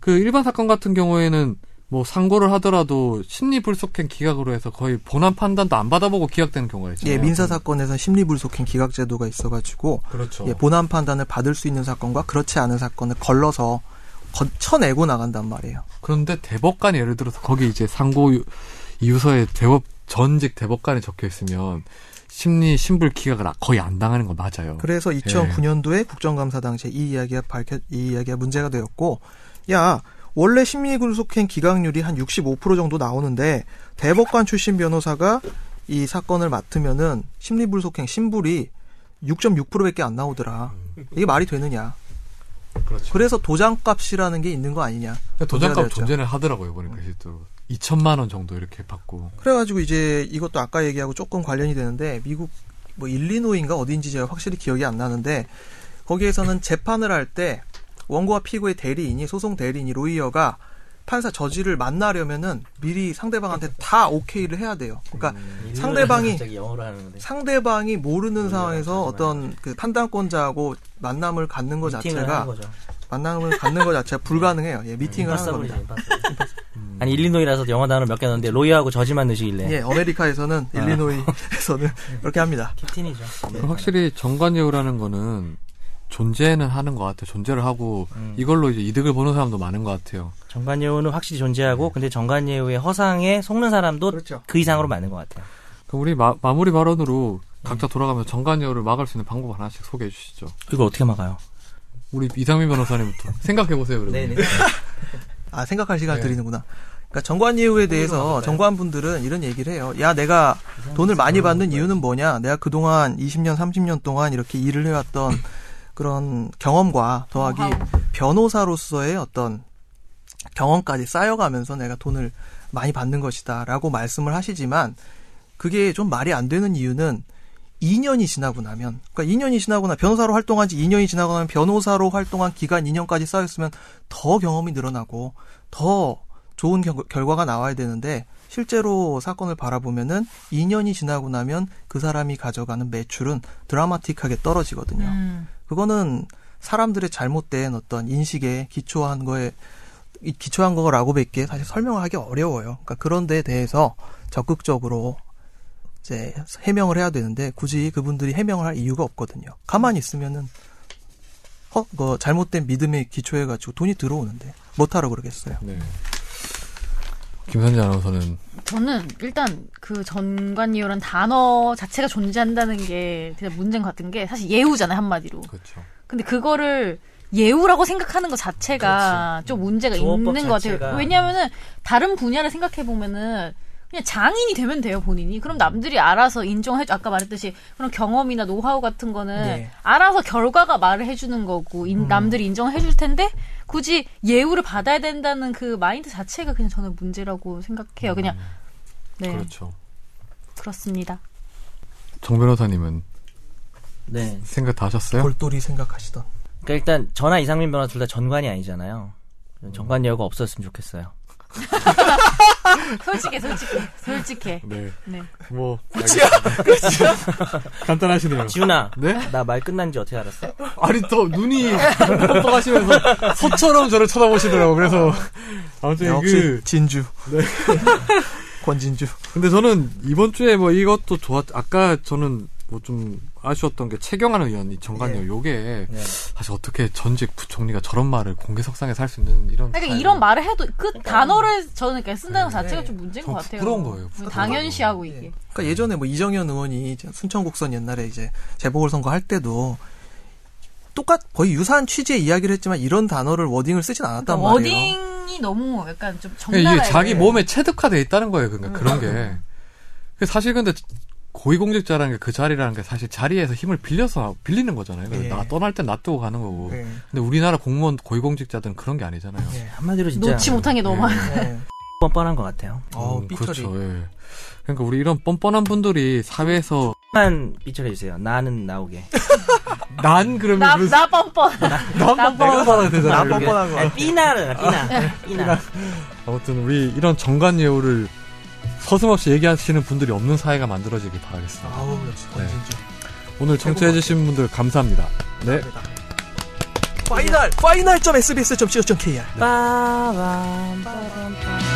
Speaker 1: 그 일반 사건 같은 경우에는 뭐 상고를 하더라도 심리 불속행 기각으로 해서 거의 본안 판단도 안 받아보고 기각되는 경우가 있잖아요.
Speaker 2: 예, 민사 사건에서는 심리불속행 기각제도가 있어가지고
Speaker 1: 그렇죠.
Speaker 2: 예, 본안 판단을 받을 수 있는 사건과 그렇지 않은 사건을 걸러서 거쳐내고 나간단 말이에요.
Speaker 1: 그런데 대법관 예를 들어서 거기 이제 상고 유- 이유서에 대법 전직 대법관이 적혀 있으면 심리 심불 기각을 아- 거의 안 당하는 거 맞아요.
Speaker 2: 그래서 2009년도에 국정감사 당시에 이 이야기가 밝혀 이 이야기가 문제가 되었고, 야 원래 심리불속행 기각률이 한 65% 정도 나오는데 대법관 출신 변호사가 이 사건을 맡으면은 심리불속행 심불이 6.6%밖에 안 나오더라. 이게 말이 되느냐?
Speaker 1: 그렇죠.
Speaker 2: 그래서 도장값이라는 게 있는 거 아니냐? 문제가
Speaker 1: 그러니까 도장값
Speaker 2: 되었죠. 음.
Speaker 1: 존재를 하더라고요 보니까 실제로 2천만 원 정도 이렇게 받고
Speaker 2: 그래가지고 이제 이것도 아까 얘기하고 조금 관련이 되는데 미국 뭐 일리노이인가 어딘지 제가 확실히 기억이 안 나는데 거기에서는 재판을 할 때 원고와 피고의 대리인이 소송 대리인이 로이어가 판사 저지를 만나려면은 미리 상대방한테 다 오케이를 해야 돼요. 그러니까
Speaker 4: 음.
Speaker 2: 상대방이-
Speaker 4: 갑자기 영어로 하는데
Speaker 2: 상대방이 모르는 상황에서
Speaker 4: 하지
Speaker 2: 어떤 그 판단권자하고 만남을 갖는 것
Speaker 4: 미팅을 하는
Speaker 2: 자체가
Speaker 4: 거죠. 네.
Speaker 2: 만남을 갖는 것
Speaker 4: [laughs]
Speaker 2: 자체가 불가능해요. 예, 미팅을 하는
Speaker 4: 인파서블이죠,
Speaker 2: 겁니다.
Speaker 4: 인파서블. 아니 일리노이라서 영어 단어 몇 개 넣었는데 로이하고 저지만 넣으시길래
Speaker 2: 예, 아메리카에서는
Speaker 4: [laughs]
Speaker 2: 일리노이에서는 그렇게 합니다.
Speaker 4: 캡틴이죠.
Speaker 1: 그럼 확실히 정관예우라는 거는 존재는 하는 것 같아요. 존재를 하고
Speaker 2: 음.
Speaker 1: 이걸로 이제 이득을 보는 사람도 많은 것 같아요.
Speaker 4: 정관예우는 확실히 존재하고 근데 정관예우의 허상에 속는 사람도
Speaker 2: 그렇죠.
Speaker 4: 그 이상으로 많은 것 같아요.
Speaker 1: 그럼 우리 마, 무리 발언으로
Speaker 2: 음.
Speaker 1: 각자 돌아가면서 정관예우를 막을 수 있는 방법 하나씩 소개해 주시죠.
Speaker 4: 이걸 어떻게 막아요?
Speaker 1: 우리 이상민 변호사님부터 생각해 보세요. 그러면.
Speaker 2: 아 생각할 시간을
Speaker 1: 네.
Speaker 2: 드리는구나. 그러니까 정관 예우에 대해서 정관분들은 이런 얘기를 해요. 야 내가 돈을 그러니까 네. 많이 받는 이유는 뭐냐? 내가 그동안 20년, 30년 동안 이렇게 일을 해왔던 그런 경험과 더하기 변호사로서의 어떤 경험까지 쌓여가면서 내가 돈을 많이 받는 것이다라고 말씀을 하시지만 그게 좀 말이 안 되는 이유는 2년이 지나고 나면 그러니까 2년이 지나거나 변호사로 활동한 지 2년이 지나고 나면 변호사로 활동한 기간 2년까지 쌓였으면 더 경험이 늘어나고 더 좋은 결- 결과가 나와야 되는데 실제로 사건을 바라보면은 2년이 지나고 나면 그 사람이 가져가는 매출은 드라마틱하게 떨어지거든요.
Speaker 3: 음.
Speaker 2: 그거는 사람들의 잘못된 어떤 인식에 기초한 거에 이- 기초한 거라고밖에 사실 설명하기 어려워요. 그러니까 그런 데에 대해서 적극적으로 이제 해명을 해야 되는데 굳이 그분들이 해명을 할 이유가 없거든요. 가만히 있으면은 허, 그 잘못된 믿음에 기초해 가지고 돈이 들어오는데 못 하러 그러겠어요.
Speaker 1: 네. 김선재 아나운서는
Speaker 3: 저는 일단 그 전관예우란 단어 자체가 존재한다는 게 되게 문제인 것 같은 게 사실 예우잖아요 한마디로.
Speaker 1: 그렇죠.
Speaker 3: 근데 그거를 예우라고 생각하는 것 자체가 좀 문제가
Speaker 4: 조업법
Speaker 3: 있는 것 같아요.
Speaker 4: 자체가.
Speaker 3: 왜냐면은 다른 분야를 생각해 보면은 그냥 장인이 되면 돼요 본인이. 그럼 남들이 알아서 인정해줘. 아까 말했듯이 그런 경험이나 노하우 같은 거는
Speaker 2: 네.
Speaker 3: 알아서 결과가 말을 해주는 거고
Speaker 4: 음.
Speaker 3: 인- 남들이 인정해줄 텐데 굳이 예우를 받아야 된다는 그 마인드 자체가 그냥 저는 문제라고 생각해요. 그냥
Speaker 4: 음.
Speaker 3: 네
Speaker 1: 그렇죠.
Speaker 3: 그렇습니다.
Speaker 1: 정 변호사님은
Speaker 4: 네.
Speaker 1: 생각 다 하셨어요?
Speaker 2: 골똘히 생각하시던.
Speaker 4: 그러니까 일단 저나 이상민 변호사 둘 다 전관이 아니잖아요. 전관 여우가 없었으면 좋겠어요.
Speaker 3: 솔직해 솔직해 솔직해.
Speaker 1: 네.
Speaker 3: 네.
Speaker 1: 뭐 끝이야.
Speaker 3: 그렇죠.
Speaker 1: 간단하시네요.
Speaker 4: 지훈아,
Speaker 1: 네?
Speaker 4: 나 말 끝난 지 어떻게 알았어?
Speaker 1: 아니 또 눈이 뻑뻑하시면서 소처럼 저를 쳐다보시더라고. 그래서 아무튼
Speaker 2: 역시
Speaker 1: 그
Speaker 2: 진주. [laughs] 권진주.
Speaker 1: 근데 저는 이번 주에 뭐 이것도 좋았 아까 저는 뭐 좀 아쉬웠던 게 최경환 의원이 정관요 요게
Speaker 4: 네.
Speaker 1: 사실 어떻게 전직 부총리가 저런 말을 공개석상에서 할 수 있는 이런
Speaker 3: 그러니까
Speaker 1: 타입을-
Speaker 3: 이런 말을 해도 그 단어를 저는 그러니까 쓴다는 것
Speaker 2: 네.
Speaker 3: 자체가 좀 문제인
Speaker 1: 좀
Speaker 3: 것 같아요.
Speaker 1: 그러니까 부끄러운 거예요, 네. 부끄러운
Speaker 3: 당연시하고 이게.
Speaker 2: 예. 그러니까 예전에 뭐 이정현 의원이 이제 순천곡선 옛날에 이제 재보궐 선거 할 때도 똑같 거의 유사한 취지의 이야기를 했지만 이런 단어를 워딩을 쓰진 않았단
Speaker 3: 그러니까
Speaker 2: 말이에요.
Speaker 3: 워딩이 너무 약간 좀 정나라.
Speaker 1: 예, 그러니까 이게 자기 몸에 체득화돼 있다는 거예요. 그러니까 그런 게 그 사실 근데 고위공직자라는 게 그 자리라는 게 사실 자리에서 힘을 빌려서 빌리는 거잖아요. 그래서
Speaker 2: 예.
Speaker 1: 나 떠날 땐 놔두고 가는 거고.
Speaker 2: 예.
Speaker 1: 근데 우리나라 공무원 고위공직자들은 그런 게 아니잖아요.
Speaker 2: 예.
Speaker 4: 한마디로 진짜
Speaker 3: 놓지 못한 게 너무
Speaker 1: 예.
Speaker 3: 많아.
Speaker 2: 예.
Speaker 4: 뻔뻔한 것 같아요.
Speaker 2: 어,
Speaker 1: 음,
Speaker 2: 삐처리.
Speaker 1: 그렇죠. 예. 그러니까 우리 이런 뻔뻔한 분들이 사회에서
Speaker 4: 만 삐처리해주세요. 나는 나오게.
Speaker 1: 난 그러면
Speaker 3: 나,
Speaker 1: 무슨-
Speaker 3: 나 뻔뻔.
Speaker 1: 나만
Speaker 3: 나
Speaker 1: 내가 받아야
Speaker 2: 나
Speaker 1: 되잖아요.
Speaker 4: 나빠.
Speaker 2: 뻔뻔한
Speaker 1: 네.
Speaker 2: 거.
Speaker 4: 야, 삐나를 삐나 삐나.
Speaker 1: 아무튼 우리 이런 정관 예우를 서슴없이 얘기하시는 분들이 없는 사회가 만들어지길 바라겠습니다.
Speaker 2: 아우 역시
Speaker 1: 네.
Speaker 2: 권진주.
Speaker 1: 오늘 청취해주신 분들 감사합니다. 네.
Speaker 2: 파이널 파이널 점 sbs 점 co 점 kr
Speaker 4: 빠밤 빠밤 빠밤.